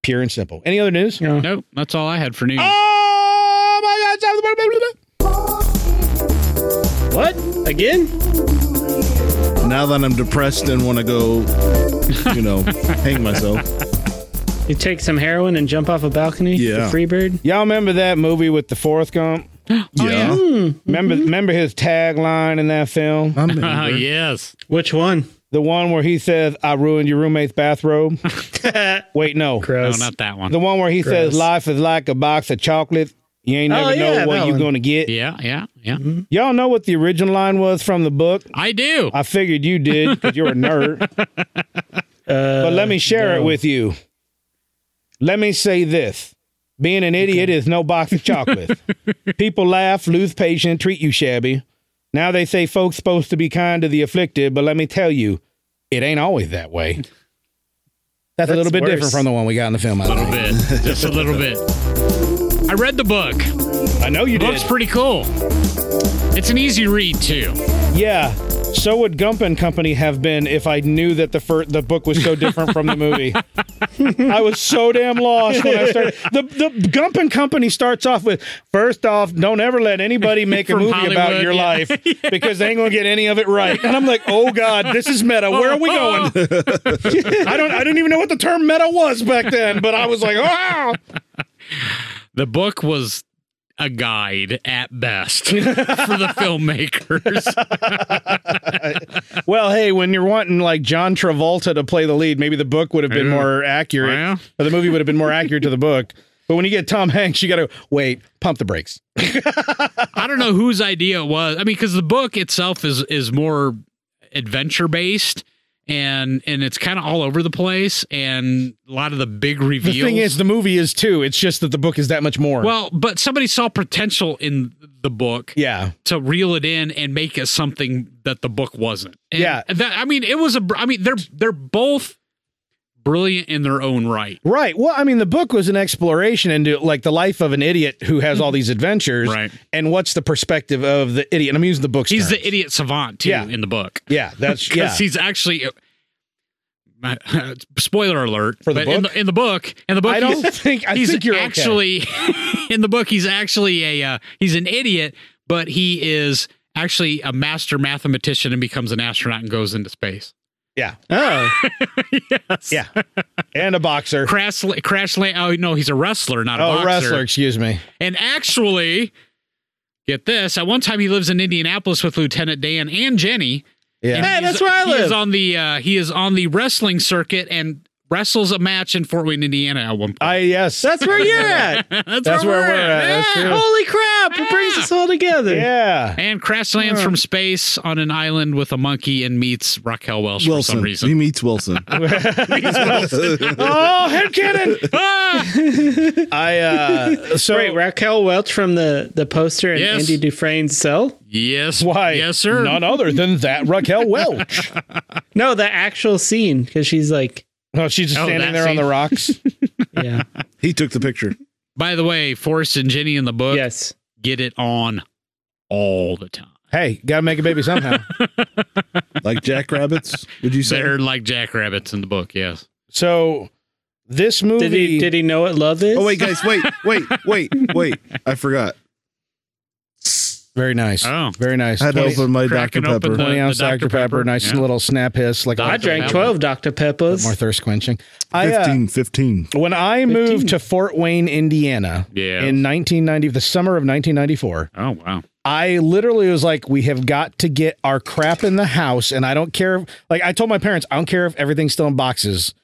Speaker 2: Pure and simple. Any other news?
Speaker 6: You know?
Speaker 4: Nope. That's all I had for news.
Speaker 2: Oh my God! blah, blah, blah, blah.
Speaker 6: What again?
Speaker 5: now that I'm depressed and want to go, you know, hang myself.
Speaker 6: You take some heroin and jump off a balcony?
Speaker 5: Yeah.
Speaker 6: The Freebird?
Speaker 2: Y'all remember that movie with the fourth gump?
Speaker 4: Oh, yeah.
Speaker 2: Remember,
Speaker 5: Mm-hmm.
Speaker 2: remember his tagline in that film?
Speaker 5: I'm in
Speaker 4: Uh,
Speaker 5: there.
Speaker 4: yes.
Speaker 6: Which one?
Speaker 2: The one where he says, "I ruined your roommate's bathrobe." Wait, no,
Speaker 6: Gross.
Speaker 4: No, not that one.
Speaker 2: the one where he
Speaker 6: Gross.
Speaker 2: says, "Life is like a box of chocolates. You ain't
Speaker 6: Oh,
Speaker 2: never
Speaker 6: yeah,
Speaker 2: know
Speaker 6: that
Speaker 2: what
Speaker 6: one.
Speaker 2: you're gonna get."
Speaker 4: yeah, yeah, yeah.
Speaker 2: Y'all know what the original line was from the book.
Speaker 4: I do.
Speaker 2: I figured you did because you're a nerd.
Speaker 6: Uh,
Speaker 2: But let me share it
Speaker 6: no.
Speaker 2: with you. Let me say this. Being an idiot is no box of chocolate. People laugh, lose patience, treat you shabby. Now they say folks supposed to be kind to the afflicted, but let me tell you, it ain't always that way. That's, a
Speaker 6: That's
Speaker 2: little bit
Speaker 6: worse.
Speaker 2: different from the one we got in the film. I,
Speaker 4: a little
Speaker 2: think.
Speaker 4: bit, just a little bit. I read the book.
Speaker 2: I know you did.
Speaker 4: Book's pretty cool. It's an easy read too.
Speaker 2: Yeah. So would Gump and Company have been if I knew that the fir- the book was so different from the movie? I was so damn lost when I started. The, the Gump and Company starts off with first off, don't ever let anybody make a
Speaker 4: From
Speaker 2: movie about
Speaker 4: Hollywood,
Speaker 2: your
Speaker 4: yeah.
Speaker 2: life because they ain't gonna get any of it right. And I'm like, oh god, this is meta. Where are we going? I don't. I didn't even know what the term meta was back then, but I was like, oh.
Speaker 4: The book was a guide at best for the filmmakers.
Speaker 2: Well, hey, when you're wanting like John Travolta to play the lead, maybe the book would have been
Speaker 4: Yeah.
Speaker 2: more accurate,
Speaker 4: Yeah.
Speaker 2: or the movie would have been more accurate to the book. But when you get Tom Hanks, you got to wait, pump the brakes.
Speaker 4: I don't know whose idea it was. I mean, because the book itself is is more adventure based, and and it's kind of all over the place, and a lot of the big
Speaker 2: The
Speaker 4: reveals.
Speaker 2: thing is, the movie is too. It's just that the book is that much more.
Speaker 4: well, but somebody saw potential in the book
Speaker 2: yeah,
Speaker 4: to reel it in and make it something that the book wasn't. And
Speaker 2: Yeah.
Speaker 4: that I mean, it was a. br- I mean, they're they're both brilliant in their own right.
Speaker 2: right. Well, I mean, the book was an exploration into like the life of an idiot who has all these adventures,
Speaker 4: Right.
Speaker 2: And what's the perspective of the idiot? And I'm using the book.
Speaker 4: He's the idiot savant too
Speaker 2: Yeah.
Speaker 4: in the book.
Speaker 2: yeah, that's yeah.
Speaker 4: because he's actually. uh, Spoiler alert!
Speaker 2: For the
Speaker 4: but in
Speaker 2: book?
Speaker 4: the, in the book, in the book,
Speaker 2: I don't
Speaker 4: he's-
Speaker 2: think I
Speaker 4: he's
Speaker 2: think you're okay.
Speaker 4: actually in the book. He's actually a uh, he's an idiot, but he is actually a master mathematician and becomes an astronaut and goes into space.
Speaker 2: yeah,
Speaker 6: Oh,
Speaker 4: yes.
Speaker 2: yeah, and a boxer.
Speaker 4: Crash, crash land. Oh no, he's a wrestler, not a
Speaker 2: Oh,
Speaker 4: boxer.
Speaker 2: wrestler. Excuse me.
Speaker 4: And actually, get this: at one time, he lives in Indianapolis with Lieutenant Dan and Jenny.
Speaker 2: Yeah.
Speaker 4: And
Speaker 6: Hey,
Speaker 4: he's-
Speaker 6: that's where I
Speaker 4: He
Speaker 6: live.
Speaker 4: is on the uh, he is on the wrestling circuit and wrestles a match in Fort Wayne, Indiana at one point.
Speaker 2: I yes.
Speaker 6: that's where you're at. Ah,
Speaker 4: that's,
Speaker 2: that's where we're at. That's
Speaker 4: Yeah.
Speaker 2: true. Ah.
Speaker 6: Holy crap! It brings us all together.
Speaker 2: yeah.
Speaker 4: And crash lands from space on an island with a monkey and meets Raquel Welsh for
Speaker 5: Wilson.
Speaker 4: some
Speaker 5: He
Speaker 4: reason.
Speaker 5: meets Wilson.
Speaker 2: Oh, head cannon! I uh so
Speaker 6: Wait, Raquel Welch from the the poster and
Speaker 4: Yes.
Speaker 6: Andy Dufresne's cell?
Speaker 4: yes,
Speaker 2: why
Speaker 4: Yes, sir.
Speaker 2: none other than that Raquel Welch.
Speaker 6: No, the actual scene because she's like,
Speaker 2: No, she's just
Speaker 4: Oh,
Speaker 2: standing
Speaker 4: that
Speaker 2: there on the
Speaker 4: scene.
Speaker 2: rocks.
Speaker 6: yeah,
Speaker 5: he took the picture.
Speaker 4: By the way, Forrest and Jenny in the book
Speaker 6: yes,
Speaker 4: get it on all the time.
Speaker 2: hey, gotta make a baby somehow.
Speaker 5: Like jackrabbits, would you say?
Speaker 4: They're like jackrabbits in the book. Yes.
Speaker 2: So this movie
Speaker 6: Did he did he know what love is?
Speaker 5: Oh wait, guys, wait, wait, wait, wait. I forgot.
Speaker 2: very nice.
Speaker 4: Oh.
Speaker 2: Very nice.
Speaker 5: I had to
Speaker 2: 20,
Speaker 5: open my Dr.
Speaker 4: cracking open
Speaker 5: Pepper.
Speaker 4: the-
Speaker 2: 20 ounce
Speaker 4: Dr.
Speaker 2: Dr. Pepper,
Speaker 4: Pepper,
Speaker 2: nice
Speaker 4: yeah.
Speaker 2: little snap hiss like a
Speaker 6: I
Speaker 4: Dr.
Speaker 6: drank
Speaker 4: Pepper.
Speaker 6: twelve Dr Peppers.
Speaker 2: more thirst quenching. I uh,
Speaker 5: 15, 15.
Speaker 2: when I moved to Fort Wayne, Indiana
Speaker 4: Yeah.
Speaker 2: in 1990 the summer of 1994,
Speaker 4: Oh wow.
Speaker 2: I literally was like, we have got to get our crap in the house. And I don't care. Like, I told my parents, I don't care if everything's still in boxes.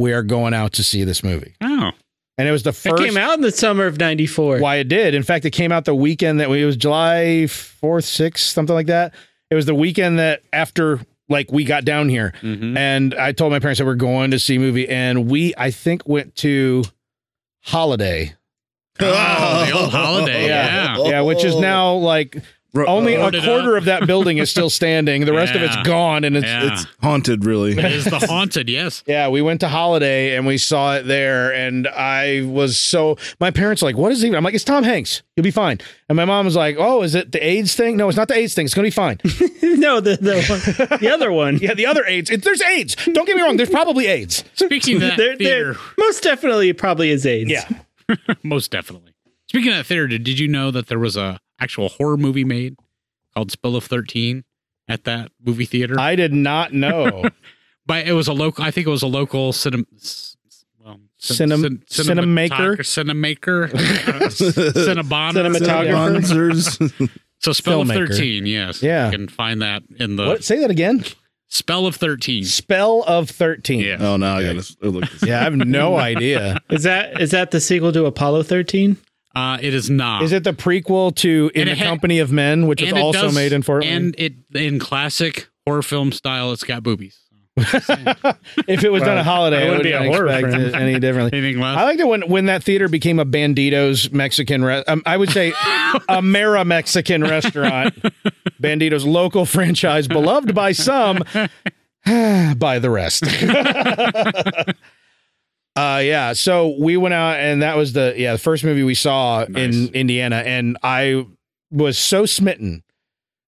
Speaker 2: We are going out to see this movie.
Speaker 4: Oh.
Speaker 2: And it was the
Speaker 6: it
Speaker 2: first.
Speaker 6: came out in the summer of '94.
Speaker 2: Why it did. In fact, it came out the weekend that we, it was July 4th, 6th, something like that. It was the weekend that after like we got down here. And I told my parents that we're going to see a movie. And we, I think, went to Holiday.
Speaker 4: Oh, the old holiday. Yeah.
Speaker 2: Yeah, which is now like
Speaker 5: Oh. Ro-
Speaker 2: only
Speaker 5: uh,
Speaker 2: a
Speaker 4: Boarded
Speaker 2: quarter
Speaker 4: up.
Speaker 2: of that building is still standing. The rest of it's
Speaker 4: Yeah.
Speaker 2: gone, and it's
Speaker 4: Yeah.
Speaker 5: it's haunted, really.
Speaker 4: It is the haunted, yes.
Speaker 2: Yeah, we went to Holiday and we saw it there, and I was so. My parents were like, "What is it even?" I'm like, "It's Tom Hanks. You'll be fine." And my mom was like, "Oh, is it the AIDS thing? No, it's not the AIDS thing. It's gonna be fine."
Speaker 6: no, the the, one, the other one.
Speaker 2: yeah, the other AIDS. It, there's AIDS. Don't get me wrong. There's probably AIDS.
Speaker 4: Speaking of that
Speaker 6: There,
Speaker 4: theater,
Speaker 6: there, most definitely, probably is AIDS.
Speaker 2: Yeah.
Speaker 4: most definitely. Speaking of that theater, did did you know that there was a actual horror movie made called Spill of Thirteen at that movie theater?
Speaker 2: I did not know.
Speaker 4: But it was a local. I think it was a local cinema. Well, cin-
Speaker 2: Cinem-
Speaker 4: cin-
Speaker 2: cinemaker?
Speaker 4: cinematogra- cinemaker, cinebon,
Speaker 6: Cinematographer.
Speaker 5: Sponsors.
Speaker 4: So spell
Speaker 2: Filmmaker.
Speaker 4: of thirteen, yes.
Speaker 2: Yeah.
Speaker 4: You can find that in the
Speaker 2: What? Say that again.
Speaker 4: spell of thirteen.
Speaker 2: Spell of thirteen.
Speaker 4: Yeah.
Speaker 5: Oh, now I gotta I'll look. This up.
Speaker 2: Yeah, I have no idea.
Speaker 6: Is that is that the sequel to Apollo 13?
Speaker 4: Uh, it is not.
Speaker 2: Is it the prequel to In
Speaker 4: And
Speaker 2: the
Speaker 4: it had-
Speaker 2: Company of Men, which was
Speaker 4: And it
Speaker 2: also
Speaker 4: does-
Speaker 2: made in Portland?
Speaker 4: And it in classic horror film style, it's got boobies.
Speaker 2: if it was done
Speaker 7: Well,
Speaker 2: a holiday,
Speaker 7: that
Speaker 2: I
Speaker 7: would
Speaker 2: would
Speaker 7: be
Speaker 2: not
Speaker 7: a horror
Speaker 2: expect
Speaker 7: film.
Speaker 2: it any differently.
Speaker 4: Anything less?
Speaker 2: I liked it when when that theater became a Banditos Mexican. Re- um, I would say Amera Mexican restaurant. Banditos local franchise, beloved by some, by the rest. Uh yeah, so we went out and that was the yeah the first movie we saw
Speaker 4: Nice.
Speaker 2: in Indiana, and I was so smitten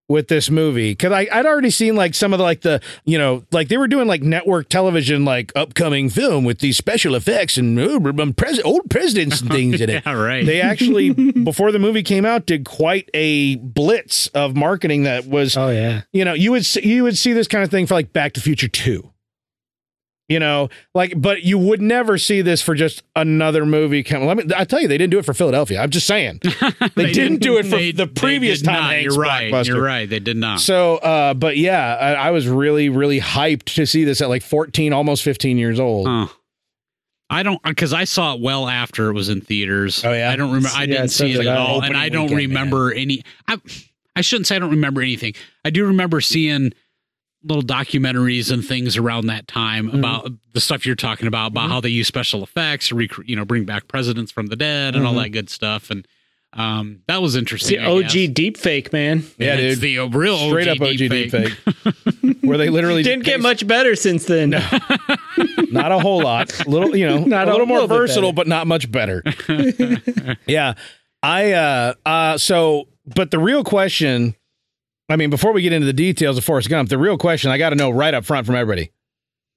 Speaker 2: with this movie because I I'd already seen like some of the like the you know like they were doing like network television like upcoming film with these special effects and uh, um, pres- old presidents and things in it.
Speaker 4: yeah, right.
Speaker 2: They actually before the movie came out did quite a blitz of marketing that was
Speaker 6: Oh yeah.
Speaker 2: you know you would see, you would see this kind of thing for like Back to Future Two. You know, like, but you would never see this for just another movie. Come, let me. I tell you, they didn't do it for Philadelphia. I'm just saying they, didn't, do it for
Speaker 4: they-
Speaker 2: the
Speaker 4: they
Speaker 2: previous
Speaker 4: did
Speaker 2: time.
Speaker 4: not. You're right. You're right. They did not.
Speaker 2: So, uh, but yeah, I, I was really, really hyped to see this at like 14, almost 15 years old.
Speaker 4: Huh. I don't because I saw it well after it was in theaters.
Speaker 2: Oh, yeah?
Speaker 4: I don't remember.
Speaker 6: Yeah,
Speaker 4: I
Speaker 6: it
Speaker 4: didn't see
Speaker 6: sounds
Speaker 4: it
Speaker 6: like
Speaker 4: at
Speaker 6: that
Speaker 4: all, and
Speaker 2: opening
Speaker 4: I don't
Speaker 2: weekend,
Speaker 4: remember any. I I shouldn't say I don't remember anything. I do remember seeing little documentaries and things around that time
Speaker 2: Mm-hmm.
Speaker 4: about the stuff you're talking about about how they use special effects, rec- you know, bring back presidents from the dead and all
Speaker 2: Mm-hmm.
Speaker 4: that good stuff. And um, that was
Speaker 6: It's the
Speaker 4: interesting. I guess.
Speaker 6: OG deep fake, man.
Speaker 2: Yeah,
Speaker 4: it's
Speaker 2: dude.
Speaker 4: the real
Speaker 2: Straight
Speaker 4: OG
Speaker 2: up OG
Speaker 4: deepfake.
Speaker 2: deepfake, where they literally
Speaker 6: Didn't get
Speaker 2: paste-
Speaker 6: much better since then.
Speaker 2: not a whole lot. Little, you know,
Speaker 6: Not
Speaker 2: a
Speaker 6: a
Speaker 2: little more
Speaker 6: little bit
Speaker 2: versatile, but not much better. yeah, I uh uh so, but the real question, I mean, before we get into the details of Forrest Gump, the real question I got to know right up front from everybody: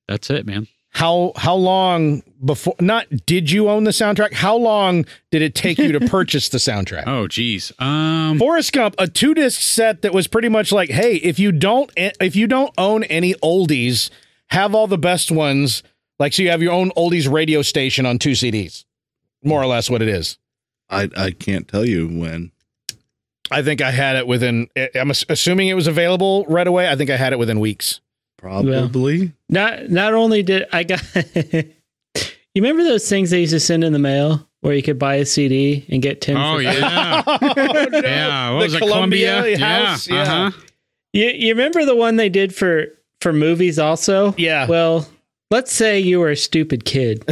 Speaker 4: That's it, man.
Speaker 2: how how long before? Not did you own the soundtrack? How long did it take you to purchase the soundtrack?
Speaker 4: Oh, geez. Um,
Speaker 2: Forrest Gump, a two disc set that was pretty much like, hey, if you don't eh, if you don't own any oldies, have all the best ones. Like, so you have your own oldies radio station on two CDs, more or less what it is.
Speaker 5: I I can't tell you when.
Speaker 2: I think I had it within. eh, I'm ass- assuming it was available right away. I think I had it within weeks.
Speaker 5: Probably.
Speaker 6: Not not only did I got You remember those things they used to send in the mail where you could buy a CD and get 10
Speaker 4: oh
Speaker 6: for-
Speaker 4: yeah. Yeah,
Speaker 2: Oh, The
Speaker 4: what was it?
Speaker 2: Columbia
Speaker 4: Columbia,
Speaker 2: House, yeah.
Speaker 4: uh-huh.
Speaker 6: You you remember the one they did for for movies also?
Speaker 2: Yeah.
Speaker 4: uh-huh.
Speaker 6: Well, let's say you were a stupid kid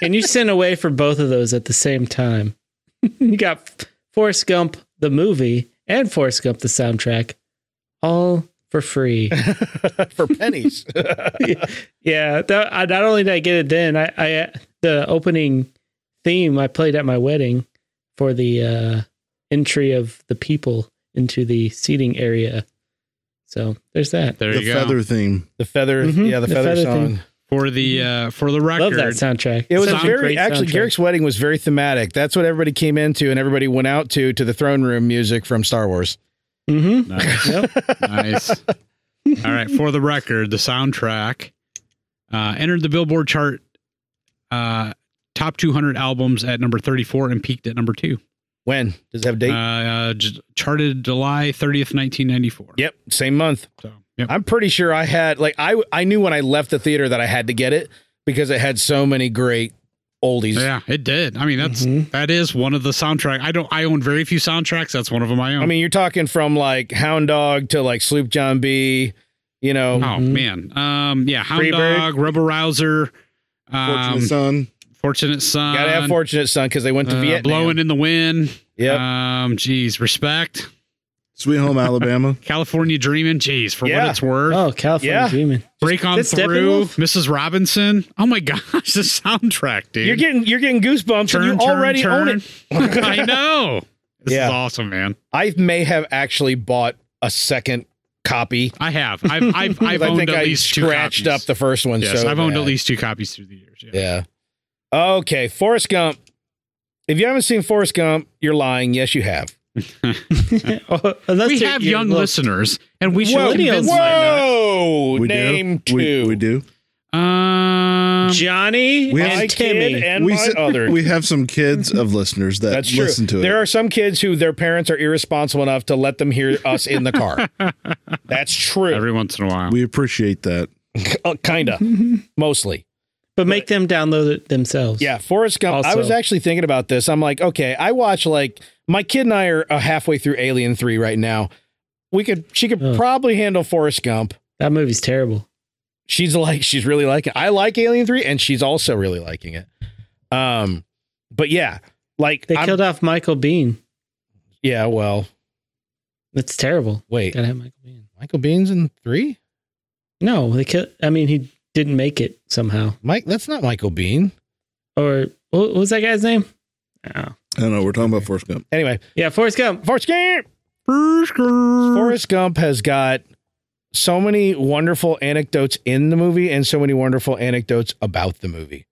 Speaker 6: and you sent away for both of those at the same time. you got Forrest Gump the movie and Forrest Gump the soundtrack all for free.
Speaker 2: for pennies.
Speaker 6: yeah, that, I, not only did I get it then, I, I the opening theme I played at my wedding for the uh, entry of the people into the seating area. So there's that.
Speaker 4: There
Speaker 5: The
Speaker 4: you go.
Speaker 5: feather theme.
Speaker 2: the feather,
Speaker 6: Mhm,
Speaker 2: yeah, Mm-hmm. the,
Speaker 6: the
Speaker 2: feather,
Speaker 6: feather
Speaker 2: song.
Speaker 6: thing.
Speaker 4: for the uh for the
Speaker 6: Love
Speaker 4: record.
Speaker 6: that soundtrack.
Speaker 2: It was
Speaker 4: Sound-
Speaker 2: a very
Speaker 6: great
Speaker 2: actually
Speaker 6: soundtrack.
Speaker 2: Garrick's wedding was very thematic. That's what everybody came into, and everybody went out to to the throne room music from Star Wars.
Speaker 6: Mm-hmm.
Speaker 4: nice. nice. All right, for the record, the soundtrack uh entered the Billboard chart uh top 200 albums at number 34 and peaked at number 2.
Speaker 2: When does it have a
Speaker 4: Uh,
Speaker 2: date?
Speaker 4: uh j- charted July 30th, 1994.
Speaker 2: yep, same month.
Speaker 4: So, yep.
Speaker 2: I'm pretty sure I had like I I knew when I left the theater that I had to get it because it had so many great oldies.
Speaker 4: Yeah, it did. I mean, that's
Speaker 6: Mm-hmm. Oh,
Speaker 4: that is one of the soundtrack. I don't I own very few soundtracks. That's one of them I own.
Speaker 2: I mean, you're talking from like Hound Dog to like Sloop John B. You know,
Speaker 4: oh man. Um yeah, Hound
Speaker 6: Freebird.
Speaker 4: Dog, Rebel Rouser,
Speaker 5: Fortunate
Speaker 4: um,
Speaker 5: son.
Speaker 4: Fortunate Son.
Speaker 2: gotta have fortunate son because they went to
Speaker 4: Uh,
Speaker 2: Vietnam.
Speaker 4: blowing in the wind.
Speaker 2: Yep.
Speaker 4: Um, geez, respect.
Speaker 5: Sweet Home Alabama.
Speaker 4: California dreaming. Geez, for
Speaker 2: Yeah.
Speaker 4: what it's worth.
Speaker 6: Oh, California
Speaker 2: Yeah.
Speaker 6: Dreaming.
Speaker 4: Break on
Speaker 6: Is that
Speaker 4: through.
Speaker 6: Steppenwolf?
Speaker 4: Mrs. Robinson. Oh my gosh, the soundtrack, dude.
Speaker 2: you're getting you're getting goosebumps and you already own it.
Speaker 4: turn. I know. This
Speaker 2: Yeah.
Speaker 4: is awesome, man.
Speaker 2: I may have actually bought a second copy.
Speaker 4: I have. I've I've, I've
Speaker 2: 'cause I
Speaker 4: owned
Speaker 2: think
Speaker 4: at
Speaker 2: I
Speaker 4: least two
Speaker 2: scratched up
Speaker 4: copies.
Speaker 2: the first one.
Speaker 4: Yes,
Speaker 2: so
Speaker 4: I've owned
Speaker 2: bad.
Speaker 4: at least two copies through the years. Yeah.
Speaker 2: Yeah. Okay, Forrest Gump. If you haven't seen Forrest Gump, you're lying. Yes, you have.
Speaker 6: Oh, unless
Speaker 4: We
Speaker 6: you're-
Speaker 4: have
Speaker 6: you're
Speaker 4: young
Speaker 6: little-
Speaker 4: listeners, and we should
Speaker 2: whoa,
Speaker 4: convince them.
Speaker 2: whoa!
Speaker 5: We
Speaker 2: name
Speaker 5: do.
Speaker 2: two.
Speaker 5: We, we do.
Speaker 4: Um,
Speaker 6: Johnny
Speaker 5: We have-
Speaker 2: my
Speaker 6: and
Speaker 2: kid
Speaker 6: Timmy.
Speaker 2: and my
Speaker 5: s-
Speaker 2: other.
Speaker 5: we have some kids of listeners that
Speaker 2: That's true.
Speaker 5: listen to it.
Speaker 2: there are some kids who their parents are irresponsible enough to let them hear us in the car. That's true.
Speaker 4: every once in a while.
Speaker 5: we appreciate that.
Speaker 2: Uh, kinda, mostly.
Speaker 6: but make them download it themselves.
Speaker 2: Yeah, Forrest Gump. I
Speaker 6: Also-
Speaker 2: was actually thinking about this. I'm like, okay, I watch like my kid and I are uh, halfway through Alien Three right now. We could, she could
Speaker 6: Ugh.
Speaker 2: probably handle Forrest Gump.
Speaker 6: That movie's terrible.
Speaker 2: She's like, she's really liking. I like Alien Three, and she's also really liking it. Um, but yeah, like,
Speaker 6: They
Speaker 2: I'm-
Speaker 6: killed off Michael Bean.
Speaker 2: yeah. Well,
Speaker 6: That's terrible.
Speaker 2: wait,
Speaker 6: Gotta have Michael Bean.
Speaker 2: Michael Bean's in three.
Speaker 6: No, they killed. I mean, he didn't make it somehow.
Speaker 2: Mike, that's not Michael Bean.
Speaker 6: Or what what was that guy's name? Oh.
Speaker 5: I don't know. We're talking about Forrest Gump.
Speaker 2: Anyway,
Speaker 6: Yeah, Forrest Gump.
Speaker 2: Forrest Gump. Forrest Gump has got so many wonderful anecdotes in the movie and so many wonderful anecdotes about the movie.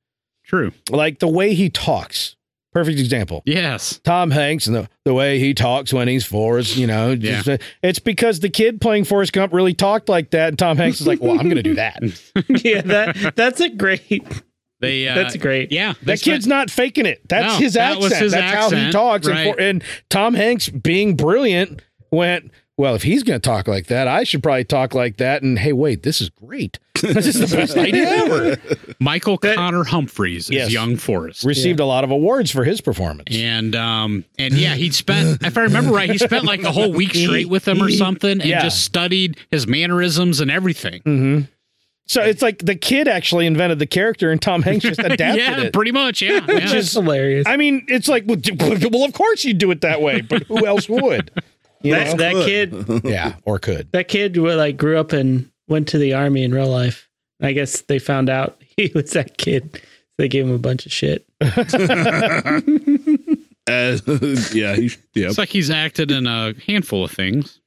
Speaker 4: True.
Speaker 2: Like the way he talks. Perfect example.
Speaker 4: Yes.
Speaker 2: Tom Hanks and the, the way he talks when he's Forrest, you know, just, uh, it's because the kid playing Forrest Gump really talked like that. And Tom Hanks is like, well, I'm going to do that.
Speaker 6: yeah, that that's a great.
Speaker 4: They. Uh,
Speaker 6: That's great.
Speaker 4: Yeah. they
Speaker 2: That kid's
Speaker 4: spent-
Speaker 2: not faking it. That's
Speaker 4: No,
Speaker 2: his
Speaker 4: that was
Speaker 2: accent.
Speaker 4: his
Speaker 2: That's how he
Speaker 4: accent,
Speaker 2: talks. And
Speaker 4: right.
Speaker 2: for- And, Tom Hanks, being brilliant, went, Well, if he's going to talk like that, I should probably talk like that. And hey, wait, this is great. this is the best idea ever.
Speaker 4: Michael Connor Humphreys
Speaker 2: Yes.
Speaker 4: is young Forrest.
Speaker 2: Received a lot of awards for his performance.
Speaker 4: and um and yeah he spent if i remember right he spent like a whole week straight with them or something and
Speaker 2: Yeah. Mm.
Speaker 4: just studied his mannerisms and everything
Speaker 2: So it's like the kid actually invented the character and Tom Hanks just adapted
Speaker 4: yeah
Speaker 2: it.
Speaker 4: pretty much yeah, yeah.
Speaker 6: That's hilarious.
Speaker 2: I mean, it's like, well, d- well, of course you do it that way, but who else would? You know?
Speaker 6: that, that kid.
Speaker 2: yeah, or could.
Speaker 6: That kid who like grew up and went to the army in real life. I guess they found out he was that kid. So they gave him a bunch of shit.
Speaker 5: Uh, yeah, he, yeah.
Speaker 4: it's like he's acted in a handful of things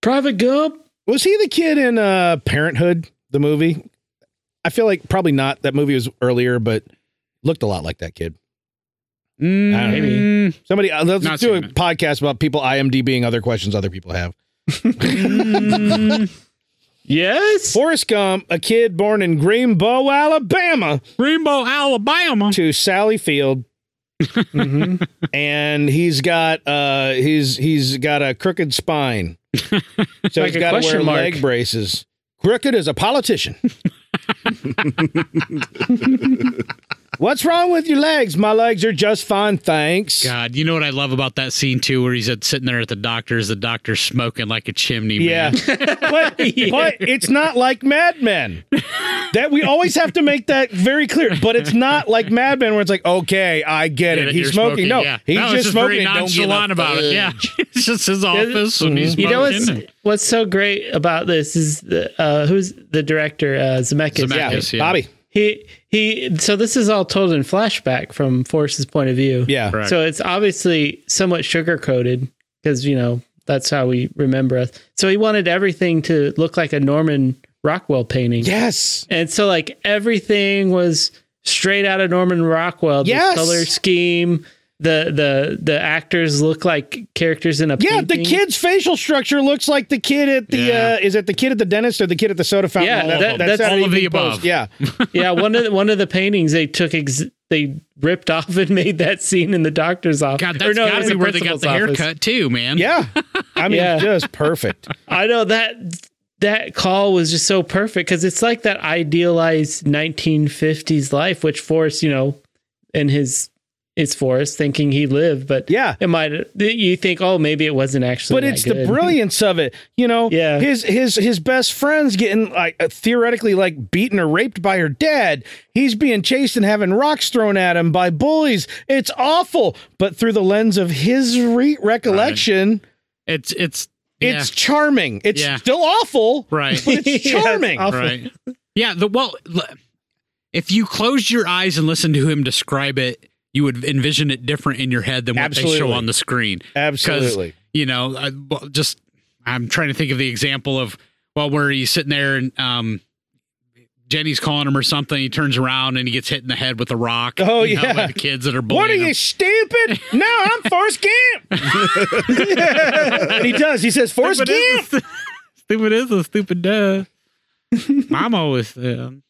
Speaker 6: Private Gump.
Speaker 2: Was he the kid in uh, Parenthood, the movie? I feel like probably not. That movie was earlier, but looked a lot like that kid. Ah,
Speaker 4: Mm,
Speaker 6: Maybe.
Speaker 2: Somebody, uh, let's
Speaker 4: Not
Speaker 2: do a
Speaker 4: seen it.
Speaker 2: podcast about people IMD being other questions other people have.
Speaker 4: Mm-hmm.
Speaker 6: Yes.
Speaker 2: Forrest Gump, a kid born in Greenbow, Alabama,
Speaker 4: Rainbow, Alabama.
Speaker 2: to Sally Field,
Speaker 6: Mhm.
Speaker 2: and he's got uh, he's he's got a crooked spine, so
Speaker 6: Like
Speaker 2: he's
Speaker 6: a
Speaker 2: got to wear
Speaker 6: question mark.
Speaker 2: leg braces. Crooked as a politician. What's wrong with your legs? My legs are just fine, thanks.
Speaker 4: God, you know what I love about that scene too, where he's at, sitting there at the doctor's, the doctor's smoking like a chimney.
Speaker 2: Yeah.
Speaker 4: man.
Speaker 2: but, but it's not like Mad Men. That we always have to make that very clear. But it's not like Mad Men where it's like, okay, I get
Speaker 4: Get
Speaker 2: it.
Speaker 4: it,
Speaker 2: He's
Speaker 4: you're
Speaker 2: smoking. No,
Speaker 4: yeah.
Speaker 2: he's just,
Speaker 4: it's
Speaker 2: smoking. and
Speaker 4: Very
Speaker 2: don't give Uh, a
Speaker 4: nonchalant about it. Yeah,
Speaker 2: fudge.
Speaker 4: it's just his office and he's
Speaker 6: You know what's
Speaker 4: smoking.
Speaker 6: what's so great about this is the, uh, who's the director uh, Zemeckis.
Speaker 4: Zemeckis.
Speaker 2: Yeah,
Speaker 4: Yes, yeah.
Speaker 2: Bobby.
Speaker 6: He he. So this is all told in flashback from Forrest's point of view.
Speaker 2: Yeah,
Speaker 4: Correct.
Speaker 6: So it's obviously somewhat sugar coated because you know that's how we remember us. So he wanted everything to look like a Norman Rockwell painting.
Speaker 2: yes,
Speaker 6: And so like everything was straight out of Norman Rockwell. The
Speaker 2: Yes.
Speaker 6: color scheme, the the the actors look like characters in a
Speaker 2: yeah. The
Speaker 6: painting.
Speaker 2: kid's facial structure looks like the kid at the
Speaker 4: Yeah.
Speaker 2: uh, is it the kid at the dentist or the kid at the soda fountain?
Speaker 6: Yeah,
Speaker 2: All of
Speaker 6: that-
Speaker 2: them.
Speaker 6: that's
Speaker 2: Saturday
Speaker 4: all of the
Speaker 2: Evening Post.
Speaker 4: above.
Speaker 2: Yeah,
Speaker 6: yeah, one of the, one of the paintings they took ex- they ripped off and made that scene in the doctor's office.
Speaker 4: God,
Speaker 6: Or
Speaker 4: that's
Speaker 6: no, it
Speaker 4: got
Speaker 6: was
Speaker 4: to be
Speaker 6: the
Speaker 4: where they got
Speaker 6: principal's
Speaker 4: the
Speaker 6: office.
Speaker 4: haircut too, man.
Speaker 2: yeah. I mean,
Speaker 6: Yeah.
Speaker 2: just perfect.
Speaker 6: I know that that call was just so perfect because it's like that idealized 1950s life, which Forrest, you know, in his it's Forrest thinking he lived, but
Speaker 2: Yeah.
Speaker 6: it might you think, oh, maybe it wasn't actually.
Speaker 2: but
Speaker 6: that
Speaker 2: it's the
Speaker 6: good.
Speaker 2: brilliance of it you know
Speaker 6: Yeah.
Speaker 2: his his his best friend's getting like uh, theoretically like beaten or raped by her dad he's being chased and having rocks thrown at him by bullies it's awful but through the lens of his re- recollection
Speaker 4: It's it's
Speaker 2: it's charming it's
Speaker 4: Yeah.
Speaker 2: still awful
Speaker 4: Right.
Speaker 2: but it's
Speaker 6: Yeah, it's
Speaker 2: charming
Speaker 6: awful.
Speaker 4: right. Yeah, the well l- if you closed your eyes and listened to him describe it, you would envision it different in your head than what
Speaker 2: Absolutely.
Speaker 4: they show on the screen. 'Cause,
Speaker 2: absolutely
Speaker 4: You know, I, well, just I'm trying to think of the example of well where he's sitting there and um Jenny's calling him or something. He turns around and he gets hit in the head with a rock.
Speaker 2: Oh,
Speaker 4: you know,
Speaker 2: yeah.
Speaker 4: by the kids that are bullying
Speaker 2: what are
Speaker 4: him.
Speaker 2: you stupid? No, I'm Forrest Gump. and he does. He says Forrest Gump.
Speaker 4: stupid is a stupid duh. Mom always said.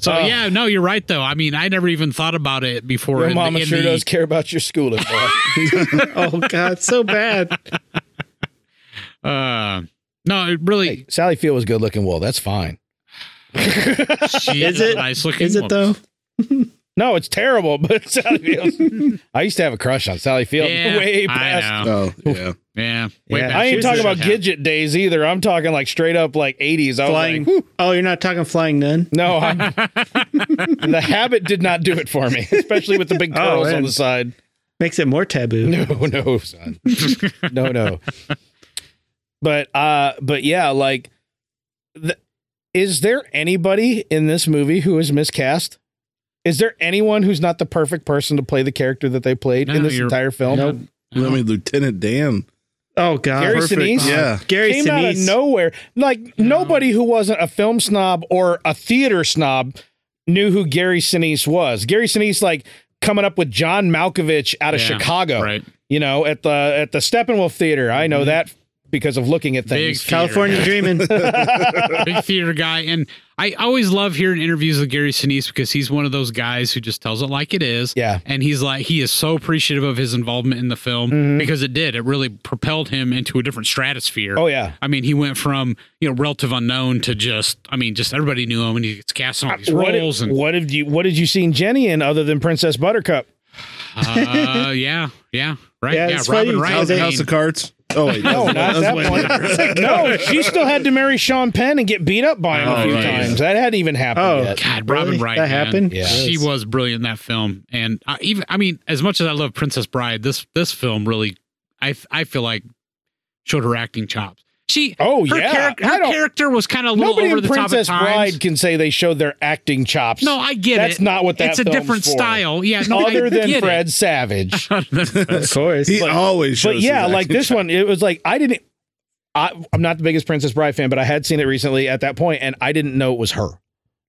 Speaker 4: So
Speaker 2: Oh.
Speaker 4: yeah, no, you're right though. I mean, I never even thought about it before.
Speaker 2: Your
Speaker 4: in the-
Speaker 2: mama
Speaker 4: in
Speaker 2: sure
Speaker 4: the-
Speaker 2: does care about your schooling, boy.
Speaker 6: Oh God, so bad.
Speaker 4: Uh, no, it really.
Speaker 2: Hey, Sally Field was good looking. Well, that's fine.
Speaker 4: She
Speaker 6: Is
Speaker 4: is,
Speaker 6: it-
Speaker 4: a nice looking?
Speaker 6: Is it
Speaker 4: woman.
Speaker 6: though?
Speaker 2: No, it's terrible, but Sally Field. I used to have a crush on Sally Field
Speaker 4: Yeah,
Speaker 2: way
Speaker 4: I
Speaker 2: past.
Speaker 4: know.
Speaker 5: Oh,
Speaker 4: uh,
Speaker 5: yeah.
Speaker 4: Yeah, way
Speaker 2: Yeah,
Speaker 4: back.
Speaker 2: I ain't
Speaker 6: She was
Speaker 2: talking
Speaker 6: a-
Speaker 2: about Gidget days either. I'm talking like straight up like 80s. I was
Speaker 6: Flying.
Speaker 2: like, whew,
Speaker 6: Oh, you're not talking flying nun.
Speaker 2: no, I'm, the habit did not do it for me, especially with the big
Speaker 6: Oh,
Speaker 2: curls on
Speaker 6: man.
Speaker 2: the side.
Speaker 6: Makes it more taboo.
Speaker 2: No, no, son. no, no. But uh but yeah, like th- is there anybody in this movie who is miscast? Is there anyone who's not the perfect person to play the character that they played in
Speaker 4: No,
Speaker 2: this
Speaker 4: you're-
Speaker 2: entire film?
Speaker 4: Nope.
Speaker 5: I mean, Lieutenant Dan.
Speaker 6: Oh God,
Speaker 2: Gary
Speaker 4: uh,
Speaker 2: Sinise?
Speaker 5: Yeah.
Speaker 6: Gary
Speaker 2: Came out of
Speaker 6: Sinise.
Speaker 2: nowhere. Like nobody who wasn't a film snob or a theater snob knew who Gary Sinise was. Gary Sinise like coming up with John Malkovich out of
Speaker 4: Yeah,
Speaker 2: Chicago.
Speaker 4: right. Mm-hmm.
Speaker 2: you know, at the at the Steppenwolf Theater. I know that because of looking at
Speaker 4: Big
Speaker 2: things.
Speaker 6: California Dreaming.
Speaker 4: guy, big theater guy, and I always love hearing interviews with Gary Sinise because he's one of those guys who just tells it like it is.
Speaker 2: Yeah.
Speaker 4: and he's like he is so appreciative of his involvement in the film
Speaker 2: Mm-hmm.
Speaker 4: because it did it really propelled him into a different stratosphere.
Speaker 2: Oh yeah.
Speaker 4: I mean, he went from you know relative unknown to just I mean, just everybody knew him, and he gets cast in all these
Speaker 2: What,
Speaker 4: roles, and
Speaker 2: what have you what did you seen Jenny in other than Princess Buttercup?
Speaker 4: uh, yeah, yeah, right,
Speaker 6: Yeah,
Speaker 4: yeah,
Speaker 6: that's why
Speaker 4: Robin
Speaker 6: you-
Speaker 4: Wright,
Speaker 5: House,
Speaker 6: I mean-
Speaker 5: House of Cards. Oh, wait.
Speaker 2: No, not
Speaker 5: that's- that's
Speaker 2: that
Speaker 5: way
Speaker 2: one.
Speaker 5: later.
Speaker 2: no, she still had to marry Sean Penn and get beat up by him a
Speaker 4: Oh,
Speaker 2: few
Speaker 4: right.
Speaker 2: times. That hadn't even happened
Speaker 6: Oh.
Speaker 2: yet.
Speaker 4: God,
Speaker 6: Really?
Speaker 4: Robin Wright.
Speaker 6: That
Speaker 4: man.
Speaker 6: happened?
Speaker 2: Yeah.
Speaker 4: She
Speaker 6: Yes.
Speaker 4: was brilliant in that film, and I, even I mean, as much as I love Princess Bride, this this film really, I I feel like showed her acting chops. She,
Speaker 2: Oh,
Speaker 4: her
Speaker 2: yeah.
Speaker 4: charac-
Speaker 2: I
Speaker 4: her
Speaker 2: don't-
Speaker 4: character was kind of a little
Speaker 2: Nobody
Speaker 4: over
Speaker 2: in
Speaker 4: the top at
Speaker 2: Princess Bride
Speaker 4: times.
Speaker 2: can say they showed their acting chops.
Speaker 4: No, I get
Speaker 2: That's
Speaker 4: it.
Speaker 2: not what that
Speaker 4: It's a
Speaker 2: film's
Speaker 4: different
Speaker 2: for.
Speaker 4: style. Yeah, no, I
Speaker 2: other than
Speaker 4: get Oh,
Speaker 2: Fred Savage.
Speaker 4: It.
Speaker 6: of course.
Speaker 5: He always shows
Speaker 2: but yeah,
Speaker 5: his
Speaker 2: like
Speaker 5: acting
Speaker 2: this one, it was like I didn't. I, I'm not the biggest Princess Bride fan, but I had seen it recently at that point, and I didn't know it was her.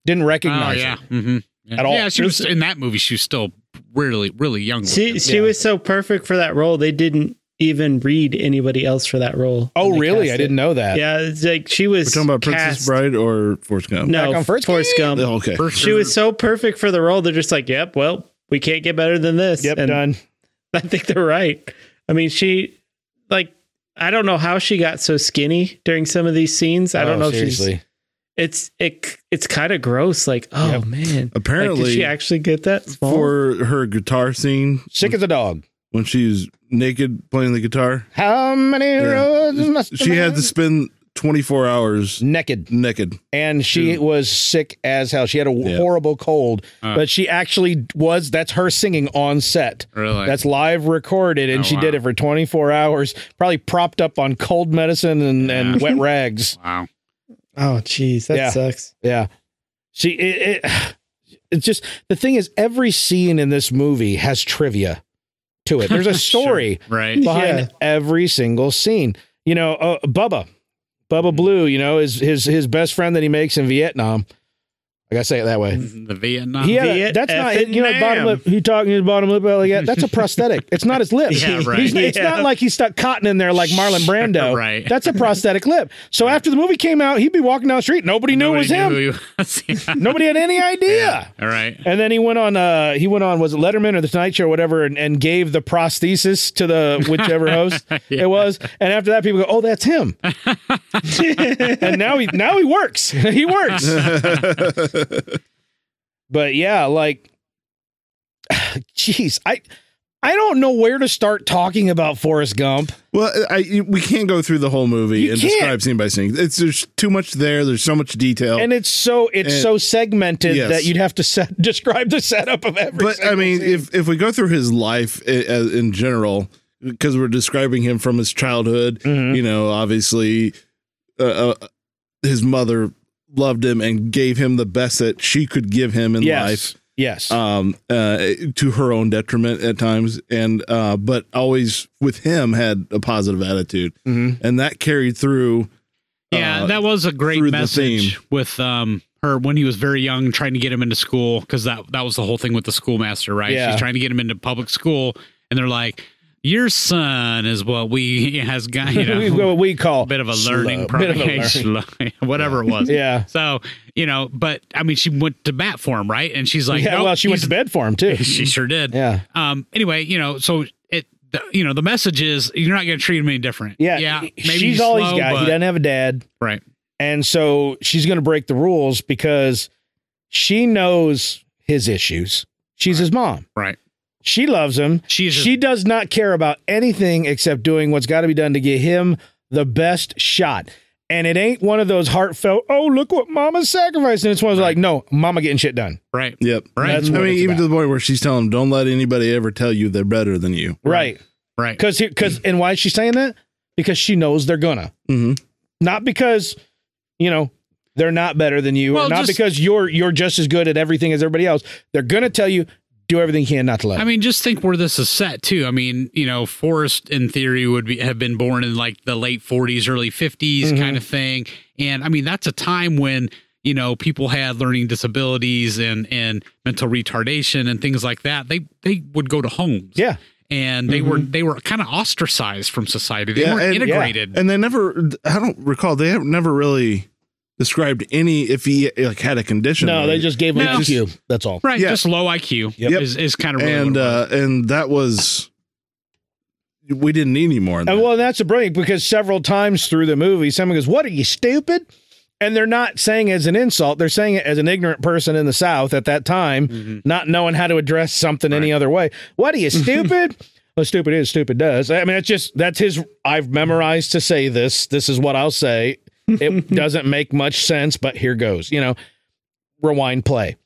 Speaker 2: Didn't
Speaker 4: oh
Speaker 2: recognize
Speaker 4: yeah,
Speaker 2: her.
Speaker 4: mm-hmm.
Speaker 2: At all.
Speaker 4: Yeah, she was in that movie. She was still really really young.
Speaker 6: she she
Speaker 2: Yeah.
Speaker 6: was so perfect for that role. They didn't even read anybody else for that role.
Speaker 2: Oh,
Speaker 6: when they
Speaker 2: really?
Speaker 6: cast
Speaker 2: I didn't know
Speaker 6: It.
Speaker 2: that.
Speaker 6: Yeah, it's like she was.
Speaker 5: We're talking about Princess
Speaker 6: cast-
Speaker 5: Bride or Forrest Gump.
Speaker 6: No,
Speaker 2: Back on Forrest
Speaker 6: Forrest, Gump.
Speaker 5: Oh, okay.
Speaker 4: First
Speaker 6: She was so perfect for the role. They're just like, yep. Well, we can't get better than this.
Speaker 2: Yep,
Speaker 6: And
Speaker 2: done.
Speaker 6: I think they're right. I mean, she like I don't know how she got so skinny during some of these scenes. I don't know. If she's,
Speaker 2: Oh, Seriously.
Speaker 6: it's it it's kind of gross. Like, oh
Speaker 2: Yep.
Speaker 6: man. Like,
Speaker 5: Apparently,
Speaker 6: did she actually get that small?
Speaker 5: for her guitar scene
Speaker 2: Sick as a dog.
Speaker 5: when she's naked playing the guitar,
Speaker 2: How many roads must a
Speaker 5: she had
Speaker 2: man-
Speaker 5: to spend 24 hours
Speaker 2: naked,
Speaker 5: naked.
Speaker 2: and she was sick as hell. She had a
Speaker 5: Yeah.
Speaker 2: horrible cold,
Speaker 4: Uh.
Speaker 2: but she actually was. That's her singing on set.
Speaker 4: Really?
Speaker 2: That's live recorded, and
Speaker 4: Oh,
Speaker 2: she
Speaker 4: wow.
Speaker 2: did it for 24 hours, probably propped up on cold medicine and, and wet rags.
Speaker 4: wow.
Speaker 6: Oh, jeez, that
Speaker 2: Yeah.
Speaker 6: sucks.
Speaker 2: Yeah. See, it, it it's just the thing is every scene in this movie has trivia to it. There's a story
Speaker 4: Right.
Speaker 2: behind
Speaker 6: Yeah.
Speaker 2: every single scene. You know, uh, Bubba, Bubba Blue. You know, is his his best friend that he makes in Vietnam. I gotta say it that way.
Speaker 4: The Vietnam.
Speaker 2: He had a, that's not you know bottom
Speaker 6: Vietnam.
Speaker 2: lip. He talking his bottom lip out like that. That's a prosthetic. It's not his lip.
Speaker 4: Yeah, right.
Speaker 2: He's- It's
Speaker 6: Yeah.
Speaker 2: not like he stuck cotton in there like Marlon
Speaker 4: Sure,
Speaker 2: Brando.
Speaker 4: right.
Speaker 2: That's a prosthetic lip. So after the movie came out, he'd be walking down the street. Nobody knew it was him.
Speaker 4: Nobody knew who he was.
Speaker 2: Nobody had any idea.
Speaker 4: All right.
Speaker 2: And then he went on. Uh, he went on. Was it Letterman or the Tonight Show, or whatever, and, and gave the prosthesis to the whichever host it was. And after that, people go, "Oh, that's him." and now he now he works. he works. but yeah, like, jeez, I I don't know where to start talking about Forrest Gump.
Speaker 5: Well, I you- we can't go through the whole movie
Speaker 2: You
Speaker 5: and
Speaker 2: can't.
Speaker 5: describe scene by scene. It's there's too much there. There's so much detail.
Speaker 2: And it's so it's
Speaker 5: And-
Speaker 2: so segmented
Speaker 5: Yes.
Speaker 2: that you'd have to set, describe the setup of every.
Speaker 5: but I
Speaker 2: single
Speaker 5: mean,
Speaker 2: scene.
Speaker 5: if if we go through his life i- as- in general, because we're describing him from his childhood,
Speaker 2: Mm-hmm.
Speaker 5: you know, obviously, uh, uh, his mother loved him and gave him the best that she could give him in
Speaker 2: yes,
Speaker 5: life.
Speaker 2: yes,
Speaker 5: um uh to her own detriment at times and uh but always with him had a positive attitude
Speaker 2: Mm-hmm.
Speaker 5: and that carried through
Speaker 4: Yeah,
Speaker 5: uh,
Speaker 4: that was a great
Speaker 5: through the
Speaker 4: message
Speaker 5: theme.
Speaker 4: with um her when he was very young, trying to get him into school because that that was the whole thing with the schoolmaster, right?
Speaker 2: Yeah.
Speaker 4: She's trying to get him into public school, and they're like, your son is what we has got you
Speaker 2: We-
Speaker 4: know
Speaker 2: what we
Speaker 4: a
Speaker 2: call
Speaker 4: bit of a
Speaker 2: slow,
Speaker 4: learning
Speaker 2: bit of a
Speaker 4: process,
Speaker 2: learning.
Speaker 4: whatever it was.
Speaker 2: Yeah.
Speaker 4: So you know, but I mean, she went to bat for him, right? And she's like,
Speaker 2: yeah,
Speaker 4: nope,
Speaker 2: well, she went
Speaker 4: he's-
Speaker 2: to bed for him too.
Speaker 4: She sure did.
Speaker 2: Yeah.
Speaker 4: Um. Anyway, you know, so it, the, you know, the message is you're not going to treat him any different.
Speaker 2: Yeah.
Speaker 4: Yeah.
Speaker 2: he-
Speaker 4: Maybe
Speaker 2: she's
Speaker 4: slow,
Speaker 2: all he's got.
Speaker 4: but-
Speaker 2: He doesn't have a dad.
Speaker 4: Right.
Speaker 2: And so she's going to break the rules because she knows his issues. She's his mom.
Speaker 4: Right.
Speaker 2: She loves him.
Speaker 4: She is.
Speaker 2: She does not care about anything except doing what's got to be done to get him the best shot. And it ain't one of those heartfelt, oh, look what mama's sacrificing. It's one of those like, no, mama getting shit done.
Speaker 4: right.
Speaker 5: Yep.
Speaker 4: Right.
Speaker 2: That's
Speaker 5: I
Speaker 2: what
Speaker 5: mean,
Speaker 2: it's
Speaker 5: even to
Speaker 2: about.
Speaker 5: the point where she's telling him, "Don't let anybody ever tell you they're better than you."
Speaker 2: Right.
Speaker 4: Right.
Speaker 2: Because because and why is she saying that? Because she knows they're gonna.
Speaker 4: Mm-hmm.
Speaker 5: Mhm.
Speaker 2: Not because you know they're not better than you,
Speaker 4: Well,
Speaker 2: or not
Speaker 4: just-
Speaker 2: because you're you're just as good at everything as everybody else. They're gonna tell you do everything you can not to let.
Speaker 4: I mean, just think where this is set too. I mean, you know, Forrest in theory would be, have been born in like the late 40s, early 50s
Speaker 5: Mm-hmm.
Speaker 4: kind of thing, and I mean that's a time when you know people had learning disabilities and and mental retardation and things like that. They they would go to homes,
Speaker 2: yeah,
Speaker 4: and they were they were kind of ostracized from society. They
Speaker 5: Mm-hmm. Yeah,
Speaker 4: weren't
Speaker 5: and- yeah.
Speaker 4: integrated.
Speaker 5: And they never. I don't recall. They have never really described any if he like had a condition.
Speaker 2: no,
Speaker 5: or-
Speaker 2: they just gave him
Speaker 4: No.
Speaker 2: an IQ. That's all.
Speaker 4: Right,
Speaker 5: Yeah.
Speaker 4: just low IQ
Speaker 5: Yep.
Speaker 4: is, is kind of really
Speaker 5: and
Speaker 4: what it was.
Speaker 5: uh, and that was we didn't need any more. Than
Speaker 2: And
Speaker 5: that.
Speaker 2: well, that's a brilliant because several times through the movie, someone goes, "What are you stupid?" And they're not saying it as an insult; they're saying it as an ignorant person in the South at that time, not knowing how to address something any other way. What are you stupid? well, stupid is stupid does. I mean, it's just that's his. I've memorized to say this. This is what I'll say. It doesn't make much sense, but here goes. You know, rewind play,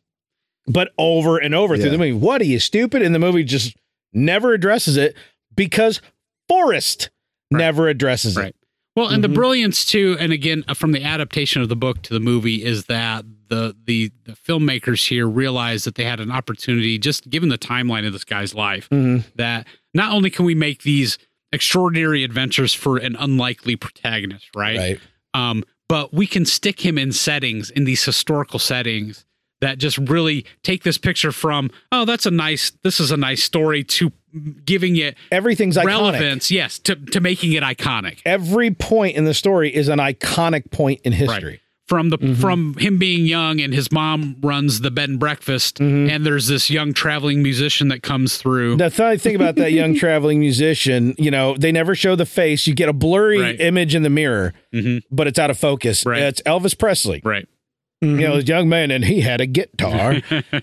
Speaker 2: but over and over through
Speaker 5: Yeah.
Speaker 2: the movie. What are you stupid? And the movie just never addresses it because Forrest never addresses
Speaker 4: Right.
Speaker 2: it.
Speaker 4: Well, and the brilliance too, and again uh, from the adaptation of the book to the movie is that the the the filmmakers here realized that they had an opportunity, just given the timeline of this guy's life, that not only can we make these extraordinary adventures for an unlikely protagonist, right? Um, but we can stick him in settings in these historical settings that just really take this picture from oh that's a nice this is a nice story to giving it
Speaker 2: Everything's iconic.
Speaker 4: relevance yes to, to making it iconic
Speaker 2: Every point in the story is an iconic point in history.
Speaker 4: from the
Speaker 2: Mm-hmm.
Speaker 4: from him being young and his mom runs the bed and breakfast and there's this young traveling musician that comes through
Speaker 2: The th- thing about Mm-hmm. that young traveling musician, you know, they never show the face. You get a blurry
Speaker 4: Right.
Speaker 2: image in the mirror,
Speaker 4: Mhm.
Speaker 2: but it's out of focus.
Speaker 4: Right.
Speaker 2: It's Elvis Presley.
Speaker 4: right
Speaker 2: You
Speaker 5: Mm-hmm.
Speaker 2: know, this young man, and he had a guitar.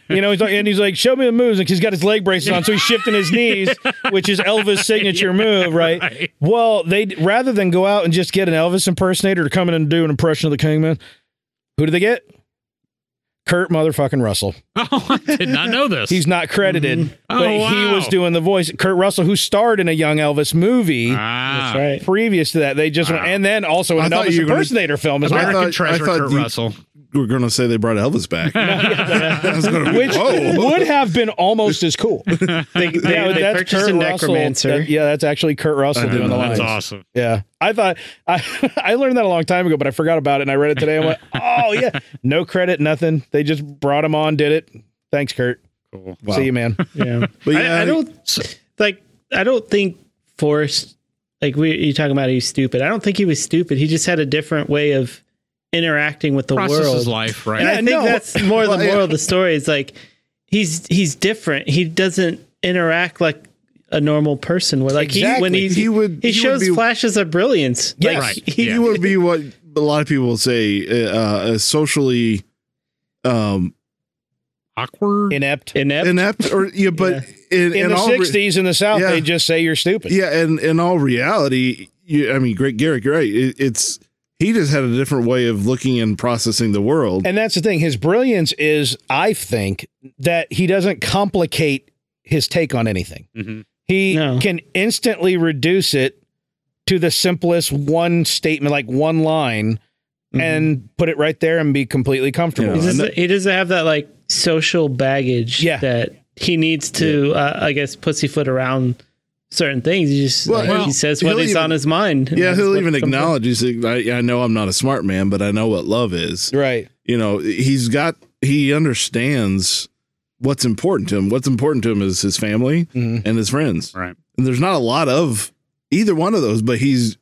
Speaker 2: you know, he's like, and he's like, show me the moves. And he's got his leg braces on, so he's shifting his knees, which is Elvis' signature move, right?
Speaker 4: right.
Speaker 2: Well, they rather than go out and just get an Elvis impersonator to come in and do an impression of the Kingman, who do they get? Kurt motherfucking Russell.
Speaker 4: oh i did not know this
Speaker 2: He's not credited,
Speaker 5: Mm-hmm.
Speaker 4: Oh,
Speaker 2: but
Speaker 4: wow.
Speaker 2: he was doing the voice. Kurt Russell, who starred in a young Elvis movie
Speaker 4: ah
Speaker 6: That's right.
Speaker 2: previous to that, they just went,
Speaker 4: Wow.
Speaker 2: and then also
Speaker 5: Uh, I
Speaker 2: an
Speaker 5: thought
Speaker 2: Elvis
Speaker 5: you were gonna-
Speaker 2: impersonator film as well.
Speaker 4: American
Speaker 5: thought- I
Speaker 4: treasure
Speaker 5: thought
Speaker 4: Kurt
Speaker 5: you-
Speaker 4: Russell
Speaker 5: we're going to say they brought Elvis back. I was gonna-
Speaker 2: which
Speaker 5: whoa.
Speaker 2: would have been almost as cool.
Speaker 6: They, they,
Speaker 2: Yeah,
Speaker 6: they
Speaker 2: that's
Speaker 6: purchased
Speaker 2: Kurt
Speaker 6: a
Speaker 2: Russell.
Speaker 6: necromancer.
Speaker 2: That- yeah, that's actually Kurt Russell doing the lines.
Speaker 4: Uh-huh. that's awesome
Speaker 2: Yeah, I thought I I learned that a long time ago, but I forgot about it and I read it today. I went, oh yeah, no credit, nothing. They just brought him on, did it. Thanks, Kurt.
Speaker 4: cool
Speaker 5: Wow.
Speaker 2: See you, man.
Speaker 6: yeah.
Speaker 5: But
Speaker 6: I-
Speaker 5: yeah,
Speaker 6: I, don't like. I don't think Forrest. Like we, you talking about he's stupid. I don't think he was stupid. He just had a different way of interacting with the
Speaker 4: processes
Speaker 6: world.
Speaker 4: life right
Speaker 6: And I
Speaker 2: Yeah,
Speaker 6: think
Speaker 2: no.
Speaker 6: that's more the
Speaker 5: Well, yeah.
Speaker 6: moral of the story. Is like he's he's different. He doesn't interact like a normal person. Where like he when
Speaker 2: Exactly.
Speaker 6: he
Speaker 5: He would-
Speaker 6: he,
Speaker 5: he would
Speaker 6: shows
Speaker 5: be-
Speaker 6: flashes of brilliance.
Speaker 2: Yes.
Speaker 6: Like,
Speaker 4: Right.
Speaker 6: He,
Speaker 4: Yeah.
Speaker 5: he would be what a lot of people would say uh, a socially um,
Speaker 4: awkward
Speaker 2: Inept.
Speaker 6: Inept.
Speaker 5: inept, or yeah, but in,
Speaker 2: In the
Speaker 5: all re-
Speaker 2: '60s in the South,
Speaker 5: Yeah.
Speaker 2: they just say you're stupid.
Speaker 5: yeah, and in all reality, you, I mean, Greg Garrick, you're right. It, it's he just had a different way of looking and processing the world.
Speaker 2: And that's the thing. His brilliance is, I think, that he doesn't complicate his take on anything.
Speaker 4: Mhm.
Speaker 2: He
Speaker 6: No.
Speaker 2: can instantly reduce it to the simplest one statement, like one line, and put it right there and be completely comfortable.
Speaker 5: Yeah.
Speaker 6: He
Speaker 5: Is
Speaker 6: doesn't, he doesn't have that like social baggage
Speaker 2: Yeah.
Speaker 6: that he needs to, uh, I guess, pussyfoot around certain things. He just
Speaker 5: Well,
Speaker 6: like,
Speaker 5: well,
Speaker 6: he says what
Speaker 5: he'll
Speaker 6: is
Speaker 5: even-
Speaker 6: on his mind. and
Speaker 5: yeah,
Speaker 6: that's
Speaker 5: he'll
Speaker 6: what
Speaker 5: even
Speaker 6: comes up.
Speaker 5: acknowledge. He's like, I, I know I'm not a smart man, but I know what love is.
Speaker 2: Right.
Speaker 5: you know he's got he understands what's important to him what's important to him is his family
Speaker 2: Mhm.
Speaker 6: Mm-hmm.
Speaker 5: and his friends
Speaker 4: right
Speaker 5: there's not a lot of either one of those, but he's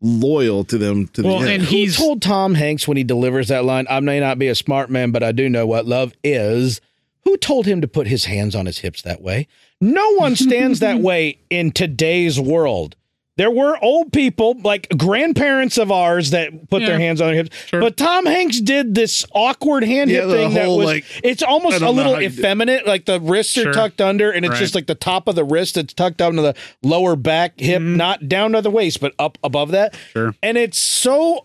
Speaker 5: loyal to them to
Speaker 4: Well,
Speaker 5: the
Speaker 4: and
Speaker 5: end.
Speaker 2: Who
Speaker 4: he's
Speaker 2: told Tom Hanks when he delivers that line, I may not be a smart man, but I do know what love is? Who told him to put his hands on his hips that way? No one stands that way in today's world. There were old people, like grandparents of ours, that put their
Speaker 4: Yeah.
Speaker 2: hands on their hips.
Speaker 4: Sure.
Speaker 2: But Tom Hanks did this awkward hand
Speaker 5: Yeah,
Speaker 2: hip
Speaker 5: the
Speaker 2: thing that
Speaker 5: whole,
Speaker 2: was,
Speaker 5: like,
Speaker 2: it's
Speaker 5: I
Speaker 2: almost
Speaker 5: don't
Speaker 2: a
Speaker 5: know
Speaker 2: little
Speaker 5: how you do-
Speaker 2: effeminate. Like the wrists are
Speaker 4: Sure.
Speaker 2: tucked under, and it's
Speaker 4: Right.
Speaker 2: just like the top of the wrist that's tucked up to the lower back hip,
Speaker 4: Mm-hmm.
Speaker 2: not down to the waist, but up above that.
Speaker 4: Sure.
Speaker 2: And it's so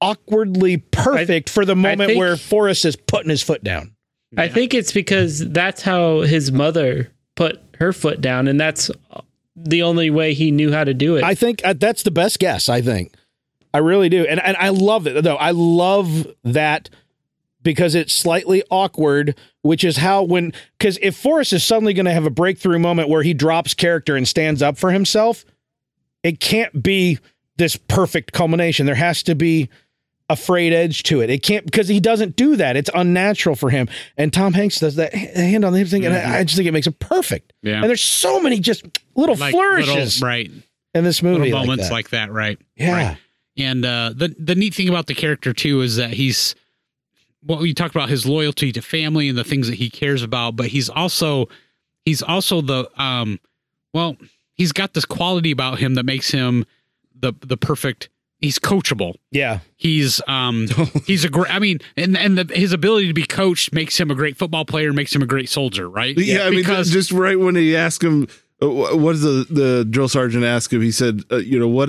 Speaker 2: awkwardly perfect for the moment
Speaker 6: think-
Speaker 2: where Forrest is putting his foot down.
Speaker 6: I think it's because that's how his mother put her foot down, and that's the only way he knew how to do it.
Speaker 2: I think uh, that's the best guess. I think I really do, and and I love it though. I love that because it's slightly awkward, which is how when because if Forrest is suddenly going to have a breakthrough moment where he drops character and stands up for himself, it can't be this perfect culmination. There has to be a frayed edge to it. It can't because he doesn't do that. It's unnatural for him. And Tom Hanks does that h- hand on the hip thing, and I, I just think it makes it perfect.
Speaker 4: Yeah.
Speaker 2: And there's so many just little
Speaker 4: like
Speaker 2: flourishes
Speaker 4: little, right
Speaker 2: in this
Speaker 4: little
Speaker 2: movie. like
Speaker 4: moments
Speaker 2: that.
Speaker 4: like that. right?
Speaker 2: Yeah.
Speaker 4: Right. And uh, the the neat thing about the character too is that he's well, you talked about his loyalty to family and the things that he cares about, but he's also he's also the um well, he's got this quality about him that makes him the the perfect he's coachable.
Speaker 2: Yeah.
Speaker 4: He's um he's a great I mean and and the, his ability to be coached makes him a great football player, makes him a great soldier, right?
Speaker 5: yeah, I mean,
Speaker 4: because
Speaker 5: just right when he asked him, uh, wh- what does the the drill sergeant ask him? He said, uh, you know what.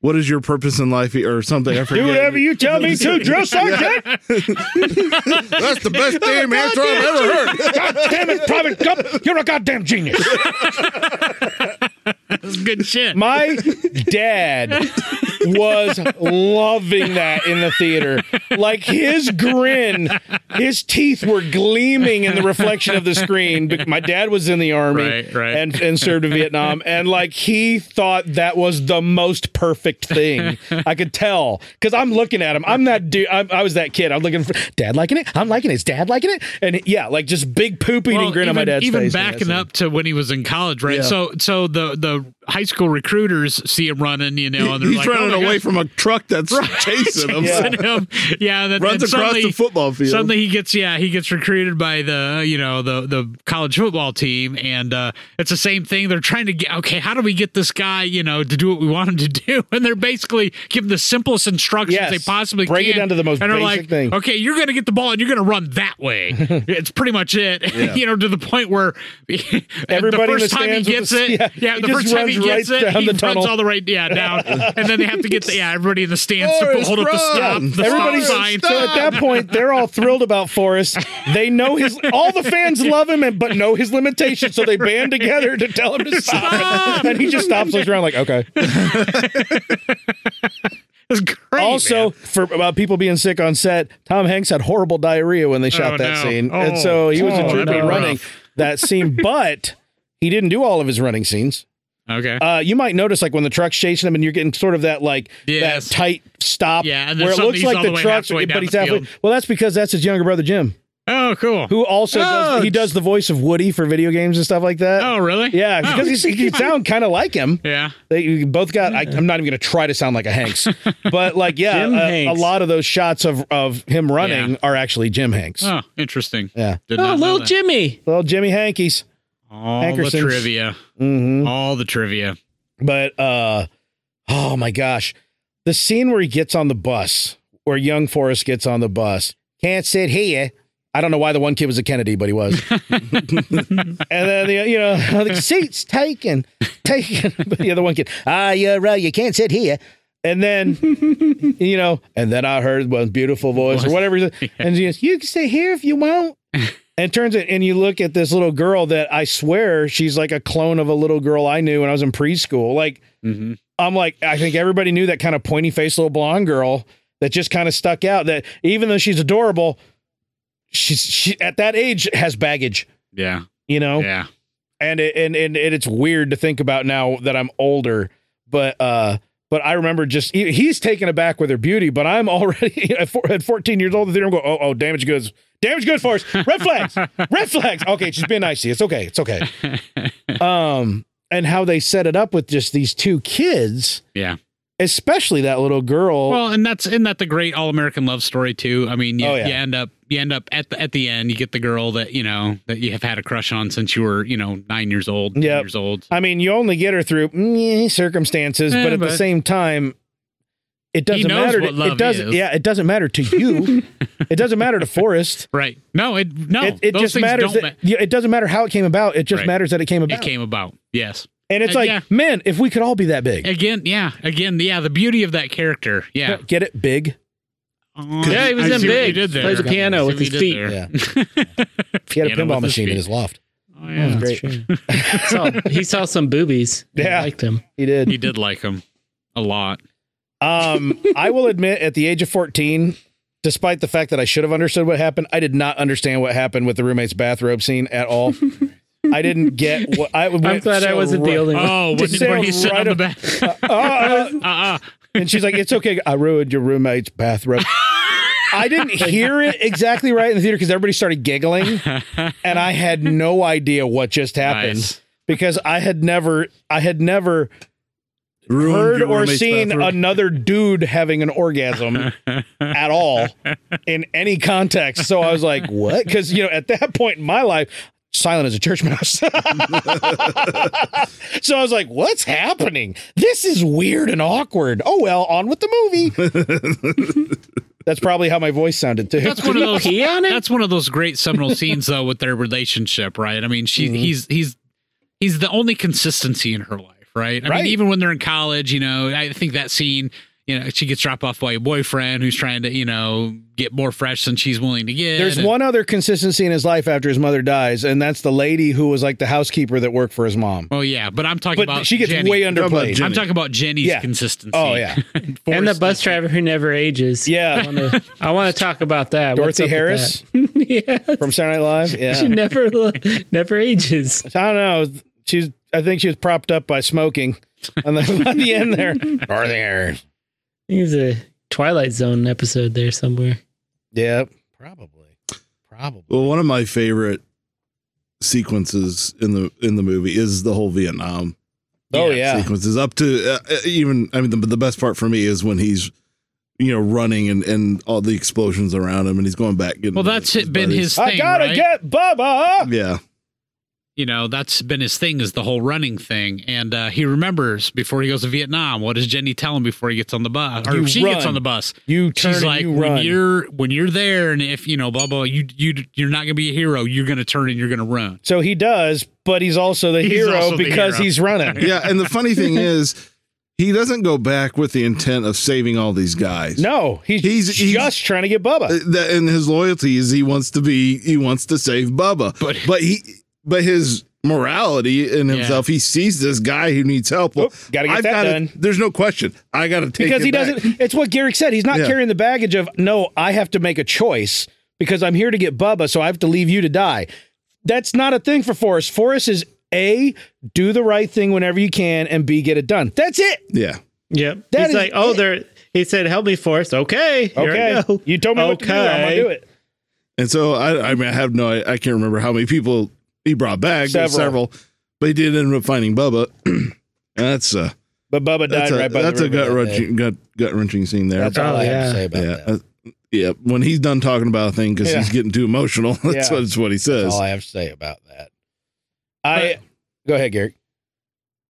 Speaker 5: What is your purpose in life, or something? I forget.
Speaker 2: you tell me to, drill sergeant.
Speaker 5: That's the best damn answer I've ever heard.
Speaker 2: God damn it, Private Gump, you're a goddamn genius.
Speaker 4: that's good shit.
Speaker 2: My dad was loving that in the theater. Like his grin, his teeth were gleaming in the reflection of the screen. Bec- My dad was in the army
Speaker 4: Right, right.
Speaker 2: and and served in Vietnam, and like he thought that was the most perfect thing. I could tell because I'm looking at him. I'm that dude. I'm, I was that kid. I'm looking for dad liking it. I'm liking it. Is dad liking it? And yeah, like just big poop eating
Speaker 4: Well,
Speaker 2: grin
Speaker 4: even,
Speaker 2: on my dad's
Speaker 4: even
Speaker 2: face. when I
Speaker 4: backing
Speaker 2: see him.
Speaker 4: up to when he was in college, right?
Speaker 5: Yeah.
Speaker 4: So, so the the high school recruiters see him running, you know, and they're
Speaker 5: He's
Speaker 4: like,
Speaker 5: running
Speaker 4: "Oh my
Speaker 5: away
Speaker 4: gosh,
Speaker 5: from a truck that's chasing him.
Speaker 2: Yeah.
Speaker 4: send him." Yeah, and then,
Speaker 5: Runs
Speaker 4: and
Speaker 5: across
Speaker 4: suddenly,
Speaker 5: the football field.
Speaker 4: Suddenly he gets yeah he gets recruited by the you know the the college football team, and uh, it's the same thing. They're trying to get okay, how do we get this guy you know to do what we want him to do? And they're basically give him the simplest instructions
Speaker 2: Yes.
Speaker 4: they possibly
Speaker 2: Break it
Speaker 4: can.
Speaker 2: down to the most
Speaker 4: and they're
Speaker 2: basic
Speaker 4: like,
Speaker 2: thing.
Speaker 4: okay, you're gonna get the ball and you're gonna run that way. it's pretty much it.
Speaker 5: Yeah.
Speaker 4: you know, to the point where
Speaker 2: Everybody in
Speaker 4: the first
Speaker 2: the
Speaker 4: time he
Speaker 2: stands with
Speaker 4: gets
Speaker 2: the-
Speaker 4: it,
Speaker 2: yeah,
Speaker 4: yeah,
Speaker 2: he
Speaker 4: the
Speaker 2: just
Speaker 4: first time he
Speaker 2: runs
Speaker 4: gets
Speaker 2: right down
Speaker 4: it, he
Speaker 2: the
Speaker 4: runs
Speaker 2: tunnel.
Speaker 4: all the way yeah down, and then they have to get the yeah everybody in the stands to
Speaker 5: Forrest,
Speaker 4: hold up the stop,
Speaker 5: run!
Speaker 4: the
Speaker 2: Everybody's
Speaker 4: stop sign.
Speaker 2: so at that point they're all thrilled about Forrest. They know his all the fans love him and but know his limitations, so they band together to tell him to stop.
Speaker 4: Stop!
Speaker 2: and he just stops, looks around like, okay.
Speaker 4: It's great,
Speaker 2: also,
Speaker 4: man.
Speaker 2: for about people being sick on set, Tom Hanks had horrible diarrhea when they shot
Speaker 4: Oh,
Speaker 2: that
Speaker 4: no.
Speaker 2: scene, and
Speaker 4: Oh.
Speaker 2: so he was
Speaker 4: Oh,
Speaker 2: a
Speaker 4: that'd be
Speaker 2: droopy
Speaker 4: rough.
Speaker 2: running that scene, but he didn't do all of his running scenes.
Speaker 4: okay,
Speaker 2: Uh, you might notice like when the truck's chasing him and you're getting sort of that like
Speaker 4: Yes.
Speaker 2: that tight stop
Speaker 4: Yeah, and then
Speaker 2: where it
Speaker 4: suddenly
Speaker 2: looks
Speaker 4: he's
Speaker 2: like
Speaker 4: all
Speaker 2: the,
Speaker 4: the way
Speaker 2: truck's
Speaker 4: halfway
Speaker 2: but
Speaker 4: down
Speaker 2: he's
Speaker 4: the
Speaker 2: halfway.
Speaker 4: field.
Speaker 2: Well, that's because that's his younger brother Jim.
Speaker 4: oh cool,
Speaker 2: who also does,
Speaker 5: Oh,
Speaker 2: he does the voice of Woody for video games and stuff like that.
Speaker 4: oh really,
Speaker 2: Yeah,
Speaker 4: Oh.
Speaker 2: because he's, he can sound kind of like him.
Speaker 4: yeah,
Speaker 2: They you both got. I, I'm not even going to try to sound like a Hanks, but like yeah,
Speaker 6: Jim
Speaker 2: a, a
Speaker 6: Hanks.
Speaker 2: lot of those shots of of him running
Speaker 4: Yeah.
Speaker 2: are actually Jim Hanks.
Speaker 4: oh interesting,
Speaker 2: Yeah,
Speaker 4: Did
Speaker 6: oh,
Speaker 4: not know
Speaker 6: little
Speaker 4: that.
Speaker 6: Jimmy.
Speaker 2: well, Jimmy Hankies.
Speaker 4: all
Speaker 2: Hankersons.
Speaker 4: the trivia,
Speaker 2: hmm
Speaker 4: all the trivia,
Speaker 2: But uh, oh my gosh, the scene where he gets on the bus, where young Forrest gets on the bus, can't sit here. I don't know why the one kid was a Kennedy, but he was. and then the you know the seats taken, taken. But the other one kid, ah, you're right, you can't sit here. And then you know, and then I heard one beautiful voice or whatever, he said, and she goes, "You can sit here if you want." And it turns it, and you look at this little girl that I swear she's like a clone of a little girl I knew when I was in preschool. Like
Speaker 4: hmm
Speaker 2: I'm like, I think everybody knew that kind of pointy faced little blonde girl that just kind of stuck out. That even though she's adorable, she's she at that age has baggage,
Speaker 4: yeah,
Speaker 2: you know.
Speaker 4: yeah,
Speaker 2: And it, and and and it's weird to think about now that I'm older, but uh, but I remember just he- he's taken aback with her beauty, but I'm already at, four, at 14 years old. The theater, I'm going, oh oh, damaged goods, damaged goods for us, red flags, red flags. Okay, she's being icy. It's okay, it's okay. Um, and how they set it up with just these two kids,
Speaker 4: Yeah.
Speaker 2: especially that little girl.
Speaker 4: Well, and that's isn't that the great all American love story too? I mean, you,
Speaker 2: Oh, yeah.
Speaker 4: you end up you end up at the at the end, you get the girl that you know that you have had a crush on since you were you know nine years old, ten
Speaker 2: Yep.
Speaker 4: years old.
Speaker 2: I mean, you only get her through meh, circumstances,
Speaker 4: Eh,
Speaker 2: but at the
Speaker 4: but-
Speaker 2: same time, it doesn't
Speaker 4: knows
Speaker 2: matter.
Speaker 4: what
Speaker 2: to, it
Speaker 4: love
Speaker 2: doesn't.
Speaker 4: is.
Speaker 2: Yeah, it doesn't matter to you. it doesn't matter to Forrest.
Speaker 4: Right? No, it no.
Speaker 2: it it
Speaker 4: those
Speaker 2: just
Speaker 4: things
Speaker 2: matters
Speaker 4: don't
Speaker 2: that yeah, it doesn't matter how it came about. It just
Speaker 4: Right.
Speaker 2: matters that it came
Speaker 4: ma-
Speaker 2: about.
Speaker 4: it came about. Yes.
Speaker 2: and it's
Speaker 4: uh,
Speaker 2: like,
Speaker 4: yeah.
Speaker 2: man, if we could all be that big,
Speaker 4: Again, yeah. Again, yeah. The beauty of that character. Yeah. Uh-huh.
Speaker 2: get it big.
Speaker 7: Yeah, he was
Speaker 4: I
Speaker 7: in
Speaker 4: see what you
Speaker 7: big.
Speaker 4: did there.
Speaker 7: Plays the
Speaker 4: I see
Speaker 7: piano
Speaker 4: what
Speaker 7: with
Speaker 4: you
Speaker 7: his
Speaker 4: did
Speaker 7: feet.
Speaker 4: there.
Speaker 2: Yeah, he had a
Speaker 4: Piano with
Speaker 2: pinball
Speaker 4: his
Speaker 2: machine in
Speaker 4: feet.
Speaker 2: his loft.
Speaker 4: Oh,
Speaker 7: Mm.
Speaker 4: yeah.
Speaker 6: That's true. Saw- he saw some boobies.
Speaker 2: Yeah.
Speaker 6: Yeah, I liked him.
Speaker 2: He did.
Speaker 4: He did like him a lot.
Speaker 2: Um, I will admit, at the age of 14, despite the fact that I should have understood what happened, I did not understand what happened with the roommate's bathrobe scene at all. I didn't get what I went
Speaker 6: I'm glad I
Speaker 2: so
Speaker 6: wasn't
Speaker 2: right-
Speaker 6: the only one.
Speaker 4: Oh, when,
Speaker 2: Just
Speaker 4: when he's
Speaker 2: sailed
Speaker 4: sitting
Speaker 2: right
Speaker 4: on the
Speaker 2: up-
Speaker 4: back.
Speaker 2: Uh, uh,
Speaker 4: Uh, uh,
Speaker 2: and she's like, "It's okay, I ruined your roommate's bathrobe." I didn't hear it exactly right in the theater because everybody started giggling, and I had no idea what just happened
Speaker 4: Nice.
Speaker 2: because I had never, I had never
Speaker 5: Ruined
Speaker 2: heard
Speaker 5: your
Speaker 2: or
Speaker 5: roommate's
Speaker 2: seen
Speaker 5: bathroom.
Speaker 2: another dude having an orgasm at all in any context. So I was like, what? Because, you know, at that point in my life, silent as a church mouse. so I was like, what's happening? This is weird and awkward. Oh, well, on with the movie. That's probably how my voice sounded too.
Speaker 4: that's one of those.
Speaker 7: Pee on it?
Speaker 4: That's one of those great seminal scenes though with their relationship, right? I mean, she
Speaker 2: Mm-hmm.
Speaker 4: he's he's he's the only consistency in her life, right? I
Speaker 2: Right.
Speaker 4: mean, even when they're in college, you know, I think that scene, you know, she gets dropped off by a boyfriend who's trying to, you know, get more fresh than she's willing to get.
Speaker 2: There's
Speaker 4: and-
Speaker 2: one other consistency in his life after his mother dies, and that's the lady who was like the housekeeper that worked for his mom.
Speaker 4: Oh yeah, but I'm talking
Speaker 2: But
Speaker 4: about
Speaker 2: she gets
Speaker 4: Jenny.
Speaker 2: way
Speaker 5: Talking about
Speaker 2: underplayed.
Speaker 5: Jenny.
Speaker 4: I'm talking about Jenny's
Speaker 2: Yeah.
Speaker 4: consistency.
Speaker 2: Oh yeah,
Speaker 6: and the bus driver who never ages.
Speaker 2: Yeah.
Speaker 6: I wanna- I want to talk about that. What's
Speaker 2: Dorothy
Speaker 6: up with
Speaker 2: Harris
Speaker 6: that? yeah,
Speaker 2: from Saturday Night Live.
Speaker 6: she
Speaker 2: Yeah,
Speaker 6: never lo- never ages.
Speaker 2: I don't know. She's. I think she was propped up by smoking on the, on the end there. Dorothy Harris.
Speaker 6: He's a Twilight Zone episode there somewhere.
Speaker 2: Yeah, probably. Probably.
Speaker 5: Well, one of my favorite sequences in the in the movie is the whole Vietnam
Speaker 2: oh yeah.
Speaker 5: sequences up to uh, uh, even I mean the, the best part for me is when he's you know running and and all the explosions around him and he's going back getting
Speaker 4: Well, that's it, been
Speaker 5: buddies.
Speaker 4: his thing.
Speaker 2: I gotta
Speaker 4: right?
Speaker 2: get Bubba.
Speaker 5: yeah
Speaker 4: you know that's been his thing is the whole running thing and uh, he remembers before he goes to vietnam what does jenny tell him before he gets on the bus or
Speaker 2: You
Speaker 4: she gets
Speaker 2: run.
Speaker 4: on the bus
Speaker 2: You turn
Speaker 4: she's
Speaker 2: and
Speaker 4: like
Speaker 2: you
Speaker 4: when
Speaker 2: run.
Speaker 4: you're when you're there and if you know blah blah you you you're not gonna be a hero you're gonna turn and you're gonna run
Speaker 2: so he does, but he's also the
Speaker 4: He's
Speaker 2: hero
Speaker 4: also the
Speaker 2: because
Speaker 4: hero.
Speaker 2: he's running.
Speaker 5: yeah and the funny thing is he doesn't go back with the intent of saving all these guys
Speaker 2: No, he's,
Speaker 5: He's- he's-
Speaker 2: just trying to get Bubba.
Speaker 5: Uh, that and his loyalty is he wants to be he wants to save Bubba.
Speaker 4: But-
Speaker 5: but he but his morality in himself, he sees this guy who needs help. Well,
Speaker 2: Oop, Oh, gotta get that
Speaker 5: gotta-
Speaker 2: done.
Speaker 5: There's no question. I gotta take
Speaker 2: because
Speaker 5: it
Speaker 2: he
Speaker 5: back.
Speaker 2: doesn't it's what Garrick said. He's not
Speaker 5: Yeah.
Speaker 2: carrying the baggage of no, I have to make a choice because I'm here to get Bubba, so I have to leave you to die. That's not a thing for Forrest. Forrest is A, do the right thing whenever you can, and B, get it done. That's it.
Speaker 5: Yeah.
Speaker 6: Yep.
Speaker 2: That
Speaker 6: He's
Speaker 2: is
Speaker 6: like, oh,
Speaker 2: it.
Speaker 6: they're. He said, "Help me, Forrest." Okay. here I
Speaker 2: Okay.
Speaker 6: go.
Speaker 2: You told me what to do. I'm gonna
Speaker 6: Okay.
Speaker 2: do it.
Speaker 5: And so I I mean I have no I, I can't remember how many people he brought back. Several.
Speaker 2: Several.
Speaker 5: several but he did end up finding Bubba. And that's a
Speaker 2: But Bubba
Speaker 5: that's
Speaker 2: died
Speaker 5: a,
Speaker 2: right by
Speaker 5: that's
Speaker 2: the
Speaker 5: a
Speaker 2: river
Speaker 5: gut
Speaker 2: that day.
Speaker 5: wrenching gut gut wrenching scene there.
Speaker 2: That's all I have
Speaker 6: Yeah.
Speaker 2: to say about
Speaker 5: yeah.
Speaker 2: that.
Speaker 5: Uh, yeah. When he's done talking about a thing because
Speaker 2: Yeah.
Speaker 5: he's getting too emotional, that's
Speaker 2: Yeah.
Speaker 5: what, that's what he says.
Speaker 2: That's all I have to say about that. I go ahead, Garrick.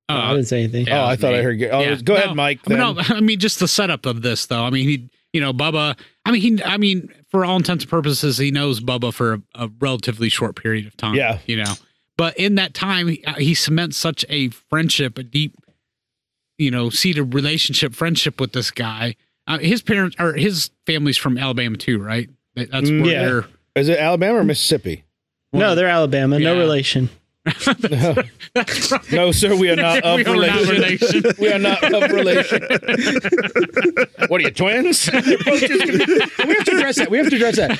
Speaker 4: uh,
Speaker 6: I didn't say anything.
Speaker 4: Yeah,
Speaker 2: oh, I
Speaker 4: that's
Speaker 2: thought
Speaker 4: me.
Speaker 2: I heard Garrick. Oh,
Speaker 4: Yeah.
Speaker 2: go
Speaker 4: No,
Speaker 2: ahead, Mike.
Speaker 4: I mean,
Speaker 2: Then.
Speaker 4: no, I mean just the setup of this though i mean he you know bubba i mean he i mean for all intents and purposes he knows bubba for a, a relatively short period of time
Speaker 2: Yeah.
Speaker 4: you know but in that time he, he cements such a friendship a deep you know seated relationship friendship with this guy uh, his parents or his family's from alabama too right That- that's where
Speaker 6: Yeah.
Speaker 4: they're-
Speaker 2: Is it Alabama or Mississippi?
Speaker 6: no, they're Alabama. No
Speaker 4: Yeah.
Speaker 6: relation.
Speaker 4: that's right.
Speaker 2: No, sir, we are not of
Speaker 4: We are not
Speaker 2: relation.
Speaker 4: relation.
Speaker 2: We are not of relation. what are you twins? we have to address that. We have to address that.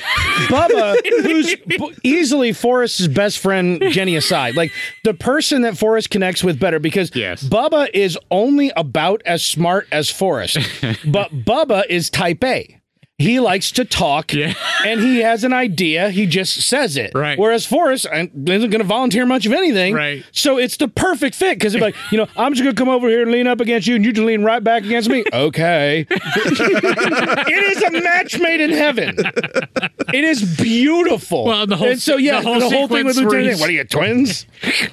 Speaker 2: Bubba, who's b- easily Forrest's best friend, Jenny aside, like the person that Forrest connects with better, because
Speaker 4: Yes.
Speaker 2: Bubba is only about as smart as Forrest, but Bubba is type A. He likes to talk and he has an idea. He just says it.
Speaker 4: Right.
Speaker 2: Whereas Forrest uh, isn't going to volunteer much of anything.
Speaker 4: Right.
Speaker 2: So it's the perfect fit because it's like, you know, I'm just going to come over here and lean up against you and you just lean right back against me. Okay. it is a match made in heaven. It is beautiful.
Speaker 4: Well, the whole-
Speaker 2: and so, yeah,
Speaker 4: the whole
Speaker 2: thing with
Speaker 4: sequence where
Speaker 2: Lieutenant.
Speaker 4: he's-
Speaker 2: What are you, twins?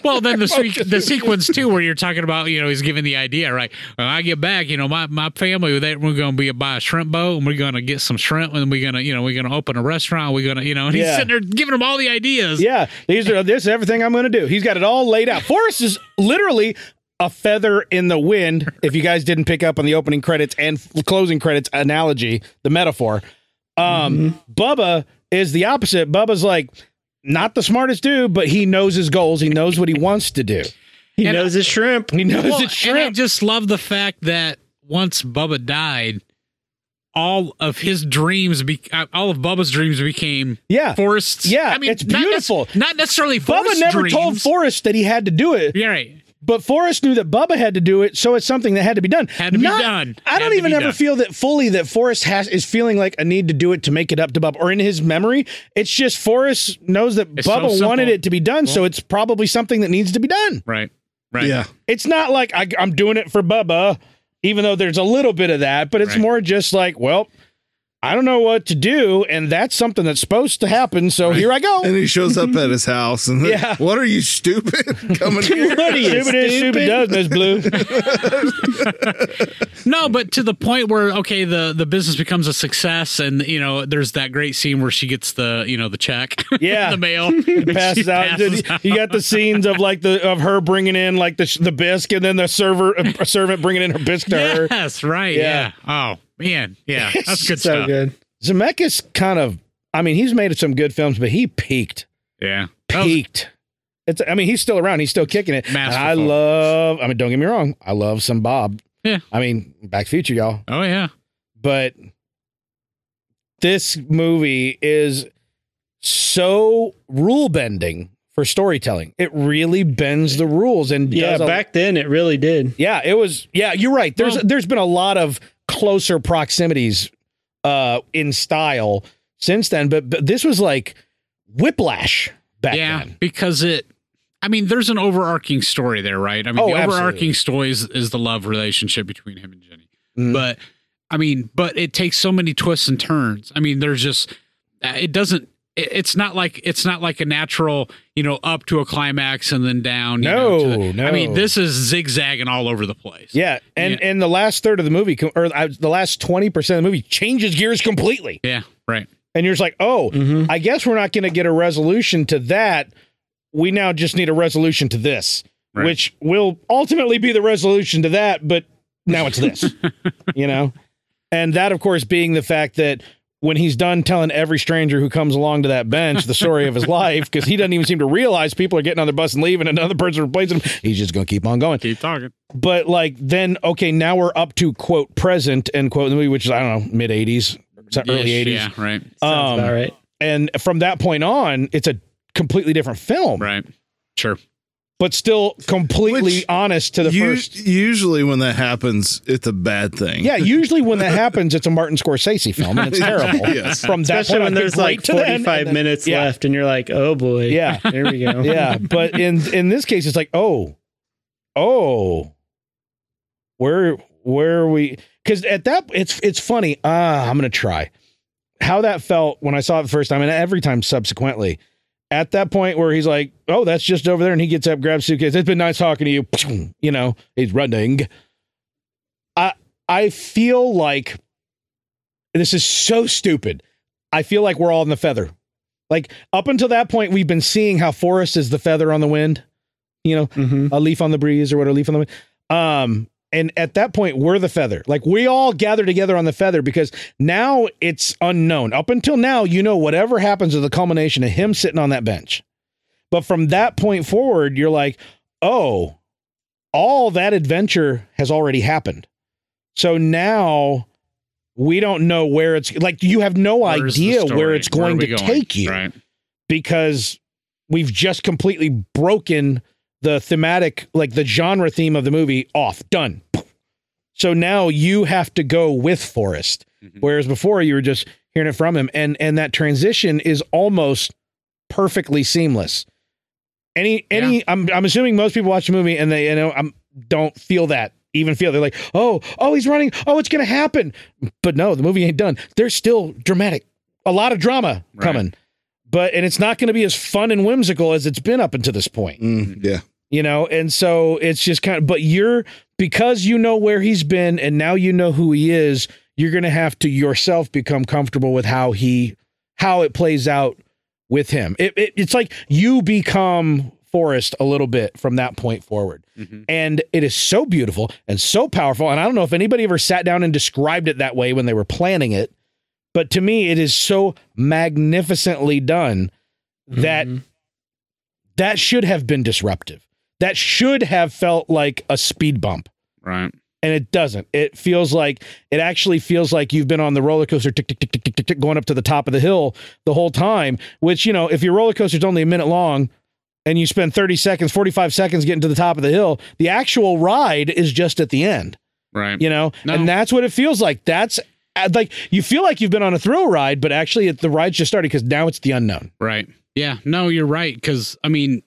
Speaker 4: Well, then the se- the sequence too, where you're talking about, you know, he's giving the idea, right? When I get back, you know, my, my family, they, we're going to be buy a shrimp boat, and we're going to get some shrimp, and we're going to, you know, we're going to open a restaurant, we're going to, you know, and he's
Speaker 2: Yeah.
Speaker 4: sitting there giving him all the ideas.
Speaker 2: Yeah, these are this is everything I'm going to do. He's got it all laid out. Forrest is literally a feather in the wind. If you guys didn't pick up on the opening credits and f- closing credits analogy, the metaphor, um, Bubba is the opposite. Bubba's like not the smartest dude, but he knows his goals. He knows what he wants to do.
Speaker 6: He
Speaker 4: And
Speaker 2: uh,
Speaker 6: knows his shrimp.
Speaker 2: He knows
Speaker 4: Well,
Speaker 2: it's
Speaker 4: and I
Speaker 2: shrimp.
Speaker 4: just love the fact that once Bubba died, all of his dreams, be- uh, all of Bubba's dreams became
Speaker 2: Yeah.
Speaker 4: Forrest's.
Speaker 2: Yeah, it's
Speaker 4: not nec-
Speaker 2: beautiful.
Speaker 4: not necessarily
Speaker 2: Bubba
Speaker 4: Forrest's
Speaker 2: never
Speaker 4: dreams.
Speaker 2: told Forrest that he had to do it.
Speaker 4: Yeah, right.
Speaker 2: But Forrest knew that Bubba had to do it, so it's something that had to be done.
Speaker 4: Had to be done.
Speaker 2: I
Speaker 4: Had
Speaker 2: don't
Speaker 4: to
Speaker 2: even
Speaker 4: be
Speaker 2: ever
Speaker 4: done.
Speaker 2: feel that fully that Forrest has is feeling like a need to do it to make it up to Bubba or in his memory. It's just Forrest knows that
Speaker 4: It's so
Speaker 2: Bubba
Speaker 4: simple.
Speaker 2: wanted it to be done, so it's probably something that needs to be done.
Speaker 4: Right. Right.
Speaker 5: Yeah.
Speaker 2: It's not like I, I'm doing it for Bubba, even though there's a little bit of that, but it's
Speaker 4: Right.
Speaker 2: more just like, well, I don't know what to do, and that's something that's supposed to happen, so here I go.
Speaker 5: And he shows up at his house and
Speaker 2: Yeah.
Speaker 5: what are you stupid coming here?
Speaker 6: What are you,
Speaker 2: Stupid is, stupid
Speaker 6: stupid?
Speaker 2: does, Miss Blue.
Speaker 4: No, but to the point where okay, the the business becomes a success, and you know, there's that great scene where she gets the you know the check,
Speaker 2: Yeah.
Speaker 4: the mail, and
Speaker 2: passes
Speaker 4: she
Speaker 2: out.
Speaker 4: passes
Speaker 2: Dude, You got the scenes of like the of her bringing in like the sh- the bisque, and then the server uh, servant bringing in her bisque to her.
Speaker 4: Yes, right.
Speaker 2: Yeah.
Speaker 4: Yeah. Oh man, yeah, that's good
Speaker 6: so
Speaker 4: stuff.
Speaker 6: good.
Speaker 2: Zemeckis kind of, I mean, he's made some good films, but he peaked,
Speaker 4: Yeah, That was-
Speaker 2: peaked. It's, I mean, he's still around. He's still kicking it. And I
Speaker 4: Masterful.
Speaker 2: love. I mean, don't get me wrong. I love some Bob.
Speaker 4: Yeah.
Speaker 2: I mean, Back to Future, y'all.
Speaker 4: oh yeah,
Speaker 2: but this movie is so rule bending for storytelling. It really bends the rules and
Speaker 6: Yeah,
Speaker 2: does a-
Speaker 6: back then it really did.
Speaker 2: yeah, it was. Yeah, you're right. There's
Speaker 4: Well-
Speaker 2: there's been a lot of closer proximities uh in style since then, but, but this was like whiplash back
Speaker 4: yeah,
Speaker 2: then.
Speaker 4: because it. I mean, there's an overarching story there, right? I mean,
Speaker 2: Oh,
Speaker 4: the
Speaker 2: absolutely.
Speaker 4: overarching story is, is the love relationship between him and Jenny.
Speaker 2: Mm.
Speaker 4: But I mean, but it takes so many twists and turns. I mean, there's just uh, it doesn't. it- It's not like it's not like a natural, you know, up to a climax and then down. you know, to
Speaker 2: No,
Speaker 4: I mean,
Speaker 2: no.
Speaker 4: this is zigzagging all over the place.
Speaker 2: Yeah, and
Speaker 4: Yeah.
Speaker 2: and the last third of the movie, com- or uh, the last twenty percent of the movie, changes gears completely,
Speaker 4: yeah, right.
Speaker 2: and you're just like, oh,
Speaker 6: Mhm.
Speaker 2: I guess we're not going to get a resolution to that. We now just need a resolution to this,
Speaker 4: Right.
Speaker 2: which will ultimately be the resolution to that, but now it's this, you know? And that, of course, being the fact that when he's done telling every stranger who comes along to that bench the story of his life, because he doesn't even seem to realize people are getting on the bus and leaving, and another person replacing him, he's just going to keep on going.
Speaker 4: Keep talking.
Speaker 2: But like, then, okay, now we're up to quote present, end quote, the movie, which is, I don't know, mid 80s, early Um, 80s
Speaker 4: Yeah, right,
Speaker 6: Sounds about right.
Speaker 2: and from that point on, it's a completely different film,
Speaker 4: right, sure.
Speaker 2: but still completely
Speaker 5: Which
Speaker 2: honest to the
Speaker 5: U-
Speaker 2: first.
Speaker 5: Usually when that happens, it's a bad thing.
Speaker 2: Yeah, usually when that happens, it's a Martin Scorsese film, and it's terrible.
Speaker 5: Yes.
Speaker 2: From that
Speaker 6: Especially
Speaker 2: point
Speaker 6: when
Speaker 2: on,
Speaker 6: there's
Speaker 2: great
Speaker 6: like
Speaker 2: to then, and
Speaker 6: 45
Speaker 2: then-
Speaker 6: minutes
Speaker 2: yeah,
Speaker 6: left and you're like, oh boy.
Speaker 2: Yeah.
Speaker 6: There we go.
Speaker 2: Yeah, but in in this case, it's like, oh, oh, where where are we? Because at that, it's it's funny. Ah, I'm gonna try how that felt when I saw it the first time, and every time subsequently. At that point where he's like, "Oh, that's just over there," and he gets up, grabs suitcase. It's been nice talking to you. You know, he's running. I I feel like this is so stupid. I feel like we're all in the feather. Like up until that point, we've been seeing how Forrest is the feather on the wind, you know,
Speaker 6: Mhm.
Speaker 2: a leaf on the breeze or what a leaf on the wind. Um, and at that point, we're the feather. Like we all gather together on the feather because now it's unknown. Up until now, you know whatever happens is the culmination of him sitting on that bench. But from that point forward, you're like, oh, all that adventure has already happened. So now we don't know where it's like you have no
Speaker 4: Where's the
Speaker 2: idea where
Speaker 4: story?
Speaker 2: it's
Speaker 4: Where are
Speaker 2: going
Speaker 4: we
Speaker 2: to take you
Speaker 4: Right.
Speaker 2: because we've just completely broken the thematic, like the genre theme of the movie off. Done. So now you have to go with Forrest.
Speaker 4: Mhm.
Speaker 2: Whereas before you were just hearing it from him, and and that transition is almost perfectly seamless. Any any I'm I'm assuming most people watch the movie and they you know I'm don't feel that even feel they're like oh oh he's running oh it's gonna happen but no the movie ain't done there's still dramatic a lot of drama
Speaker 4: Right.
Speaker 2: coming but and it's not gonna be as fun and whimsical as it's been up until this point
Speaker 5: Mm, yeah.
Speaker 2: you know and so it's just kind of but you're because you know where he's been and now you know who he is you're going to have to yourself become comfortable with how he how it plays out with him it, it, it's like you become forrest a little bit from that point forward and it is so beautiful and so powerful and i don't know if anybody ever sat down and described it that way when they were planning it but to me it is so magnificently done
Speaker 6: Mm-hmm.
Speaker 2: that that should have been disruptive. That should have felt like a speed bump.
Speaker 4: Right.
Speaker 2: And it doesn't. It feels like it actually feels like you've been on the roller coaster tick tick tick tick tick tick, tick going up to the top of the hill the whole time, which you know, if your roller coaster's only a minute long and you spend 30 seconds, 45 seconds getting to the top of the hill, the actual ride is just at the end,
Speaker 4: Right.
Speaker 2: you know?
Speaker 4: No.
Speaker 2: And that's what it feels like. That's uh, like you feel like you've been on a thrill ride, but actually it, the ride's just started because now it's the unknown.
Speaker 4: Right. Yeah. No, you're right. Because I mean,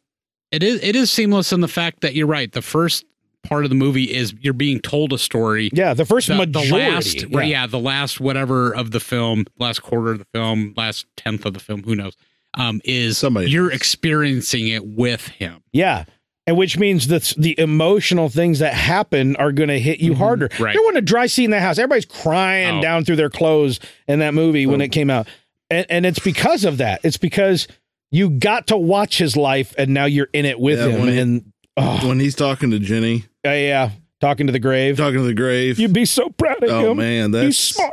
Speaker 4: it is it is seamless in the fact that you're right. The first part of the movie is you're being told a story.
Speaker 2: Yeah, the first
Speaker 4: The, the
Speaker 2: majority.
Speaker 4: last, yeah. the last whatever of the film, last quarter of the film, last tenth of the film, who knows? Um, is
Speaker 5: Somebody
Speaker 4: you're experiencing it with him,
Speaker 2: Yeah. And which means that the emotional things that happen are going to hit
Speaker 5: Mm-hmm.
Speaker 2: you harder.
Speaker 4: right.
Speaker 2: There wasn't a dry scene in that house. Everybody's crying
Speaker 4: Oh.
Speaker 2: down through their clothes in that movie
Speaker 5: Oh.
Speaker 2: when it came out. And, and it's because of that. It's because you got to watch his life and now you're in it with
Speaker 5: Yeah,
Speaker 2: him.
Speaker 5: when he-
Speaker 2: and, oh,
Speaker 5: when he's talking to Jenny,
Speaker 2: yeah, yeah. Talking to the grave.
Speaker 5: talking to the grave.
Speaker 2: You'd be so proud of
Speaker 5: oh
Speaker 2: him.
Speaker 5: man, that's
Speaker 2: He's smart.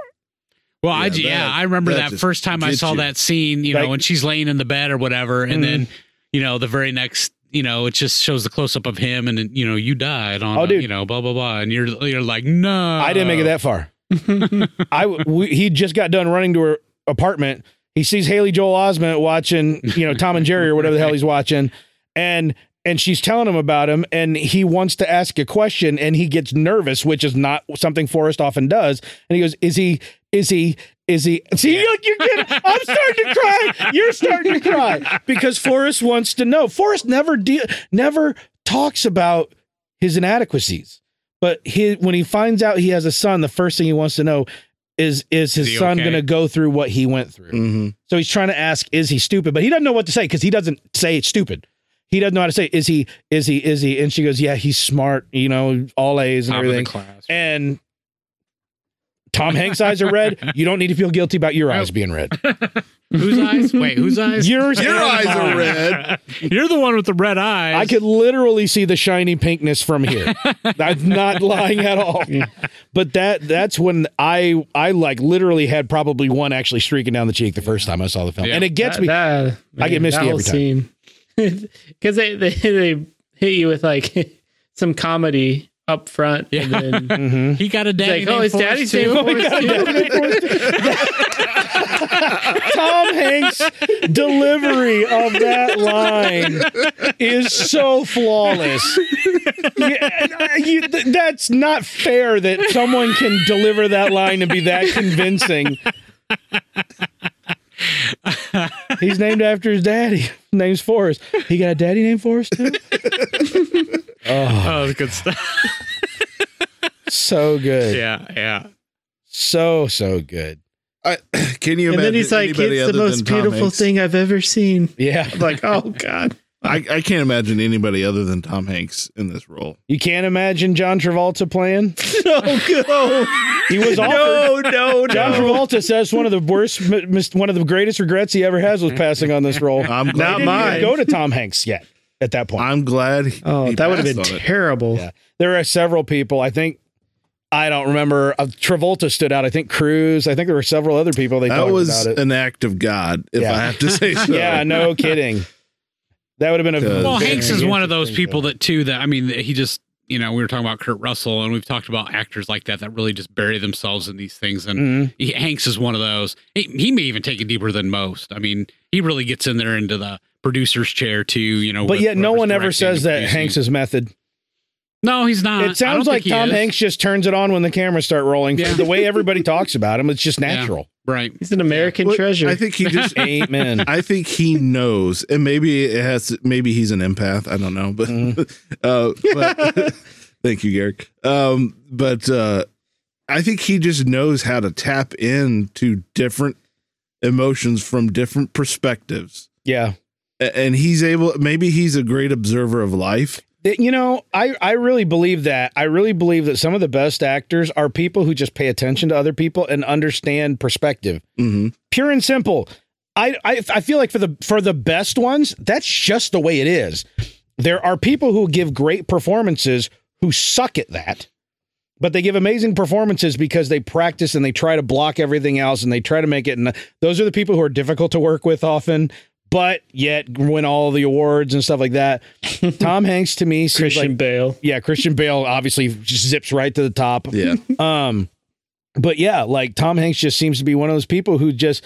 Speaker 4: Well, I
Speaker 5: Yeah,
Speaker 4: ju- yeah,
Speaker 5: that-
Speaker 4: I remember
Speaker 5: that
Speaker 4: that,
Speaker 5: just
Speaker 4: first time I
Speaker 5: gets
Speaker 4: saw
Speaker 5: you.
Speaker 4: that scene. You know,
Speaker 2: Like-
Speaker 4: when she's laying in the bed or whatever, and then you know the very next, you know, it just shows the close up of him, and then, you know, you died on,
Speaker 2: Oh,
Speaker 4: uh,
Speaker 2: dude.
Speaker 4: you know, blah blah blah, and you're you're like, no,
Speaker 2: I didn't make it that far. I w- we, he just got done running to her apartment. He sees Haley Joel Osment watching, you know, Tom and Jerry or whatever the hell he's watching, and and she's telling him about him, and he wants to ask a question, and he gets nervous, which is not something Forrest often does, and he goes, "Is he? Is he?" Is he? See, look, you're getting. I'm starting to cry. You're starting to cry because Forrest wants to know. Forrest never de- never talks about his inadequacies. But he, when he finds out he has a son, the first thing he wants to know is is his
Speaker 4: Is he
Speaker 2: son
Speaker 4: okay?
Speaker 2: going to go through what he went through?
Speaker 5: Mhm.
Speaker 2: So he's trying to ask, is he stupid? But he doesn't know what to say because he doesn't say it's stupid. He doesn't know how to say, is he, is he, is he? And she goes, yeah, he's smart, you know, all A's and
Speaker 4: Top of the
Speaker 2: everything.
Speaker 4: class.
Speaker 2: And Tom Hanks' eyes are red. You don't need to feel guilty about your eyes being red.
Speaker 4: whose eyes? Wait, whose eyes?
Speaker 2: Yours,
Speaker 5: Your
Speaker 2: and
Speaker 5: eyes
Speaker 2: mine.
Speaker 5: are red.
Speaker 4: You're the one with the red eyes.
Speaker 2: I could literally see the shiny pinkness from here. I'm not lying at all. But that that's when I I like literally had probably one actually streaking down the cheek the first time I saw the film.
Speaker 4: Yeah.
Speaker 2: And it gets
Speaker 6: That-
Speaker 2: me.
Speaker 6: that-
Speaker 2: I get
Speaker 6: man,
Speaker 2: misty
Speaker 6: that whole
Speaker 2: every time.
Speaker 6: Scene. Because they, they they hit you with like some comedy up front, and
Speaker 4: Yeah.
Speaker 6: then it's
Speaker 2: Mhm.
Speaker 4: He got a daddy.
Speaker 6: like, oh,
Speaker 4: named
Speaker 6: his
Speaker 4: Forrest,
Speaker 6: daddy's
Speaker 4: too.
Speaker 6: name Forrest, too.
Speaker 2: Tom Hanks' delivery of that line is so flawless. Yeah, and, uh, you- th- that's not fair that someone can deliver that line and be that convincing. He's named after his daddy. Name's Forrest. He got a daddy named Forrest too.
Speaker 4: Oh, good stuff.
Speaker 2: So good.
Speaker 4: Yeah, yeah.
Speaker 2: So so good.
Speaker 5: I, can you imagine?
Speaker 6: And then he's like,
Speaker 5: anybody
Speaker 6: "It's the
Speaker 5: other
Speaker 6: most
Speaker 5: than Tom
Speaker 6: beautiful
Speaker 5: Hanks?
Speaker 6: thing I've ever seen."
Speaker 2: Yeah.
Speaker 6: I'm like, oh god,
Speaker 5: I, I can't imagine anybody other than Tom Hanks in this role.
Speaker 2: You can't imagine John Travolta playing.
Speaker 6: no, no,
Speaker 2: He was offered.
Speaker 6: no, no,
Speaker 2: John Travolta says one of the worst, m- mis- one of the greatest regrets he ever has was passing on this
Speaker 4: Uh,
Speaker 2: role.
Speaker 5: I'm
Speaker 2: They
Speaker 5: glad.
Speaker 2: didn't
Speaker 6: mine.
Speaker 2: even go to Tom Hanks yet at that point.
Speaker 5: I'm glad. he-
Speaker 6: Oh,
Speaker 5: he
Speaker 6: that would have
Speaker 5: passed
Speaker 6: been
Speaker 5: on it.
Speaker 6: terrible.
Speaker 2: Yeah. There are several people. I think I don't remember. Uh, Travolta stood out. I think Cruz. I think there were several other people. They
Speaker 5: That
Speaker 2: talked
Speaker 5: was
Speaker 2: about it.
Speaker 5: an act of God, if
Speaker 2: Yeah.
Speaker 5: I have to say so.
Speaker 2: yeah, no kidding. That would have been a
Speaker 5: Because-
Speaker 4: Well,
Speaker 5: Very
Speaker 4: Hanks is one of those
Speaker 2: interesting
Speaker 4: people
Speaker 2: thing.
Speaker 4: that too that I mean that he just you know we were talking about Kurt Russell and we've talked about actors like that that really just bury themselves in these things and
Speaker 2: Mhm.
Speaker 4: he, Hanks is one of those. He, he may even take it deeper than most. I mean, he really gets in there into the producer's chair too. You know,
Speaker 2: But
Speaker 4: with
Speaker 2: yet, no
Speaker 4: whoever's
Speaker 2: one ever
Speaker 4: directing
Speaker 2: says
Speaker 4: and
Speaker 2: that
Speaker 4: producing.
Speaker 2: Hanks's method.
Speaker 4: No, he's not. Uh, I
Speaker 2: It sounds
Speaker 4: don't
Speaker 2: like
Speaker 4: think he
Speaker 2: Tom
Speaker 4: is.
Speaker 2: Hanks just turns it on when the cameras start rolling.
Speaker 4: Yeah.
Speaker 2: The way everybody talks about him, it's just
Speaker 4: Yeah.
Speaker 2: natural.
Speaker 4: Right.
Speaker 6: He's an American
Speaker 5: Well,
Speaker 6: treasure.
Speaker 5: I think he just.
Speaker 2: Amen.
Speaker 5: I think he knows, and maybe it has. Maybe he's an empath. I don't know, but,
Speaker 2: Mm-hmm.
Speaker 5: uh, but thank you, Garrick. Um, but uh, I think he just knows how to tap into different emotions from different perspectives,
Speaker 2: yeah.
Speaker 5: A- and he's able. Maybe he's a great observer of life.
Speaker 2: That- You know, I, I really believe that. I really believe that some of the best actors are people who just pay attention to other people and understand perspective.
Speaker 5: Mm-hmm.
Speaker 2: Pure and simple. I, I I feel like for the for the best ones, that's just the way it is. There are people who give great performances who suck at that, but they give amazing performances because they practice and they try to block everything else and they try to make it. And those are the people who are difficult to work with often, but yet win all the awards and stuff like that. Tom Hanks to me seems
Speaker 6: Christian
Speaker 2: like
Speaker 6: Bale.
Speaker 2: yeah, Christian Bale obviously just zips right to the top.
Speaker 5: Yeah,
Speaker 2: Um, but yeah, like Tom Hanks just seems to be one of those people who just.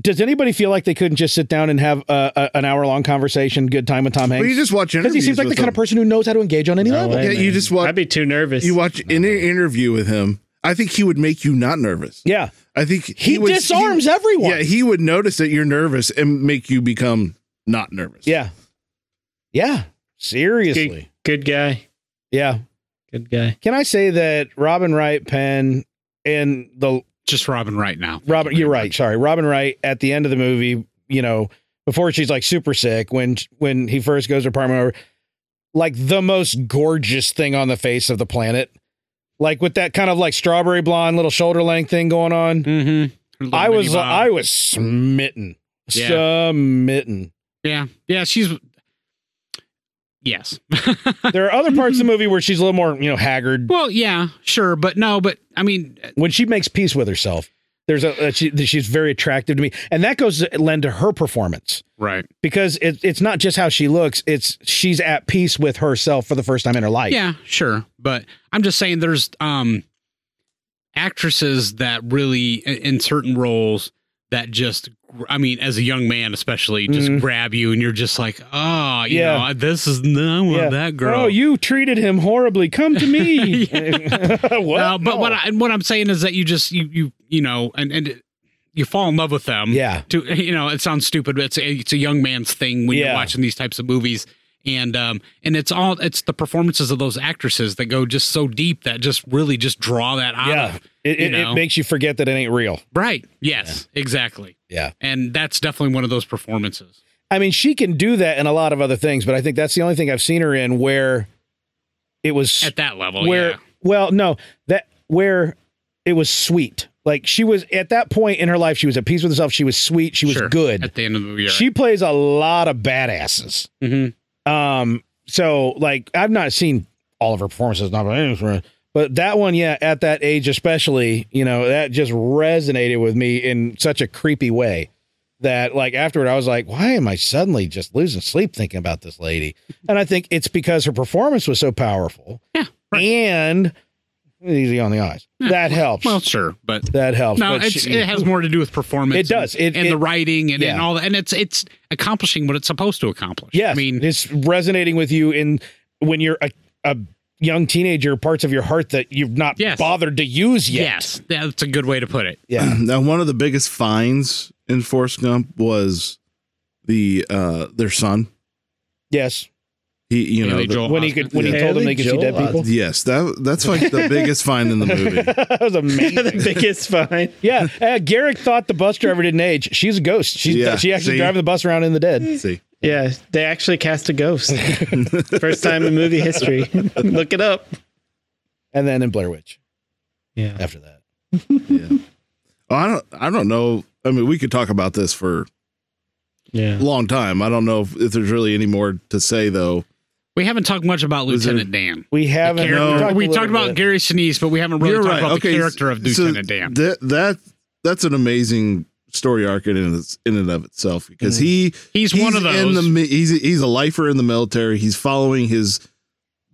Speaker 2: Does anybody feel like they couldn't just sit down and have a, a, an hour long conversation, good time with Tom
Speaker 5: but you
Speaker 2: Hanks?
Speaker 5: just watch
Speaker 2: Because
Speaker 5: interviews.
Speaker 2: he seems like the
Speaker 5: with
Speaker 2: kind of
Speaker 5: him.
Speaker 2: person who knows how to engage on any
Speaker 6: No
Speaker 2: level.
Speaker 6: way,
Speaker 5: Yeah, you
Speaker 6: man.
Speaker 5: just watch-
Speaker 6: I'd be too nervous.
Speaker 5: You watch any interview with him. I think he would make you not nervous.
Speaker 2: Yeah,
Speaker 5: I think
Speaker 2: he,
Speaker 5: would-
Speaker 2: disarms everyone.
Speaker 5: Yeah, he would notice that you're nervous and make you become not nervous.
Speaker 2: yeah, yeah. Seriously,
Speaker 6: good, good guy.
Speaker 2: yeah.
Speaker 6: Good guy.
Speaker 2: Can I say that Robin Wright Penn and the
Speaker 4: Just Robin right now.
Speaker 2: Robin,
Speaker 4: Thank you
Speaker 2: you're
Speaker 4: very
Speaker 2: right.
Speaker 4: much.
Speaker 2: Sorry, Robin Wright at the end of the movie, you know, before she's like super sick, when when he first goes to her apartment, over, like the most gorgeous thing on the face of the planet, like with that kind of like strawberry blonde little shoulder length thing going on.
Speaker 4: Mm-hmm.
Speaker 2: I was I was smitten,
Speaker 4: Yeah.
Speaker 2: smitten.
Speaker 4: Yeah. Yeah. She's. Yes.
Speaker 2: There are other parts of the movie where she's a little more, you know, haggard
Speaker 4: well, yeah, sure, but no, but I mean,
Speaker 2: when she makes peace with herself. There's a, a she, she's very attractive to me, and that goes to lend to her performance.
Speaker 4: right.
Speaker 2: because it, it's not just how she looks it's she's at peace with herself for the first time in her life
Speaker 4: Yeah, sure, but I'm just saying there's um actresses that really i- in certain roles that just gr- I mean, as a young man especially, just
Speaker 2: Mhm.
Speaker 4: grab you and you're just like, "Oh, you
Speaker 2: Yeah.
Speaker 4: know, I- this is no
Speaker 2: Yeah.
Speaker 4: that girl."
Speaker 2: oh you treated him horribly come to me what?
Speaker 4: No, Uh, but
Speaker 2: No.
Speaker 4: what I what I'm saying is that you just you you you know and and you fall in love with them.
Speaker 2: yeah
Speaker 4: To you know, it sounds stupid, but it's a, it's a young man's thing when
Speaker 2: Yeah.
Speaker 4: you're watching these types of movies. And um and it's all it's the performances of those actresses that go just so deep that just really just draw that out.
Speaker 2: yeah
Speaker 4: Of,
Speaker 2: it,
Speaker 4: you
Speaker 2: it, it
Speaker 4: know.
Speaker 2: makes you forget that it ain't real
Speaker 4: right. Yes. Exactly.
Speaker 2: yeah
Speaker 4: And that's definitely one of those performances.
Speaker 2: i mean she can do that in a lot of other things but i think that's the only thing i've seen her in where it was
Speaker 4: At that level.
Speaker 2: where
Speaker 4: yeah.
Speaker 2: well no that where it was sweet like she was at that point in her life she was at peace with herself she was sweet she was
Speaker 4: Sure.
Speaker 2: good
Speaker 4: At the end of the movie. you're
Speaker 2: she plays a lot of badasses
Speaker 4: right. Mhm.
Speaker 2: Um, so like I've not seen all of her performances, not but that one, yeah, at that age especially, you know, that just resonated with me in such a creepy way that like afterward I was like, why am I suddenly just losing sleep thinking about this lady? And I think it's because her performance was so powerful.
Speaker 4: Yeah,
Speaker 2: And easy on the eyes. That helps.
Speaker 4: Well, sure, but
Speaker 2: that helps.
Speaker 4: No,
Speaker 2: But
Speaker 4: it's,
Speaker 2: she-
Speaker 4: it has more to do with performance.
Speaker 2: It does.
Speaker 4: and,
Speaker 2: It-
Speaker 4: and
Speaker 2: it-
Speaker 4: the writing and, and
Speaker 2: yeah.
Speaker 4: all that, and it's it's accomplishing what it's supposed to accomplish.
Speaker 2: Yes,
Speaker 4: I mean,
Speaker 2: it's resonating with you in when you're a, a young teenager, parts of your heart that you've not
Speaker 4: Yes.
Speaker 2: bothered to use yet.
Speaker 4: yes, that's a good way to put it.
Speaker 2: Yeah.
Speaker 5: Now, one of the biggest fines in Forrest Gump was the uh their son.
Speaker 2: Yes.
Speaker 5: He, you
Speaker 4: Yeah,
Speaker 5: know,
Speaker 4: they
Speaker 5: the-
Speaker 4: draw
Speaker 2: When he
Speaker 4: Osmond.
Speaker 2: could, when he
Speaker 6: Yeah.
Speaker 2: told them they
Speaker 6: Haley
Speaker 2: could see dead
Speaker 6: Joel
Speaker 2: people.
Speaker 5: yes, that that's like the biggest fine in the movie.
Speaker 2: that was
Speaker 6: the
Speaker 2: amazing.
Speaker 6: biggest fine.
Speaker 2: yeah, uh, Garrick thought the bus driver didn't age. She's a ghost. She's
Speaker 5: Yeah,
Speaker 2: she actually
Speaker 5: see?
Speaker 2: driving the bus around in the dead.
Speaker 5: See,
Speaker 6: Yeah, they actually cast a ghost. First time in movie history. Look it up.
Speaker 2: And then in Blair Witch
Speaker 6: Yeah.
Speaker 2: after that.
Speaker 5: Oh, I don't, I don't know. I mean, we could talk about this for a
Speaker 6: Yeah.
Speaker 5: long time. I don't know if, if there's really any more to say though.
Speaker 4: We haven't talked much about
Speaker 5: Was there-
Speaker 4: Lieutenant Dan.
Speaker 2: We haven't
Speaker 4: Character-
Speaker 5: No.
Speaker 2: a
Speaker 4: we
Speaker 2: little
Speaker 4: talked about
Speaker 2: bit.
Speaker 4: Gary Sinise, but we haven't really
Speaker 5: You're
Speaker 4: talked
Speaker 5: right.
Speaker 4: about
Speaker 5: okay,
Speaker 4: the character of
Speaker 5: so
Speaker 4: Lieutenant Dan.
Speaker 5: That that that's an amazing story arc in and of- in and of itself because he
Speaker 4: Mm. He's one of
Speaker 5: In the,
Speaker 4: those.
Speaker 5: mi- he's he's a lifer in the military. He's following his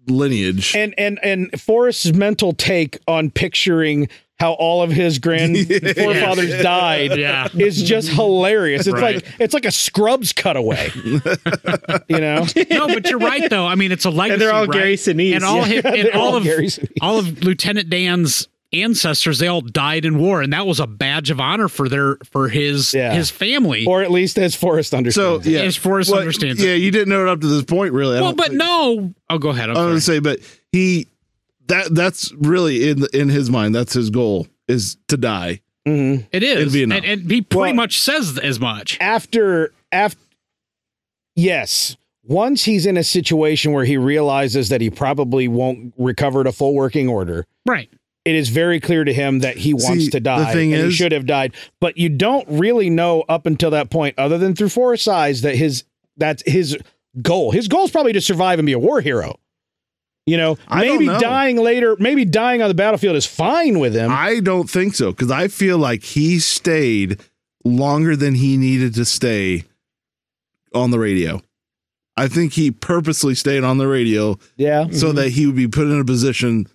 Speaker 5: lineage.
Speaker 2: and and and Forrest's mental take on picturing how all of his grand forefathers died
Speaker 4: Yeah.
Speaker 2: is just hilarious. It's
Speaker 4: Right.
Speaker 2: like it's like a Scrubs cutaway. you know,
Speaker 4: No, but you're right though. I mean, it's a legacy.
Speaker 6: and they're all
Speaker 4: right?
Speaker 6: Gary Sinise.
Speaker 4: and all
Speaker 6: yeah.
Speaker 4: his, and
Speaker 2: They're
Speaker 4: all of
Speaker 2: Gary's-
Speaker 4: all of Lieutenant Dan's ancestors, they all died in war, and that was a badge of honor for their for his
Speaker 2: Yeah.
Speaker 4: his family.
Speaker 2: or at least as Forrest
Speaker 5: So
Speaker 2: understands.
Speaker 5: yeah,
Speaker 4: As Forrest
Speaker 5: Well,
Speaker 4: understands it.
Speaker 5: Yeah, you didn't know it up to this point, really. I
Speaker 4: well,
Speaker 5: don't
Speaker 4: but
Speaker 5: think-
Speaker 4: no. Oh, go ahead. I'm
Speaker 5: I was
Speaker 4: sorry.
Speaker 5: gonna say, but he that that's really in in his mind. That's his goal is to die.
Speaker 2: Mhm.
Speaker 4: It is,
Speaker 5: Vietnam.
Speaker 4: and, and he pretty
Speaker 2: Well-
Speaker 4: much says as much.
Speaker 2: after after yes once he's in a situation where he realizes that he probably won't recover to full working order
Speaker 4: Right.
Speaker 2: it is very clear to him that he wants
Speaker 5: See,
Speaker 2: to
Speaker 5: the
Speaker 2: die
Speaker 5: thing
Speaker 2: and
Speaker 5: is-
Speaker 2: he should have died but you don't really know up until that point other than through Forrest's eyes that his that's his goal his goal is probably to survive and be a war hero you know
Speaker 5: I don't
Speaker 2: maybe
Speaker 5: know.
Speaker 2: dying later maybe dying on the battlefield is fine with him
Speaker 5: I don't think so because I feel like he stayed longer than he needed to stay on the radio. I think he purposely stayed on the radio
Speaker 2: yeah
Speaker 5: so that he would be put in a position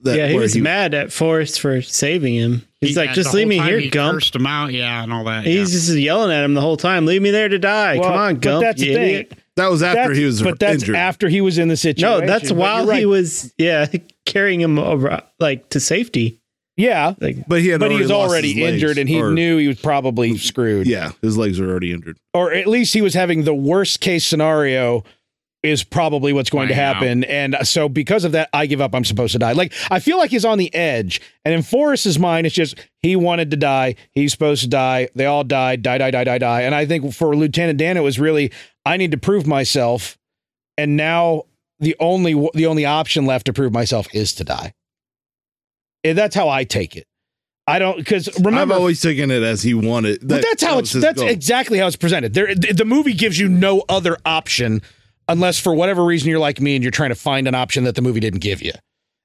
Speaker 5: that
Speaker 6: Yeah, he
Speaker 5: where
Speaker 6: was mad at Forrest for saving him. He's
Speaker 4: He-
Speaker 6: like,
Speaker 4: yeah,
Speaker 6: just
Speaker 4: the
Speaker 6: leave
Speaker 4: whole
Speaker 6: me
Speaker 4: time
Speaker 6: here,
Speaker 4: he
Speaker 6: Gump.
Speaker 4: Cursed him out, yeah, and all that.
Speaker 6: He's
Speaker 4: yeah.
Speaker 6: just yelling at him the whole time. Leave me there to die.
Speaker 2: Well,
Speaker 6: Come on,
Speaker 2: but
Speaker 6: Gump.
Speaker 2: that's
Speaker 6: you
Speaker 2: the thing.
Speaker 6: idiot."
Speaker 5: that was after he was
Speaker 2: but that's
Speaker 5: injured.
Speaker 2: after he was in the
Speaker 6: No,
Speaker 2: situation
Speaker 6: that's
Speaker 2: But
Speaker 6: while
Speaker 2: you're right.
Speaker 6: he was yeah carrying him over like to safety.
Speaker 2: yeah
Speaker 6: Like
Speaker 5: but he had
Speaker 2: but he was
Speaker 5: lost his
Speaker 2: already
Speaker 5: legs,
Speaker 2: injured and he
Speaker 5: or-
Speaker 2: knew he was probably screwed.
Speaker 5: Yeah, his legs are already injured.
Speaker 2: Or at least he was having the worst case scenario is probably what's going to
Speaker 4: Right now.
Speaker 2: happen. And so because of that, I give up. I'm supposed to die. Like I feel like he's on the edge. And in Forrest's mind, it's just he wanted to die. He's supposed to die. They all died. Die, die, die, die, die. And I think for Lieutenant Dan, it was really I need to prove myself. And now the only the only option left to prove myself is to die. And that's how I take it. I don't because remember
Speaker 5: I've always taken it as he wanted.
Speaker 2: but that's how
Speaker 5: that
Speaker 2: it's
Speaker 5: was his
Speaker 2: that's
Speaker 5: goal.
Speaker 2: exactly how it's presented. There, th- the movie gives you no other option unless for whatever reason you're like me and you're trying to find an option that the movie didn't give you,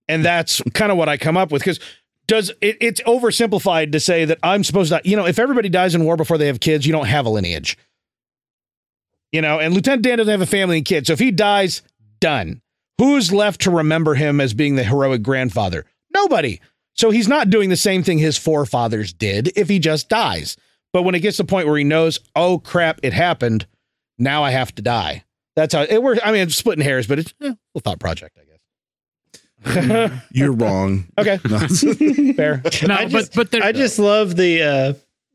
Speaker 2: and that's kind of what I come up with because. Does it, it's oversimplified to say that I'm supposed to, you know, if everybody dies in war before they have kids, you don't have a lineage, you know, and Lieutenant Dan doesn't have a family and kids. So if he dies, done. Who's left to remember him as being the heroic grandfather? Nobody. So he's not doing the same thing his forefathers did if he just dies. But when it gets to the point where he knows, oh crap, it happened. Now I have to die. That's how it works. I mean, I'm splitting hairs, but it's eh, a thought project, I guess.
Speaker 5: You're wrong.
Speaker 2: Okay,
Speaker 5: No.
Speaker 2: fair.
Speaker 4: no,
Speaker 6: I just-
Speaker 4: but but there-
Speaker 6: I just love the uh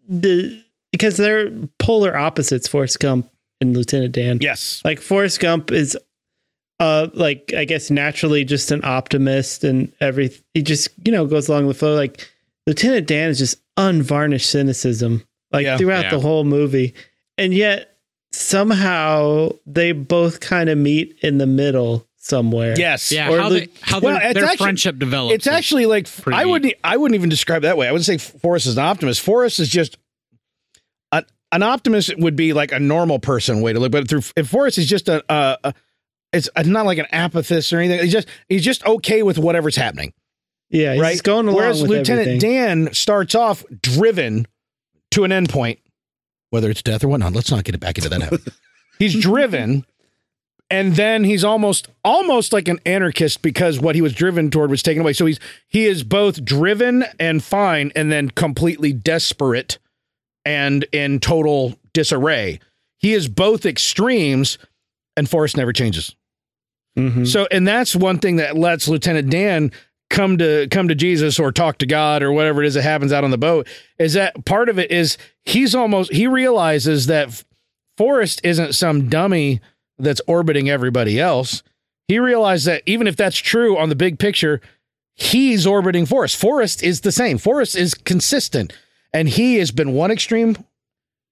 Speaker 6: the because they're polar opposites, Forrest Gump and Lieutenant Dan.
Speaker 2: yes.
Speaker 6: Like Forrest Gump is uh like I guess naturally just an optimist and every he just, you know, goes along with the flow. Like Lieutenant Dan is just unvarnished cynicism like
Speaker 2: Yeah.
Speaker 6: throughout
Speaker 4: Yeah.
Speaker 6: the whole movie. And yet somehow they both kind of meet in the middle somewhere.
Speaker 2: Yes.
Speaker 4: yeah,
Speaker 6: or
Speaker 4: how,
Speaker 6: Lu-
Speaker 4: they, how
Speaker 2: Well,
Speaker 4: their,
Speaker 2: it's
Speaker 4: their
Speaker 2: actually-
Speaker 4: friendship develops.
Speaker 2: It's actually like
Speaker 4: pretty
Speaker 2: I wouldn't e, I wouldn't even describe it that way. I wouldn't say Forrest is an optimist. Forrest is just an, an optimist would be like a normal person way to look, but through if Forrest is just a, a, a it's not like an apathist or anything. He's just he's just okay with whatever's happening.
Speaker 6: Yeah, he's
Speaker 2: right?
Speaker 6: just going along
Speaker 2: Whereas
Speaker 6: with
Speaker 2: Lieutenant
Speaker 6: everything.
Speaker 2: Dan starts off driven to an endpoint, whether it's death or whatnot. Let's not get it back into that. habit. he's driven, and then he's almost almost like an anarchist because what he was driven toward was taken away. So he's he is both driven and fine, and then completely desperate and in total disarray. He is both extremes, and Forrest never changes.
Speaker 6: Mhm.
Speaker 2: So, and that's one thing that lets Lieutenant Dan come to come to Jesus or talk to God or whatever it is that happens out on the boat is that part of it is he's almost he realizes that Forrest isn't some dummy that's orbiting everybody else. He realized that even if that's true on the big picture, he's orbiting Forrest. Forrest is the same. Forrest is consistent, and he has been one extreme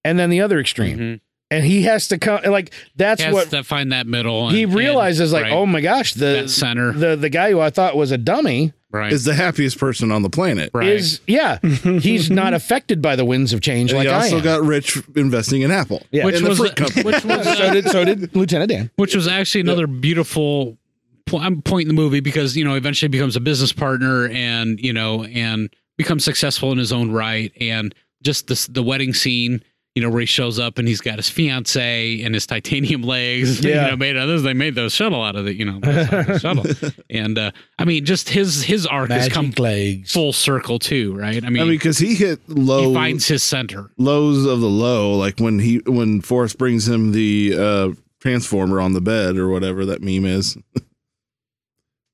Speaker 2: and then the other extreme,
Speaker 4: Mhm.
Speaker 2: and he has to come like that's
Speaker 4: has
Speaker 2: what
Speaker 4: to find that middle.
Speaker 2: he
Speaker 4: and-
Speaker 2: realizes
Speaker 4: and-
Speaker 2: like
Speaker 4: right,
Speaker 2: oh my gosh the
Speaker 4: that center
Speaker 2: the the guy who I thought was a dummy
Speaker 4: right
Speaker 5: is the happiest person on the planet.
Speaker 4: right
Speaker 2: is yeah he's not affected by the winds of change
Speaker 5: And
Speaker 2: like
Speaker 5: he also
Speaker 2: I am.
Speaker 5: got rich investing in Apple.
Speaker 2: Yeah.
Speaker 4: which
Speaker 5: and the
Speaker 4: was,
Speaker 5: fruit
Speaker 4: a-
Speaker 5: company.
Speaker 4: which was a-
Speaker 2: so did so did Lieutenant Dan.
Speaker 4: which was actually another beautiful po- I'm point in the movie because you know eventually becomes a business partner and you know and becomes successful in his own right and just this the wedding scene you know, where he shows up and he's got his fiance and his titanium legs.
Speaker 2: Yeah.
Speaker 4: You know, made out of this. They made those shuttle out of the, you know, that's not the shuttle. And uh, I mean, just his his arc has come
Speaker 2: legs.
Speaker 4: full circle too, right? I
Speaker 5: I
Speaker 4: mean,
Speaker 5: mean, because he hit low
Speaker 4: he finds his center.
Speaker 5: lows of the low, like when he when Forrest brings him the uh transformer on the bed or whatever that meme is.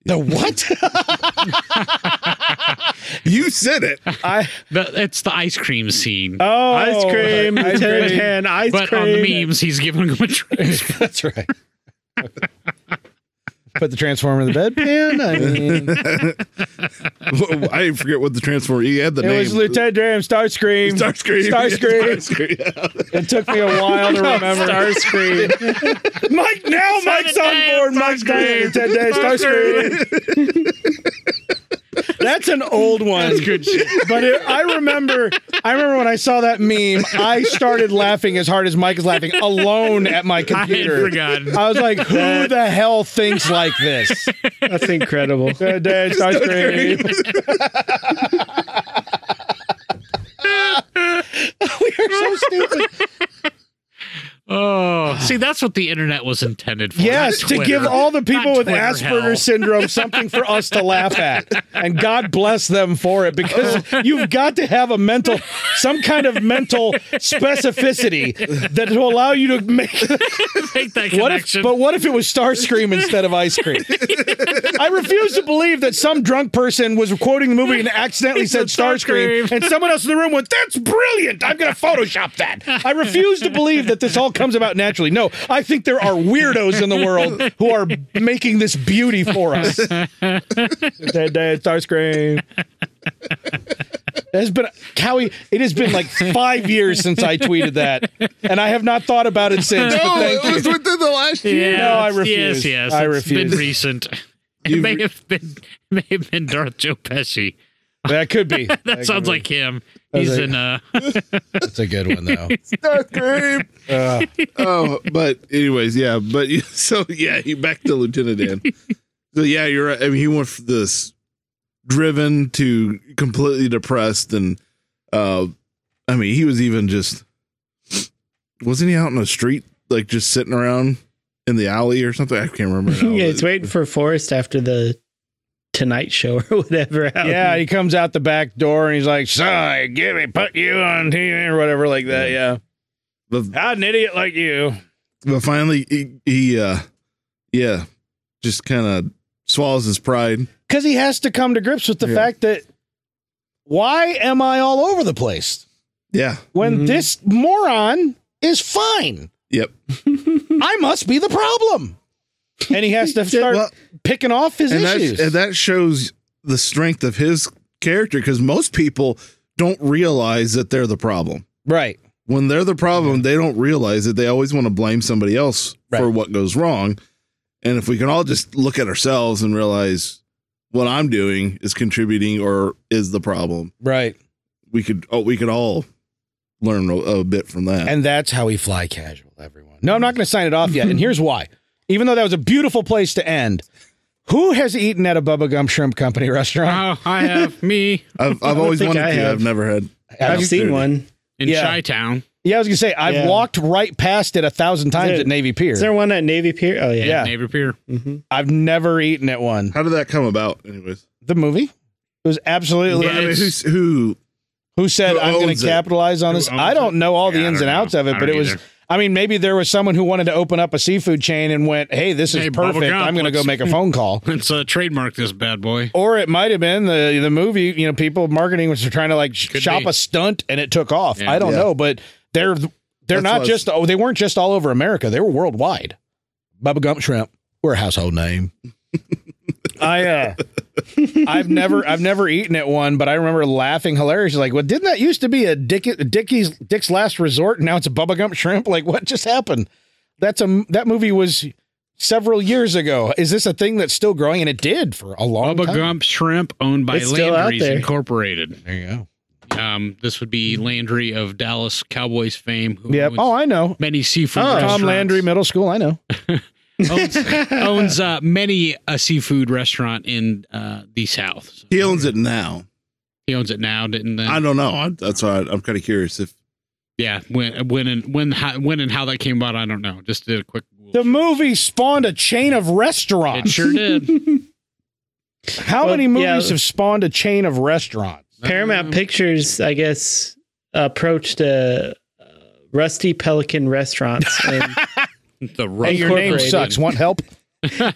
Speaker 2: The what?
Speaker 5: You said it.
Speaker 2: I
Speaker 4: The, it's the ice cream scene.
Speaker 2: oh
Speaker 6: ice cream,
Speaker 2: ice
Speaker 6: 10
Speaker 2: cream.
Speaker 6: 10, ice
Speaker 4: but um,
Speaker 6: cream.
Speaker 4: on the memes, he's giving him a drink.
Speaker 2: That's right. Put the transformer in the bedpan. I mean,
Speaker 5: I forget what the transformer. He had the
Speaker 2: it
Speaker 5: name.
Speaker 2: was Lieutenant Dan Starscream.
Speaker 5: Starscream.
Speaker 2: Starscream.
Speaker 5: Starscream.
Speaker 2: It took me a while to remember. Starscream. Mike, now Mike's on
Speaker 4: Dan
Speaker 2: board. Mike's
Speaker 4: Starscream.
Speaker 2: great. Ten days. Starscream. That's an old one. But it, I remember, I remember when I saw that meme, I started laughing as hard as Mike is laughing alone at my
Speaker 4: I had
Speaker 2: computer.
Speaker 4: forgotten.
Speaker 2: I was like, who the hell thinks like this?
Speaker 6: That's incredible.
Speaker 2: Dead Dad Ice Cream. we are so stupid.
Speaker 4: Oh, see, that's what the internet was intended for.
Speaker 2: Yes,
Speaker 4: not
Speaker 2: to
Speaker 4: Twitter.
Speaker 2: give all the people
Speaker 4: Not
Speaker 2: with
Speaker 4: Twitter
Speaker 2: Asperger's
Speaker 4: hell.
Speaker 2: syndrome something for us to laugh at. And God bless them for it because
Speaker 4: Oh.
Speaker 2: you've got to have a mental, some kind of mental specificity that will allow you to make
Speaker 4: Make that
Speaker 2: What if,
Speaker 4: connection.
Speaker 2: but what if it was Starscream instead of ice cream? I refuse to believe that some drunk person was quoting the movie and accidentally said
Speaker 4: said
Speaker 2: Starscream,
Speaker 4: Starscream.
Speaker 2: and someone else in the room went, "That's brilliant! I'm going to Photoshop that." I refuse to believe that this all comes about naturally. No, I think there are weirdos in the world who are making this beauty for us. Dead, dead, Starscream. It has been Cowie. It has been like five years since I tweeted that, and I have not thought about it since. but
Speaker 5: No,
Speaker 2: thank
Speaker 5: it was
Speaker 2: you.
Speaker 5: within the last year.
Speaker 4: Yeah,
Speaker 2: No, I
Speaker 4: it's-
Speaker 2: refuse.
Speaker 4: Yes, yes.
Speaker 2: I
Speaker 4: it's
Speaker 2: refuse.
Speaker 4: been recent. It
Speaker 5: You've-
Speaker 4: may have been may have been Darth Joe Pesci.
Speaker 2: That could be.
Speaker 4: That sounds like him.
Speaker 2: was
Speaker 4: He's
Speaker 2: like-
Speaker 4: in uh
Speaker 2: that's a good one though.
Speaker 5: Starscream.
Speaker 2: Uh,
Speaker 5: oh, but anyways, yeah, but you- so yeah, you back to Lieutenant Dan. so yeah, you're right. I mean, he went from this driven to completely depressed, and uh, I mean, he was even just wasn't he out in the street like just sitting around in the alley or something? I can't remember. now,
Speaker 6: yeah, it's
Speaker 5: but-
Speaker 6: waiting for Forrest after the Tonight Show or whatever. out
Speaker 2: yeah,
Speaker 6: in-
Speaker 2: he comes out the back door and he's like, "Sorry, give me, put you on TV or whatever like that." Yeah,
Speaker 5: But,
Speaker 2: how'd an idiot like you?
Speaker 5: but finally, he, he uh, yeah, just kind of swallows his pride.
Speaker 2: Because he has to come to grips with the
Speaker 5: Yeah.
Speaker 2: fact that why am I all over the place
Speaker 5: Yeah.
Speaker 2: when
Speaker 6: Mhm.
Speaker 2: this moron is fine?
Speaker 5: Yep. Hmm.
Speaker 2: I must be the problem. And he has to start
Speaker 5: Well,
Speaker 2: picking off his
Speaker 5: and
Speaker 2: issues.
Speaker 5: that and that shows the strength of his character because most people don't realize that they're the problem.
Speaker 2: right.
Speaker 5: When they're the problem, they don't realize that they always want to blame somebody else for
Speaker 2: Right.
Speaker 5: what goes wrong. And if we can all just look at ourselves and realize what I'm doing is contributing or is the problem,
Speaker 2: Right.
Speaker 5: we could oh, we could all learn a, a bit from that.
Speaker 2: And that's how we fly casual, everyone. No, I'm not going to sign it off yet. And here's why. Even though that was a beautiful place to end, who has eaten at a Bubba Gum Shrimp Company restaurant?
Speaker 4: Oh, I have me
Speaker 5: I've I've always
Speaker 6: think
Speaker 5: wanted
Speaker 6: I
Speaker 5: to.
Speaker 6: have.
Speaker 5: I've never had.
Speaker 6: I've seen one.
Speaker 4: in
Speaker 2: Yeah.
Speaker 4: Chi Town.
Speaker 2: Yeah, I was going to say, I've
Speaker 6: Yeah.
Speaker 2: walked right past it a thousand times
Speaker 6: There-
Speaker 2: at Navy Pier.
Speaker 6: Is there one at Navy Pier? Oh, yeah.
Speaker 2: Yeah.
Speaker 4: Neighbor Pier.
Speaker 2: I've never eaten at one.
Speaker 5: How did that come about, anyways?
Speaker 2: The movie? It was absolutely.
Speaker 5: But, I mean,
Speaker 4: It's-
Speaker 5: who's, who?
Speaker 2: Who said
Speaker 5: Who
Speaker 2: I'm going
Speaker 5: owns
Speaker 2: to
Speaker 5: it?
Speaker 2: capitalize on
Speaker 4: Who
Speaker 2: this?
Speaker 4: owns
Speaker 2: I don't know all
Speaker 4: Yeah,
Speaker 2: the
Speaker 4: I
Speaker 2: ins
Speaker 4: don't
Speaker 2: and
Speaker 4: know.
Speaker 2: outs of it,
Speaker 4: I
Speaker 2: but it
Speaker 4: don't
Speaker 2: was.
Speaker 4: either.
Speaker 2: I mean, maybe there was someone who wanted to open up a seafood chain and went, "Hey, this is
Speaker 4: Hey, Bubba
Speaker 2: perfect.
Speaker 4: Gump,
Speaker 2: I'm going to go
Speaker 4: let's-
Speaker 2: make a phone call."
Speaker 4: Let's uh, trademark this bad boy.
Speaker 2: or it might have been the the movie. You know, people marketing was trying to like sh-
Speaker 4: Could
Speaker 2: shop
Speaker 4: be.
Speaker 2: a stunt, and it took off.
Speaker 4: Yeah.
Speaker 2: I don't
Speaker 5: Yeah.
Speaker 2: know, but they're they're
Speaker 5: That's
Speaker 2: not
Speaker 5: why I
Speaker 2: just oh they weren't just all over America. They were worldwide. Bubba Gump Shrimp, we're a household name. I uh, I've never I've never eaten at one, but I remember laughing hilariously. Like, well, didn't that used to be a Dick Dickie's Dick's Last Resort, and now it's a Bubba Gump Shrimp? Like, what just happened? That's a that movie was several years ago. Is this a thing that's still growing? And it did for a long
Speaker 4: Bubba
Speaker 2: time.
Speaker 4: Gump Shrimp, owned by
Speaker 6: It's still out
Speaker 4: Landry's
Speaker 6: there.
Speaker 4: Incorporated.
Speaker 2: There you go.
Speaker 4: Um, this would be Landry of Dallas Cowboys fame. Who
Speaker 2: Yep.
Speaker 4: owns
Speaker 2: Oh, I know. Uh,
Speaker 4: many seafood.
Speaker 2: Tom
Speaker 4: restaurants.
Speaker 2: Landry Middle School. I know.
Speaker 4: owns, owns uh, many a seafood restaurant in uh, the South. So
Speaker 5: He owns it now.
Speaker 4: he owns it now, didn't then?
Speaker 5: I don't know. I, that's why I, I'm kind of curious if
Speaker 4: yeah, when when and when how, when and how that came about, I don't know. Just did a quick.
Speaker 2: The movie spawned a chain of
Speaker 4: It
Speaker 2: restaurants.
Speaker 4: sure did.
Speaker 2: How
Speaker 6: Well,
Speaker 2: many movies
Speaker 6: yeah.
Speaker 2: have spawned a chain of restaurants?
Speaker 6: Paramount Pictures, I guess, approached uh, Rusty Pelican Restaurants and,
Speaker 4: the
Speaker 2: Hey, your name
Speaker 6: Incorporated.
Speaker 2: sucks. Want help?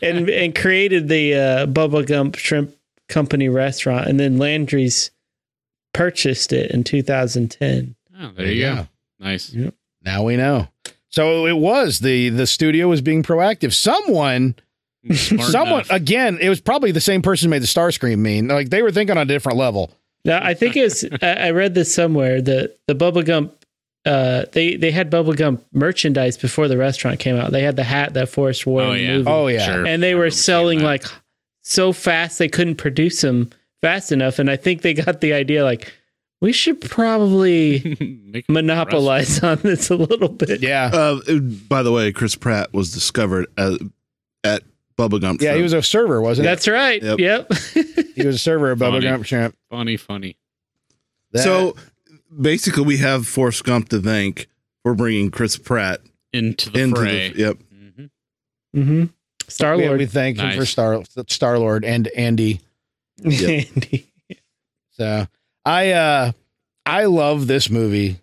Speaker 6: and and created the uh, Bubba Gump Shrimp Company restaurant, and then Landry's purchased it in 2010.
Speaker 4: Oh, there you go. Nice.
Speaker 2: Now we know. So it was the the studio was being proactive. Someone,
Speaker 4: Smart
Speaker 2: someone
Speaker 4: enough.
Speaker 2: again. It was probably the same person who made the Starscream mean. Like they were thinking on a different level.
Speaker 6: Now, I think it's I, I read this somewhere that the Bubba Gump. Uh, they they had Bubba Gump merchandise before the restaurant came out. They had the hat that Forrest wore
Speaker 4: Oh,
Speaker 6: in the
Speaker 4: yeah.
Speaker 6: movie.
Speaker 2: Oh yeah.
Speaker 4: Sure.
Speaker 6: and they
Speaker 4: I
Speaker 6: were
Speaker 4: remember seeing
Speaker 6: selling
Speaker 4: that.
Speaker 6: like so fast they couldn't produce them fast enough and i think they got the idea like we should probably
Speaker 4: Make a
Speaker 6: monopolize on this a little bit
Speaker 2: Yeah.
Speaker 5: Uh, it- by the way, Chris Pratt was discovered at, at Bubba Gump.
Speaker 2: Yeah. He
Speaker 5: Shrimp.
Speaker 2: was a server, wasn't
Speaker 6: that's right
Speaker 5: Yep.
Speaker 6: yep,
Speaker 2: he? He was a server at Bubba
Speaker 4: Funny.
Speaker 2: Gump Champ.
Speaker 4: funny, funny.
Speaker 2: That-
Speaker 5: so basically, we have Forrest Gump to thank for bringing Chris Pratt
Speaker 4: Into the
Speaker 5: into
Speaker 4: fray.
Speaker 5: the. Yep.
Speaker 4: Mhm.
Speaker 6: hmm star
Speaker 2: we,
Speaker 6: lord
Speaker 2: we thank him for
Speaker 4: Oh, Nice.
Speaker 2: Star Star Lord and Andy.
Speaker 5: yeah.
Speaker 6: Andy.
Speaker 2: So I uh I love this movie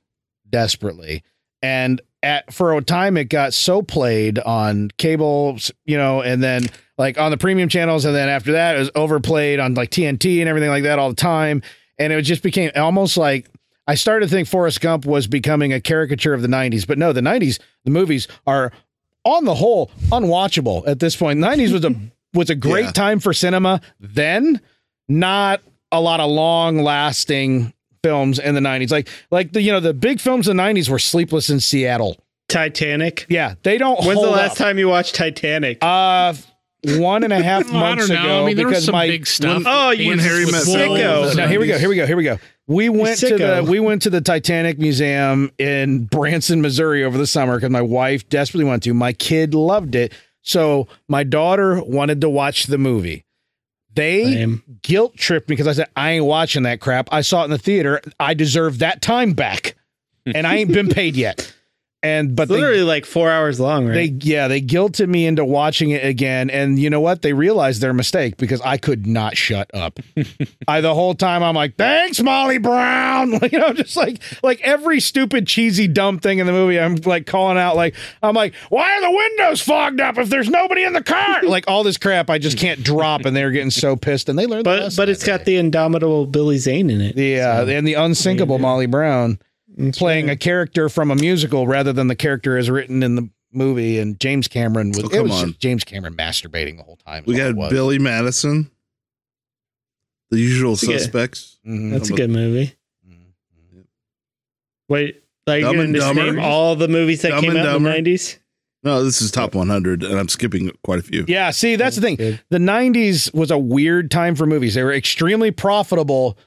Speaker 2: desperately. And at for a time it got so played on cable, you know, and then like on the premium channels and then after that it was overplayed on like TNT and everything like that all the time and it just became almost like I started to think Forrest Gump was becoming a caricature of the 90s, but no, the 90s the movies are on the whole unwatchable at this point. 90s was a was a great
Speaker 5: Yeah.
Speaker 2: time for cinema then, not a lot of long lasting films in the 90s. Like like the you know the big films in the 90s were Sleepless in Seattle.
Speaker 6: titanic
Speaker 2: Yeah, they don't
Speaker 6: when's the
Speaker 2: hold
Speaker 6: last
Speaker 2: up.
Speaker 6: time you watched titanic
Speaker 2: Uh, one and a half
Speaker 4: Well, I
Speaker 2: months
Speaker 4: don't know.
Speaker 2: ago,
Speaker 4: I mean, there was
Speaker 2: because
Speaker 4: some
Speaker 2: my
Speaker 4: big stuff.
Speaker 6: Oh, you
Speaker 4: Dances
Speaker 5: Harry
Speaker 4: with
Speaker 5: Met
Speaker 4: Wolves.
Speaker 6: Sicko.
Speaker 2: no, here we go, here we go, here we go. We went to the
Speaker 6: sicko.
Speaker 2: we went to the Titanic Museum in Branson, Missouri over the summer because my wife desperately wanted to. My kid loved it, so my daughter wanted to watch the movie. They
Speaker 6: Same.
Speaker 2: guilt tripped me because I said I ain't watching that crap. I saw it in the theater. I deserve that time back, and I ain't been paid yet. And but
Speaker 6: it's
Speaker 2: they
Speaker 6: literally like four hours long right
Speaker 2: they yeah, they guilted me into watching it again. And you know what? They realized their mistake because I could not shut up. I the whole time I'm like, thanks, Molly Brown. you know, just like like every stupid, cheesy, dumb thing in the movie, I'm like calling out like I'm like, why are the windows fogged up if there's nobody in the car? like all this crap I just can't drop. And they're getting so pissed. And they learned the
Speaker 6: but
Speaker 2: lesson
Speaker 6: but it's
Speaker 2: that
Speaker 6: got the indomitable billy zane in it
Speaker 2: day. the uh, and the unsinkable Molly Brown playing a character from a musical rather than the character as written in the movie. And James Cameron was,
Speaker 5: Oh,
Speaker 2: it
Speaker 5: come
Speaker 2: was
Speaker 5: on.
Speaker 2: just James Cameron masturbating the whole time. is
Speaker 5: We
Speaker 2: all it
Speaker 5: got
Speaker 2: was.
Speaker 5: Billy Madison, the usual
Speaker 6: Yeah.
Speaker 5: suspects.
Speaker 2: Mhm.
Speaker 6: that's a good movie wait like
Speaker 5: Dumb
Speaker 6: you're
Speaker 5: and
Speaker 6: gonna just
Speaker 5: Dumber.
Speaker 6: name all the movies that
Speaker 5: Dumb
Speaker 6: came
Speaker 5: and
Speaker 6: out
Speaker 5: Dumber.
Speaker 6: in the 90s
Speaker 5: No, this is top 100, and I'm skipping quite a few.
Speaker 2: Yeah, see, that's the thing.
Speaker 6: Good.
Speaker 2: The 90s was a weird time for movies. They were extremely profitable.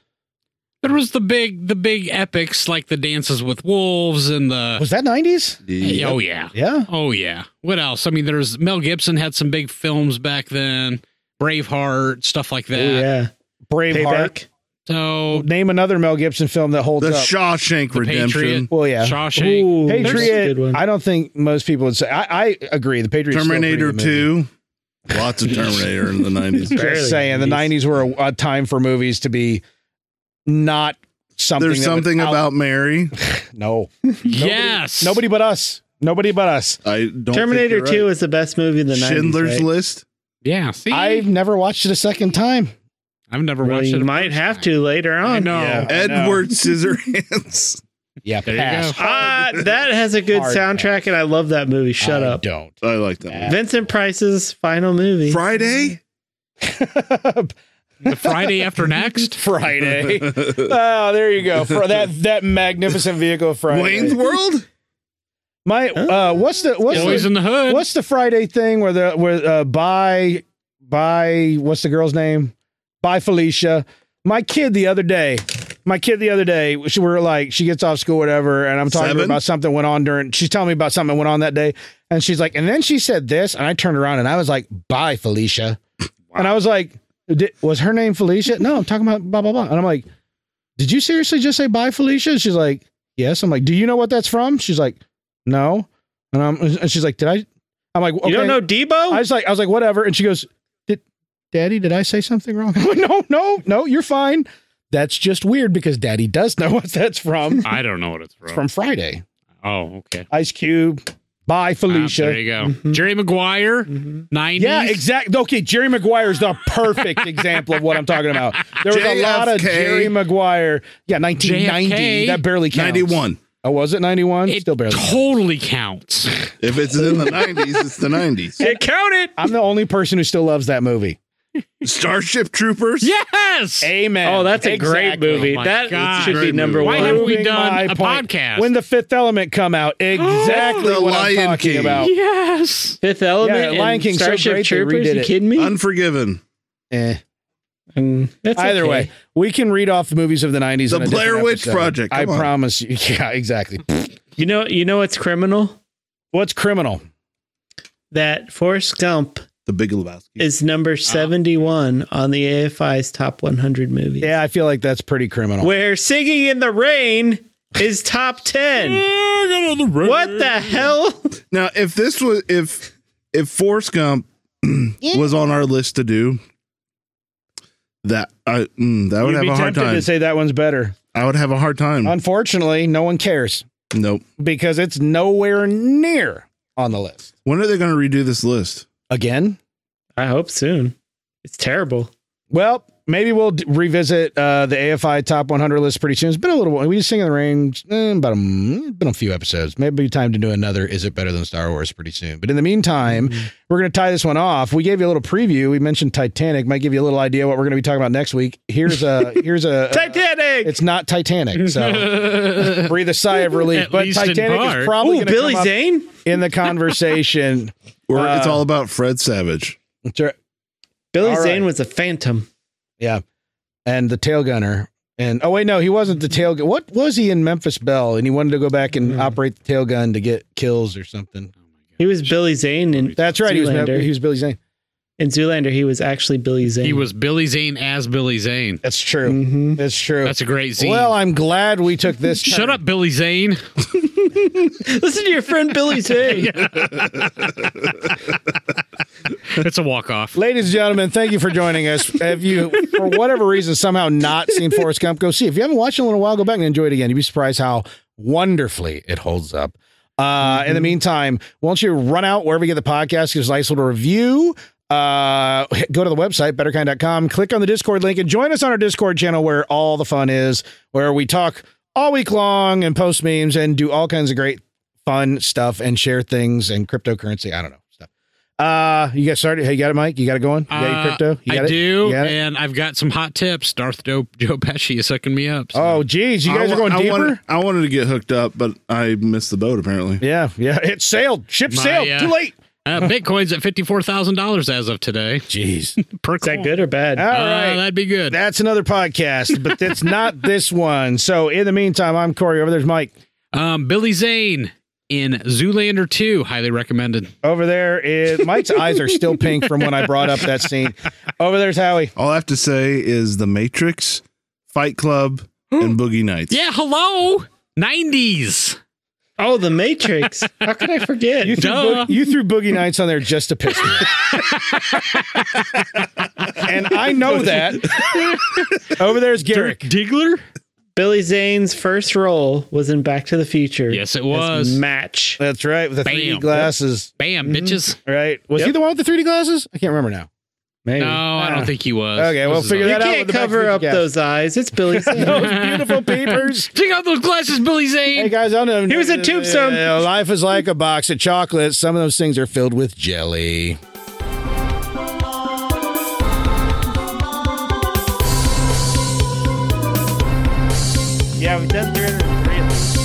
Speaker 4: There was the big, the big epics like the Dances with Wolves and the.
Speaker 2: Was that 90s?
Speaker 5: Yeah.
Speaker 4: Oh yeah.
Speaker 2: Yeah.
Speaker 4: Oh yeah. What else? I mean, there's Mel Gibson had some big films back then, Braveheart, stuff like that.
Speaker 6: Oh, yeah
Speaker 2: Braveheart.
Speaker 6: Payback.
Speaker 4: So
Speaker 2: Name another Mel Gibson film that holds
Speaker 5: The
Speaker 2: up.
Speaker 5: Shawshank Redemption,
Speaker 2: well, yeah.
Speaker 4: Shawshank.
Speaker 6: Ooh, that's a good
Speaker 2: Patriot.
Speaker 6: one.
Speaker 2: I don't think most people would say. I, I agree. The Patriot. is still a pretty
Speaker 5: Terminator
Speaker 2: good movie.
Speaker 5: 2, lots of Terminator in the 90s.
Speaker 6: Barely
Speaker 2: just saying the 90s were a, a time for movies to be not something
Speaker 5: There's
Speaker 2: that would
Speaker 5: something
Speaker 2: out-
Speaker 5: about Mary.
Speaker 2: no
Speaker 4: yes.
Speaker 2: nobody but us nobody but us
Speaker 5: I don't.
Speaker 6: Terminator
Speaker 5: think
Speaker 6: 2
Speaker 5: you're right.
Speaker 6: is the best movie in the
Speaker 5: Schindler's
Speaker 6: 90s. Right?
Speaker 5: List.
Speaker 4: Yeah. See,
Speaker 2: i've
Speaker 4: I've,
Speaker 2: never watched it a second time
Speaker 4: never
Speaker 6: Well,
Speaker 4: watched
Speaker 6: you
Speaker 4: it.
Speaker 6: might have to later
Speaker 4: I
Speaker 6: on.
Speaker 4: know.
Speaker 2: Yeah. I know.
Speaker 5: Edward Scissorhands.
Speaker 2: yeah
Speaker 4: There you
Speaker 2: pass.
Speaker 4: go.
Speaker 6: Ah, that has a good
Speaker 2: Hard
Speaker 6: soundtrack, and I love that movie. Shut
Speaker 2: I
Speaker 6: up.
Speaker 2: don't
Speaker 5: I like that.
Speaker 6: Vincent Price's final movie.
Speaker 5: One. Friday.
Speaker 4: The Friday after next.
Speaker 2: friday oh there you go for that that magnificent vehicle friday
Speaker 5: Wayne's World.
Speaker 2: my uh what's the what's
Speaker 4: Boys
Speaker 2: the,
Speaker 4: in the Hood.
Speaker 2: what's the friday thing where the where uh by by what's the girl's name by felicia my kid the other day my kid the other day she were like she gets off school whatever and i'm talking to her
Speaker 5: Seven?
Speaker 2: about something went on during she's telling me about something that went on that day and she's like and then she said this and i turned around and i was like bye felicia and i was like "Di- was her name felicia no i'm talking about blah blah blah and i'm like did you seriously just say bye felicia she's like yes. I'm like, do you know what that's from? She's like, no. And I'm, and she's like, did I? I'm like, okay.
Speaker 6: You don't know Debo?
Speaker 2: I was like, I was like, whatever. And she goes, did daddy, did I say something wrong? I'm like, no, no, no, you're fine. That's just weird because daddy does know what that's from.
Speaker 4: I don't know what it's from.
Speaker 2: It's from Friday.
Speaker 4: oh, okay.
Speaker 2: Ice Cube. Bye,
Speaker 4: Ah,
Speaker 2: Felicia. Mm-hmm.
Speaker 4: there you go. Jerry Maguire,
Speaker 6: Mm-hmm.
Speaker 4: 90s.
Speaker 2: Yeah, exactly. Okay, Jerry Maguire is the perfect example of what I'm talking about. There was a lot of
Speaker 5: JFK.
Speaker 2: Jerry Maguire. Yeah, 1990.
Speaker 4: JFK.
Speaker 2: That barely counts.
Speaker 5: 91.
Speaker 2: Oh, was it 91?
Speaker 4: It
Speaker 2: Still barely. counts.
Speaker 4: totally counts.
Speaker 5: If it's in the 90s, it's the 90s.
Speaker 6: It counted.
Speaker 2: I'm the only person who still loves that movie.
Speaker 5: Starship Troopers?
Speaker 4: yes.
Speaker 2: Amen.
Speaker 6: Oh, that's a great
Speaker 2: Exactly.
Speaker 6: movie.
Speaker 4: Oh my
Speaker 6: that
Speaker 4: God.
Speaker 6: should be
Speaker 5: Great
Speaker 6: number
Speaker 5: movie.
Speaker 4: Why
Speaker 6: one.
Speaker 4: haven't we
Speaker 2: Proving my
Speaker 4: done a
Speaker 2: point.
Speaker 4: podcast?
Speaker 2: When the Fifth Element come out, exactly
Speaker 5: The
Speaker 2: what I'm
Speaker 5: Lion
Speaker 2: talking
Speaker 5: King.
Speaker 2: about.
Speaker 4: yes.
Speaker 6: Fifth Element,
Speaker 2: Yeah,
Speaker 6: and
Speaker 2: Lion King's so
Speaker 6: Starship
Speaker 2: great they
Speaker 6: Troopers.
Speaker 2: redid
Speaker 6: You
Speaker 2: it.
Speaker 6: kidding me?
Speaker 5: Unforgiven.
Speaker 2: Eh.
Speaker 6: Mm, that's
Speaker 2: Either
Speaker 6: okay.
Speaker 2: way, we can read off the movies of the '90s.
Speaker 5: The
Speaker 2: on a different
Speaker 5: Blair Witch
Speaker 2: episode.
Speaker 5: Project,
Speaker 2: I
Speaker 5: come on.
Speaker 2: promise you. Yeah, exactly.
Speaker 6: you know, you know what's criminal?
Speaker 2: What's criminal?
Speaker 6: That Forrest Gump
Speaker 5: The Big Lebowski.
Speaker 6: is
Speaker 2: Ah.
Speaker 6: number seventy-one on the AFI's top one hundred movies.
Speaker 2: Yeah, I feel like that's pretty criminal.
Speaker 6: where Singing in the Rain is top ten. what the hell?
Speaker 5: Now, if this was if if Forrest Gump was on our list to do that, I mm, that would
Speaker 2: You'd
Speaker 5: have
Speaker 2: be
Speaker 5: a hard
Speaker 2: tempted
Speaker 5: time.
Speaker 2: to say that one's better.
Speaker 5: I would have a hard time.
Speaker 2: Unfortunately, no one cares
Speaker 5: nope.
Speaker 2: because it's nowhere near on the list.
Speaker 5: When are they going to redo this list?
Speaker 2: Again,
Speaker 6: I hope soon. It's terrible.
Speaker 2: well, maybe we'll d- revisit uh, the AFI Top 100 list pretty soon. It's been a little while. We just sing in the rain, eh, about a, m- it's been a few episodes. Maybe time to do another. Is it better than Star Wars? Pretty soon. But in the meantime,
Speaker 4: Mm-hmm.
Speaker 2: we're going to tie this one off. We gave you a little preview. We mentioned Titanic. Might give you a little idea what we're going to be talking about next week. Here's a here's a
Speaker 6: Titanic.
Speaker 2: Uh, It's not Titanic, so breathe a sigh of relief.
Speaker 4: At
Speaker 2: but
Speaker 4: least in
Speaker 2: Titanic is
Speaker 4: part.
Speaker 2: probably
Speaker 6: Ooh,
Speaker 2: going to
Speaker 6: Billy
Speaker 2: come up
Speaker 6: Zane.
Speaker 2: in the conversation.
Speaker 5: Or it's
Speaker 2: Uh,
Speaker 5: all about Fred Savage.
Speaker 2: Sure.
Speaker 6: Billy
Speaker 2: All right.
Speaker 6: Zane was a phantom.
Speaker 2: yeah, and the tail gunner. And oh wait, no, he wasn't the tail gun. What was he in Memphis Belle? And he wanted to go back and operate the tail gun to get kills or something.
Speaker 6: He was Billy Zane in
Speaker 2: That's right. He was, Mem-
Speaker 6: Zoolander.
Speaker 2: he was Billy Zane.
Speaker 6: in Zoolander. He was actually Billy Zane.
Speaker 4: He was Billy Zane as Billy Zane.
Speaker 2: That's true.
Speaker 6: Mhm.
Speaker 2: That's true.
Speaker 4: That's a great zine.
Speaker 2: well, I'm glad we took this.
Speaker 4: Shut
Speaker 2: turn.
Speaker 4: up, Billy Zane.
Speaker 6: Listen to your friend Billy Zane.
Speaker 4: It's a walk off.
Speaker 2: Ladies and gentlemen, thank you for joining us. Have you, for whatever reason, somehow not seen Forrest Gump? Go see. it. If you haven't watched it in a little while, go back and enjoy it again. You'd be surprised how wonderfully it holds up. Uh, In the meantime, why don't you run out wherever you get the podcast? Give us a nice little review. Uh, go to the website, betterkind.com, click on the Discord link, and join us on our Discord channel where all the fun is, where we talk all week long and post memes and do all kinds of great fun stuff and share things and cryptocurrency. I don't know stuff. Uh, you got started? Hey, you got it, Mike? You got it going? You got your
Speaker 4: Uh,
Speaker 2: crypto? You got
Speaker 4: I
Speaker 2: it?
Speaker 4: do,
Speaker 2: You got it?
Speaker 4: and I've got some hot tips. Darth Joe, Joe Pesci is sucking me up. so-
Speaker 2: Oh, geez, you guys
Speaker 5: I
Speaker 2: are
Speaker 5: wa-
Speaker 2: going
Speaker 5: I
Speaker 2: deeper.
Speaker 5: Wanted, I wanted to get hooked up, but I missed the boat apparently.
Speaker 2: yeah, yeah, it sailed. Ship
Speaker 4: My,
Speaker 2: sailed.
Speaker 4: uh,
Speaker 2: Too late.
Speaker 4: Uh, Bitcoin's at fifty four thousand dollars as of today.
Speaker 2: Jeez.
Speaker 4: Per
Speaker 6: Is that good or bad?
Speaker 4: Uh,
Speaker 2: All right.
Speaker 4: that'd be good.
Speaker 2: That's another podcast, but that's not this one. So in the meantime, I'm Corey. Over there's Mike.
Speaker 4: Um, Billy Zane in Zoolander two, highly recommended.
Speaker 2: Over there is Mike's eyes are still pink from when I brought up that scene. Over there's Howie.
Speaker 5: All I have to say is The Matrix, Fight Club, and Boogie Nights.
Speaker 4: Yeah, hello, nineties.
Speaker 6: Oh, The Matrix. How could I forget?
Speaker 2: You threw,
Speaker 4: Duh.
Speaker 2: boog- you threw Boogie Nights on there just to piss me. off. and I know that. Over there's Garrick.
Speaker 4: Diggler.
Speaker 6: Billy Zane's first role was in Back to the Future.
Speaker 4: Yes, it
Speaker 6: as
Speaker 4: was.
Speaker 6: Match.
Speaker 2: That's right, with the 3D
Speaker 4: Bam.
Speaker 2: glasses.
Speaker 4: Bam, bitches.
Speaker 2: Right? Was he
Speaker 6: Yep.
Speaker 2: the one with the 3D glasses? I can't remember now. Maybe.
Speaker 4: No, I don't think he was.
Speaker 2: Ah. Okay, we'll
Speaker 4: is
Speaker 2: figure
Speaker 4: a-
Speaker 6: You
Speaker 2: that out with
Speaker 6: can't
Speaker 2: the Back to
Speaker 6: cover
Speaker 2: the
Speaker 6: up
Speaker 2: Future
Speaker 6: those eyes. It's Billy Zane.
Speaker 2: Those beautiful papers.
Speaker 4: Take out those glasses, Billy Zane.
Speaker 2: Hey guys, I know.
Speaker 6: Here's a tombstone.
Speaker 2: Uh, Life is like a box of chocolates. Some of those things are filled with jelly.
Speaker 6: yeah, we've done 303 of these.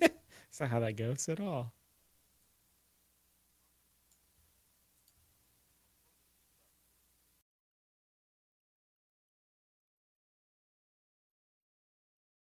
Speaker 6: That's not how that goes at all.